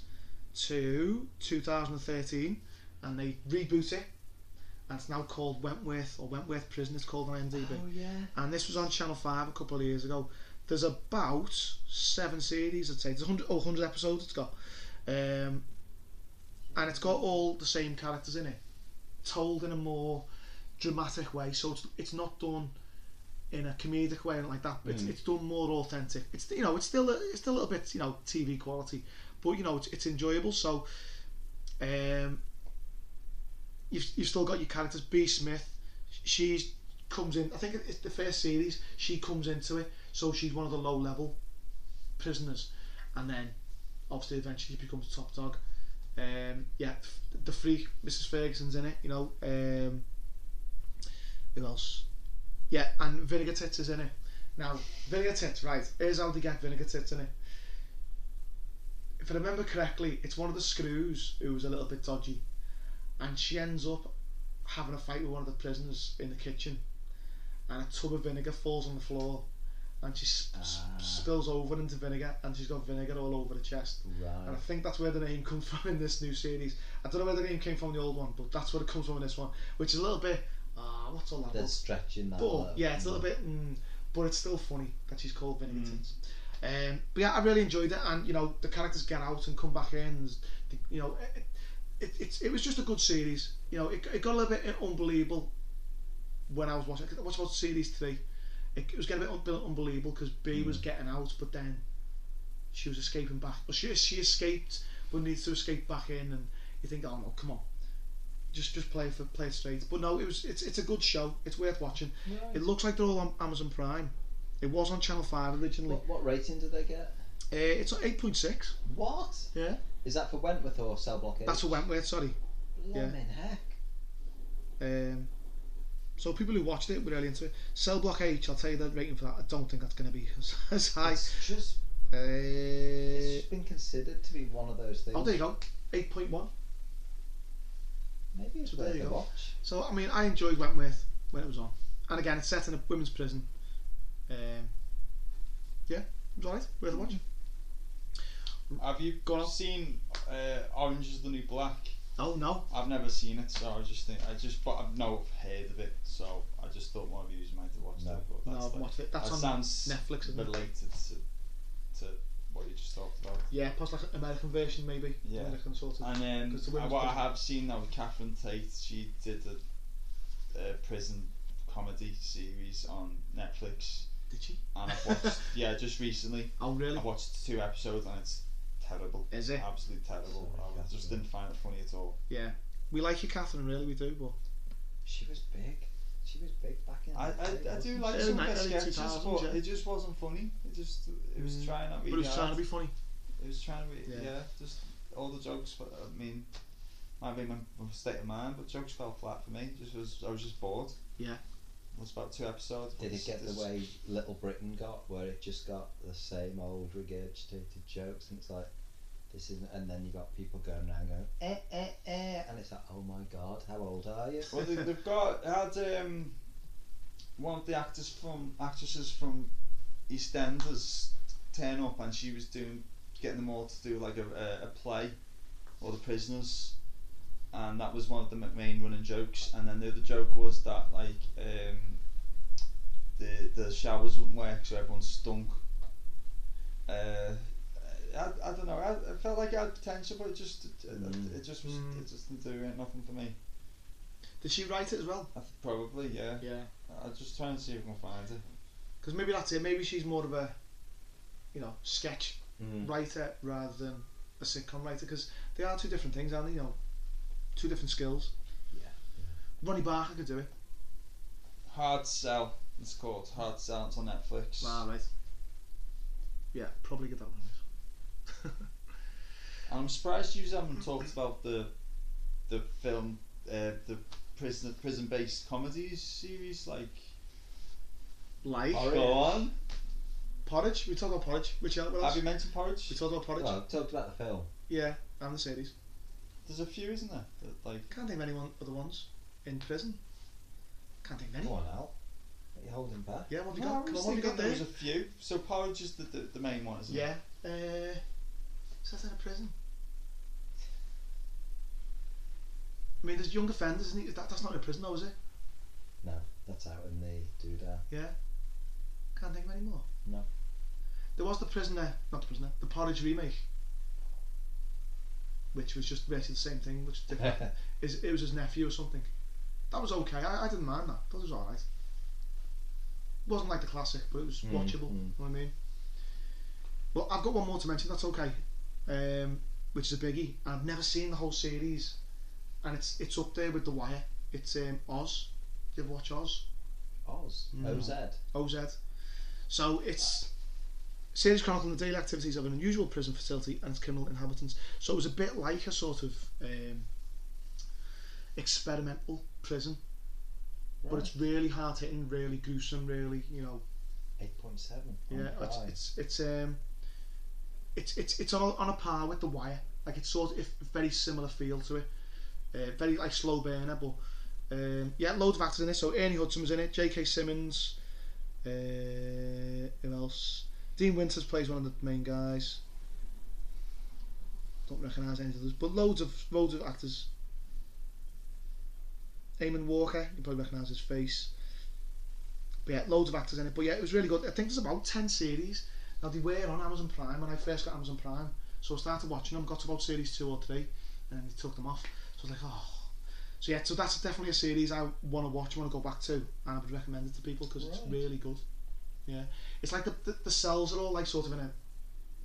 Speaker 1: to 2013, and they reboot it, and it's now called Wentworth or Wentworth Prison. It's called on IMDb.
Speaker 2: Oh, yeah.
Speaker 1: and this was on Channel 5 a couple of years ago. There's about seven series, I'd say. There's 100, oh, 100 episodes it's got. Um, and it's got all the same characters in it, told in a more dramatic way. So it's, it's not done in a comedic way and like that. It's,
Speaker 9: Mm.
Speaker 1: it's done more authentic. It's you know it's still a, it's still a little bit you know TV quality, but you know it's, it's enjoyable. So um, you've you've still got your characters. B Smith, she's comes in. I think it's the first series. She comes into it, so she's one of the low level prisoners, and then obviously eventually she becomes top dog. Um, yeah, f- the freak Mrs. Ferguson's in it. You know, um, who else? Yeah, and Vinegar Tits is in it. Now, Vinegar Tits, right? Here's how they get Vinegar Tits in it. If I remember correctly, it's one of the screws who was a little bit dodgy, and she ends up having a fight with one of the prisoners in the kitchen, and a tub of vinegar falls on the floor, and she sp- sp-
Speaker 2: Ah.
Speaker 1: spills over into vinegar, and she's got vinegar all over her chest. And I
Speaker 2: Right.
Speaker 1: think that's where the name comes from in this new series. I don't know where the name came from in the old one, but that's where it comes from in this one, which is a little bit, ah, what's all that?
Speaker 2: They're
Speaker 1: about?
Speaker 2: stretching that.
Speaker 1: But
Speaker 2: low.
Speaker 1: Oh, yeah, it's a little bit, mm, but it's still funny that she's called Vinegar
Speaker 10: Mm.
Speaker 1: Tits. Um, but yeah, I really enjoyed it, and you know the characters get out and come back in. And, s- the- you know, it, it, it, it was just a good series. You know, it, it got a little bit unbelievable when I was watching. I watched about series three. It, it was getting a bit un- unbelievable because B was getting out, but then she was escaping back. Well, she she escaped, but needs to escape back in, and you think, oh no, come on, just just play it for play it straight. But no, it was it's it's a good show. It's worth watching. It looks like they're all on Amazon Prime. It was on Channel Five originally.
Speaker 2: What, what rating did they get?
Speaker 1: Uh, it's on eight point six.
Speaker 2: What?
Speaker 1: Yeah.
Speaker 2: Is that for Wentworth or Cell Block H?
Speaker 1: That's for Wentworth. Sorry. yeah.
Speaker 2: Blimmin' heck.
Speaker 1: Um, so people who watched it were really into it. Cell Block H. I'll tell you the rating for that. I don't think that's going to be as, as high.
Speaker 2: It's just, it's
Speaker 1: Uh,
Speaker 2: just been considered to be one of those things.
Speaker 1: oh, there you go. Eight point one.
Speaker 2: Maybe it's
Speaker 1: So there
Speaker 2: worth
Speaker 1: you
Speaker 2: a
Speaker 1: go.
Speaker 2: watch.
Speaker 1: So I mean, I enjoyed Wentworth when it was on, and again, it's set in a women's prison. Um, yeah, it was alright. Worth a watch.
Speaker 2: Hmm.
Speaker 3: Have you
Speaker 1: Go on.
Speaker 3: seen uh, Orange is the New Black?
Speaker 1: Oh no.
Speaker 3: I've never seen it, so I just think I just but I've no I've heard of it, so I just thought one of you might have watched
Speaker 2: No.
Speaker 3: it. But
Speaker 1: No,
Speaker 3: that's
Speaker 1: I've
Speaker 3: like,
Speaker 1: watched it. That's
Speaker 3: that
Speaker 1: on
Speaker 3: sounds
Speaker 1: Netflix, isn't it?
Speaker 3: related to to what you just talked about.
Speaker 1: Yeah, plus like an American version maybe.
Speaker 3: Yeah.
Speaker 1: American sort of.
Speaker 3: And
Speaker 1: 'Cause the
Speaker 3: um, I-
Speaker 1: women's
Speaker 3: what I
Speaker 1: prison-
Speaker 3: have seen now with Catherine Tate, she did a, a prison comedy series on Netflix,
Speaker 1: Did she?
Speaker 3: and I've watched yeah just recently.
Speaker 1: Oh really?
Speaker 3: I watched two episodes and it's terrible,
Speaker 1: Is it?
Speaker 3: absolutely terrible.
Speaker 2: Sorry,
Speaker 3: I just
Speaker 2: Catherine.
Speaker 3: didn't find it funny at all.
Speaker 1: Yeah. We like you, Catherine. Really, we do. But
Speaker 2: She was big. She was big back in
Speaker 3: I,
Speaker 2: the day,
Speaker 3: I, I do
Speaker 2: wasn't
Speaker 3: like
Speaker 1: Early
Speaker 3: some of the
Speaker 1: ni- early
Speaker 3: sketches,
Speaker 1: 2000s,
Speaker 3: but
Speaker 1: yeah.
Speaker 3: it just wasn't funny. It just it was
Speaker 1: Mm.
Speaker 3: trying to be.
Speaker 1: but it was
Speaker 3: hard.
Speaker 1: trying to be funny.
Speaker 3: It was trying to be
Speaker 1: Yeah.
Speaker 3: yeah. just all the jokes. But I mean, might be my my state of mind, but jokes fell flat for me. Just was I was just bored.
Speaker 1: Yeah.
Speaker 3: It was about two episodes. but
Speaker 2: Did it
Speaker 3: it's-
Speaker 2: get the
Speaker 3: it's-
Speaker 2: way Little Britain got, where it just got the same old regurgitated jokes, and it's like, this isn't, and then you got people going around going, eh, eh, eh, and it's like, oh my god, how old are you?
Speaker 3: Well, they, they've got had um, one of the actors from actresses from EastEnders turn up, and she was doing getting them all to do like a, a, a play, or the prisoners, and that was one of the ma- main running jokes. And then the other joke was that like um, the the showers wouldn't work, so everyone stunk. Uh, I, I don't know. I, I felt like I had potential, but it just it,
Speaker 2: Mm.
Speaker 3: it just was
Speaker 1: Mm.
Speaker 3: it just didn't do it, nothing for me.
Speaker 1: Did she write it as well?
Speaker 3: I th- probably, yeah.
Speaker 1: Yeah.
Speaker 3: I'll just try and see if I can find it.
Speaker 1: Because maybe that's it. Maybe she's more of a, you know, sketch
Speaker 2: Mm.
Speaker 1: writer rather than a sitcom writer. Because they are two different things, aren't they? You know, two different skills.
Speaker 2: Yeah.
Speaker 1: Ronnie Barker could do it.
Speaker 3: Hard Sell. It's called Hard Sell. It's on Netflix.
Speaker 1: Ah, right. Yeah, probably get that one.
Speaker 3: And I'm surprised you haven't talked about the the film, uh, the prison prison based comedy series. Like,
Speaker 1: like
Speaker 2: Porridge.
Speaker 3: go on.
Speaker 1: porridge. We talked about porridge. Which el- what
Speaker 3: Have
Speaker 1: else?
Speaker 3: you mentioned Porridge?
Speaker 1: We talked about porridge.
Speaker 2: Well, talked about the film.
Speaker 1: Yeah, and the series.
Speaker 3: There's a few, isn't there? That, like,
Speaker 1: Can't name anyone other ones in prison. Can't think of any.
Speaker 2: Come on, Al. What are you holding back?
Speaker 1: Yeah, what have you
Speaker 3: No, I
Speaker 1: got?
Speaker 3: was
Speaker 1: Come on, what have you
Speaker 3: thinking
Speaker 1: got
Speaker 3: there
Speaker 1: there?
Speaker 3: was a few. So Porridge is the, the, the main one, isn't
Speaker 1: Yeah.
Speaker 3: it?
Speaker 1: Uh, is that in a prison? I mean, there's young offenders, isn't it? That, that's not in a prison, though, is it?
Speaker 2: No, that's out in the doodah.
Speaker 1: Yeah. Can't think of any more.
Speaker 2: No.
Speaker 1: There was the prisoner, not the prisoner, the Porridge remake, which was just basically the same thing. Which different, is it was his nephew or something. That was okay. I, I didn't mind that. That was all right. Wasn't like the classic, but it was
Speaker 2: Mm,
Speaker 1: watchable.
Speaker 2: mm.
Speaker 1: You know what I mean? Well, I've got one more to mention. That's okay. Um, which is a biggie. And I've never seen the whole series, and it's it's up there with The Wire. It's um, Oz. You ever watch Oz?
Speaker 2: Oz.
Speaker 1: No.
Speaker 2: OZ.
Speaker 1: OZ. So it's series chronicling the daily activities of an unusual prison facility and its criminal inhabitants. So it was a bit like a sort of um, experimental prison, but it's really hard hitting, really gruesome, really you know
Speaker 2: 8.7.
Speaker 1: yeah. It's it's it's um it's it's it's on a, on a par with the Wire. Like it's sort of if, very similar feel to it. Uh, very like slow burner, but um, yeah, loads of actors in it. So Ernie Hudson was in it. J.K. Simmons. Uh, who else? Dean Winters plays one of the main guys. Don't recognise any of those, but loads of loads of actors. Eamon Walker, you probably recognise his face. But yeah, loads of actors in it. But yeah, it was really good. I think there's about ten series. Now they were on Amazon Prime when I first got Amazon Prime, so I started watching them. Got to about series two or three, and then they took them off. So I was like, oh. So yeah, so that's definitely a series I want to watch. Want to go back to, and I would recommend it to people because it's
Speaker 2: Right.
Speaker 1: really good. Yeah, it's like the, the the cells are all like sort of in a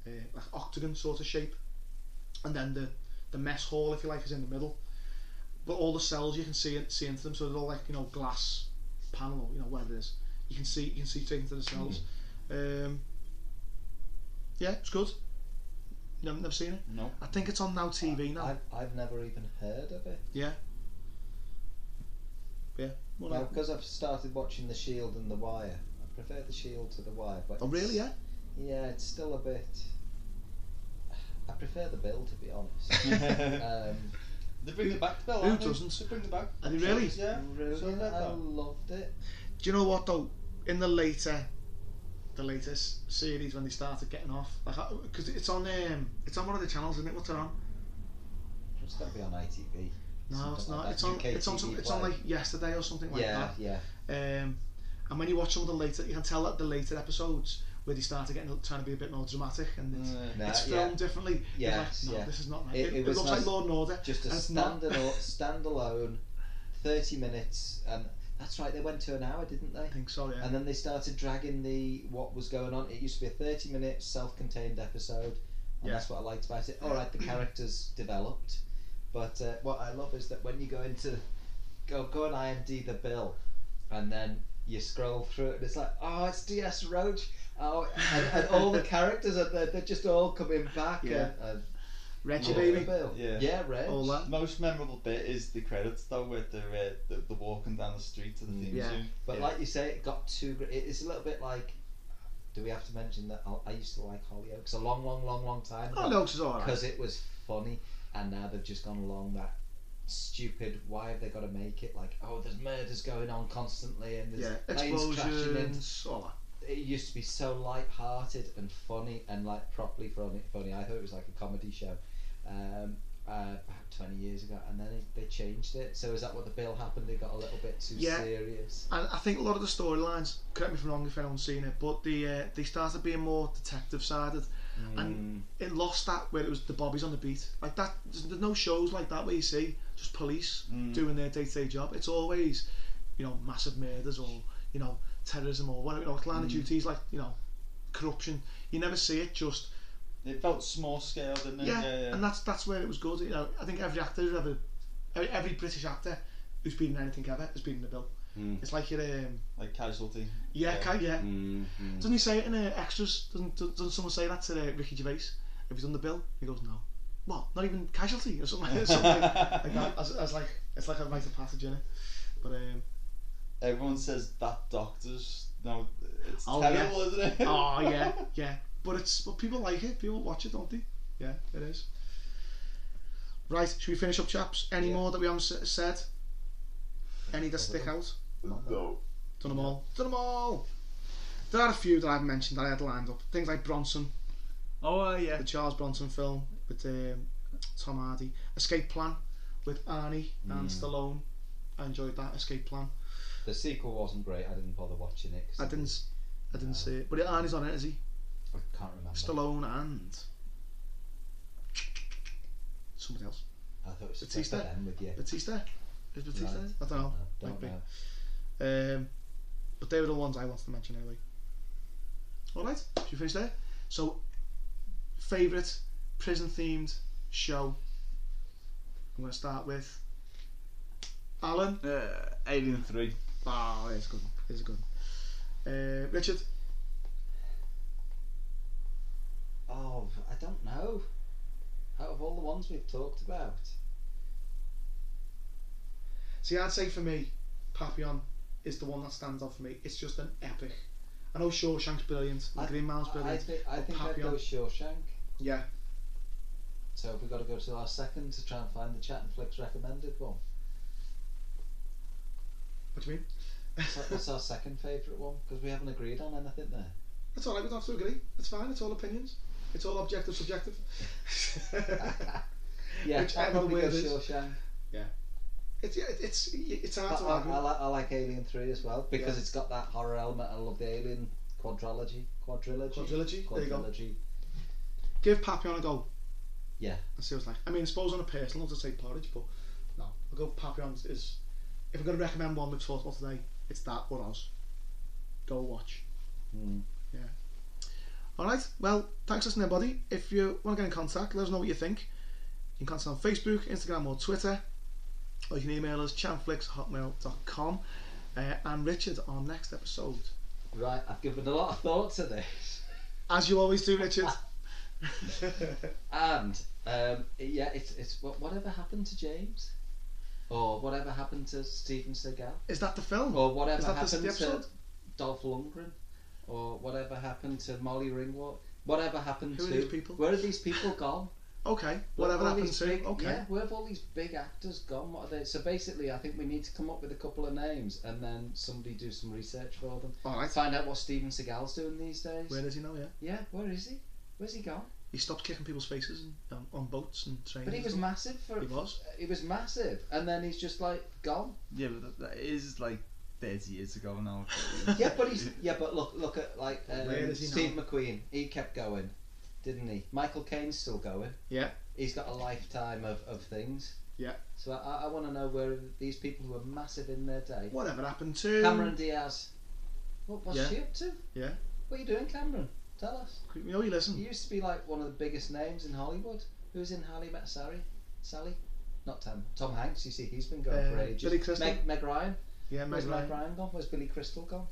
Speaker 1: uh, like octagon sort of shape, and then the the mess hall, if you like, is in the middle. But all the cells you can see see into them, so they're all like you know glass panel, you know whatever it is. You can see you can see straight into the cells. Um, yeah, it's good. Never, never seen it.
Speaker 3: No.
Speaker 1: I think it's on Now TV now.
Speaker 2: I've, I've never even heard of it.
Speaker 1: yeah. Yeah. Well,
Speaker 2: Well,
Speaker 1: I-
Speaker 2: because I've started watching The Shield and The Wire. I prefer The Shield to The Wire. But
Speaker 1: oh really?
Speaker 2: it's-
Speaker 1: Yeah.
Speaker 2: Yeah, it's still a bit. I prefer the bill to be honest. um,
Speaker 3: They bring it back the bell.
Speaker 1: who
Speaker 3: aren't they?
Speaker 1: doesn't?
Speaker 3: They bring it back.
Speaker 1: Are they really? Oh,
Speaker 3: Yeah.
Speaker 2: really,
Speaker 3: So I like
Speaker 2: I
Speaker 3: that.
Speaker 2: loved it.
Speaker 1: Do you know what though? In the later, the latest series when they started getting off, like because it's on um, it's on one of the channels, isn't it? What's it on?
Speaker 2: It's got to be on ITV.
Speaker 1: No, it's
Speaker 2: Something
Speaker 1: not.
Speaker 2: like that.
Speaker 1: it's on.
Speaker 2: UK
Speaker 1: it's on. Some,
Speaker 2: TV
Speaker 1: it's on
Speaker 2: play.
Speaker 1: like yesterday or something like
Speaker 2: yeah,
Speaker 1: that.
Speaker 2: yeah.
Speaker 1: Um, and when you watch some of the later, you can tell that the later episodes where they started getting trying to be a bit more dramatic and it's,
Speaker 3: Uh,
Speaker 2: No,
Speaker 1: it's
Speaker 2: Mm, yeah.
Speaker 1: filmed differently. You're like,
Speaker 2: Yes,
Speaker 1: no,
Speaker 2: yeah.
Speaker 1: this is not right.
Speaker 2: It-
Speaker 1: It,
Speaker 2: it
Speaker 1: it
Speaker 2: was
Speaker 1: looks like
Speaker 2: nice-
Speaker 1: Law and Order.
Speaker 2: Just a
Speaker 1: and it's not.
Speaker 2: standalone, standalone, thirty minutes, and that's right. They went to an hour, didn't they?
Speaker 1: I think so. Yeah.
Speaker 2: And then they started dragging the what was going on. It used to be a thirty-minute self-contained episode, and
Speaker 1: Yeah.
Speaker 2: that's what I liked about it. All right, the characters developed, but uh, what I love is that when you go into go go and IMD the bill, and then you scroll through it, and it's like, oh, it's DS Roach. Oh, and, and all the characters are there, they're just all coming back.
Speaker 1: Yeah.
Speaker 2: And, and
Speaker 1: Reggie
Speaker 2: Lord
Speaker 1: baby.
Speaker 2: of the Bill.
Speaker 3: Yeah.
Speaker 2: yeah, Reg.
Speaker 1: All that.
Speaker 3: The most memorable bit is the credits though, with the uh, the, the walking down the street to the theme
Speaker 1: Yeah.
Speaker 3: tune.
Speaker 2: But
Speaker 3: Mm, Yeah.
Speaker 2: like you say, it got too. gr- it- It's a little bit like. Do we have to mention that I- I used to like Hollyoaks a long, long, long, long time ago?
Speaker 1: Oh no, it's alright.
Speaker 2: because it was funny, and now they've just gone along that stupid. Why have they got to make it like oh, there's murders going on constantly and
Speaker 1: Yeah,
Speaker 2: there's planes crashing in?
Speaker 1: explosions. All that.
Speaker 2: It used to be so light-hearted and funny and like properly funny. Funny. I thought it was like a comedy show, um, uh, back 20 years ago, and then it, they changed it. So is that what the bill happened? They got a little bit too
Speaker 1: Yeah.
Speaker 2: serious.
Speaker 1: And I think a lot of the storylines, correct me if I'm wrong if anyone's seen it, but the uh, they started being more detective sided.
Speaker 2: Mm.
Speaker 1: And it lost that where it was the Bobbies on the beat. Like that, there's, there's no shows like that where you see just police doing their day to day job. It's always, you know, massive murders or, you know, terrorism or whatever, you know, like line of duties, like, you know, corruption. You never see it just
Speaker 11: It felt small scale, didn't it?
Speaker 1: yeah,
Speaker 11: yeah, yeah.
Speaker 1: and that's that's where it was good. You know, I think every actor who's ever, every, every British actor who's been in anything ever has been in the bill.
Speaker 12: Mm.
Speaker 1: It's like your um,
Speaker 11: like casualty.
Speaker 1: yeah,
Speaker 11: Yeah.
Speaker 1: ca- yeah.
Speaker 12: Mm, mm.
Speaker 1: Doesn't he say it in uh, extras? Doesn't, doesn't doesn't someone say that to uh, Ricky Gervais? If he's done the bill, he goes no. What? Not even casualty or something. like- something like like that. I was, I was like, it's like a rite of passage in it. But um,
Speaker 11: Everyone says that doctors. No, it's
Speaker 1: Oh,
Speaker 11: terrible, isn't it?
Speaker 1: oh yeah, yeah. But it's but people like it. People watch it, don't they? Yeah, it is. Right, should we finish up, chaps? Any
Speaker 2: Yeah.
Speaker 1: more that we haven't s- said? Any that stick out?
Speaker 11: no.
Speaker 1: Done them all. Done them all. There are a few that I've mentioned that I had lined up. Things like Bronson,
Speaker 3: Oh uh, yeah.
Speaker 1: the Charles Bronson film with um, Tom Hardy, Escape Plan with Arnie and
Speaker 2: Mm.
Speaker 1: Stallone. I enjoyed that Escape Plan.
Speaker 2: The sequel wasn't great. I didn't bother watching it. 'cause
Speaker 1: I didn't, s- I didn't see it. But yeah, Arnie's on it, is he?
Speaker 2: I can't remember.
Speaker 1: Stallone and somebody else.
Speaker 2: I thought it was
Speaker 1: Batista?
Speaker 2: Batista. End with you.
Speaker 1: Batista? Is Batista?
Speaker 2: Right.
Speaker 1: I don't know.
Speaker 2: I don't
Speaker 1: Might be.
Speaker 2: know.
Speaker 1: Um, but they were the ones I wanted to mention anyway. All right, should we finish there? So, favourite prison themed show. I'm going to start with Alan.
Speaker 3: Uh, Alien Three.
Speaker 1: Ah, it's good. one, It's good. one. Uh, Richard.
Speaker 2: Oh, I don't know. Out of all the ones we've talked about,
Speaker 1: See, I'd say for me, Papillon is the one that stands out for me. It's just an epic. I know Shawshank's brilliant. and
Speaker 2: I-
Speaker 1: Green Mile's
Speaker 2: I, I
Speaker 1: brilliant.
Speaker 2: think I
Speaker 1: but
Speaker 2: think I'd go
Speaker 1: Papillon.
Speaker 2: Shawshank.
Speaker 1: Yeah.
Speaker 2: So have we got to go to our second to try and find the chat and flicks recommended one?
Speaker 1: What do you mean?
Speaker 2: So that's our second favourite one because we haven't agreed on anything there.
Speaker 1: That's all right, we don't have to agree. It's fine, it's all opinions. It's all objective, subjective.
Speaker 2: Yeah,
Speaker 1: Which
Speaker 2: I'd
Speaker 1: other
Speaker 2: probably go
Speaker 1: word is-
Speaker 2: Shawshank.
Speaker 1: it's, yeah, it's, it's hard
Speaker 2: But
Speaker 1: to
Speaker 2: I, I,
Speaker 1: argue.
Speaker 2: li- I like Alien Three as well because
Speaker 1: Yeah.
Speaker 2: it's got that horror element. I love the Alien quadrilogy, quadrilogy,
Speaker 1: Quadrilogy, there you go.
Speaker 2: quadrilogy.
Speaker 1: Give Papillon a go.
Speaker 2: Yeah.
Speaker 1: And see what's like. I mean, I suppose on a personal, I'd say Porridge, but no. I'll go Papillon is. If I'm going to recommend one we've talked about today, it's that or Oz. Go watch.
Speaker 2: Mm.
Speaker 1: Alright, well, thanks for listening, everybody. If you want to get in contact, let us know what you think. You can contact us on Facebook, Instagram, or Twitter. Or you can email us, chanflixhotmail.com. Uh, and Richard, our next episode.
Speaker 2: Right, I've given a lot of thought to this.
Speaker 1: As you always do, Richard.
Speaker 2: And um, yeah, it's it's what whatever happened to James, or whatever happened to Steven Seagal,
Speaker 1: Is that the film?
Speaker 2: or whatever
Speaker 1: Is that the- the
Speaker 2: happened to
Speaker 1: episode?
Speaker 2: Dolph Lundgren, or whatever happened to Molly Ringwald, whatever happened
Speaker 1: Who are
Speaker 2: to
Speaker 1: these people?
Speaker 2: Where are these people gone?
Speaker 1: Okay,
Speaker 2: Where
Speaker 1: whatever
Speaker 2: all
Speaker 1: happened
Speaker 2: these
Speaker 1: to.
Speaker 2: big-
Speaker 1: okay.
Speaker 2: Yeah, where have all these big actors gone? What are they? So basically, I think we need to come up with a couple of names and then somebody do some research for them.
Speaker 1: Alright.
Speaker 2: Find out what Steven Seagal's doing these days.
Speaker 1: Where does he know, yeah?
Speaker 2: Yeah, where is he? Where's he gone?
Speaker 1: He stopped kicking people's faces and, um, on boats and trains.
Speaker 2: But he
Speaker 1: and
Speaker 2: was
Speaker 1: stuff.
Speaker 2: massive for
Speaker 1: He was.
Speaker 2: It was massive, and then he's just like gone.
Speaker 3: Yeah, but that, that is like thirty years ago now.
Speaker 2: Yeah, but he's yeah, but look, look at like um,
Speaker 1: Where is he
Speaker 2: Steve McQueen. He kept going, didn't he? Michael Caine's still going.
Speaker 1: Yeah.
Speaker 2: he's got a lifetime of, of things.
Speaker 1: Yeah.
Speaker 2: So I, I want to know where these people who are massive in their day.
Speaker 1: Whatever happened to.
Speaker 2: Cameron Diaz. What, what's
Speaker 1: Yeah.
Speaker 2: she up to?
Speaker 1: Yeah.
Speaker 2: What are you doing, Cameron? Tell us.
Speaker 1: You know, Oh, you listen.
Speaker 2: You used to be like one of the biggest names in Hollywood. Who's in Harley Met Sally? Sally? Not Tom. Tom Hanks. You see, he's been going for
Speaker 1: Uh,
Speaker 2: ages.
Speaker 1: Billy Crystal?
Speaker 2: Meg, Meg Ryan.
Speaker 1: Yeah,
Speaker 2: Where's
Speaker 1: Meg
Speaker 2: Meg
Speaker 1: Ryan.
Speaker 2: Ryan gone? Where's Billy Crystal gone?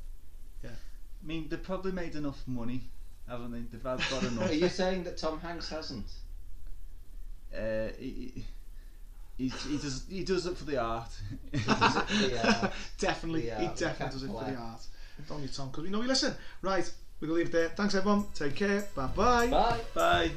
Speaker 3: I mean, they've probably made enough money, haven't they? They've had got
Speaker 2: Are you
Speaker 3: enough.
Speaker 2: saying that Tom Hanks hasn't?
Speaker 3: uh, he, he, he- he does he does it for the art.
Speaker 2: Does it for the, uh,
Speaker 1: definitely,
Speaker 2: the, uh,
Speaker 1: he
Speaker 2: the
Speaker 1: definitely does it for
Speaker 2: capital
Speaker 1: the
Speaker 2: F?
Speaker 1: art. Don't need Tom because we know you listen. Right, we're gonna leave it there. Thanks everyone. Take care. Bye bye.
Speaker 2: Bye.
Speaker 3: Bye.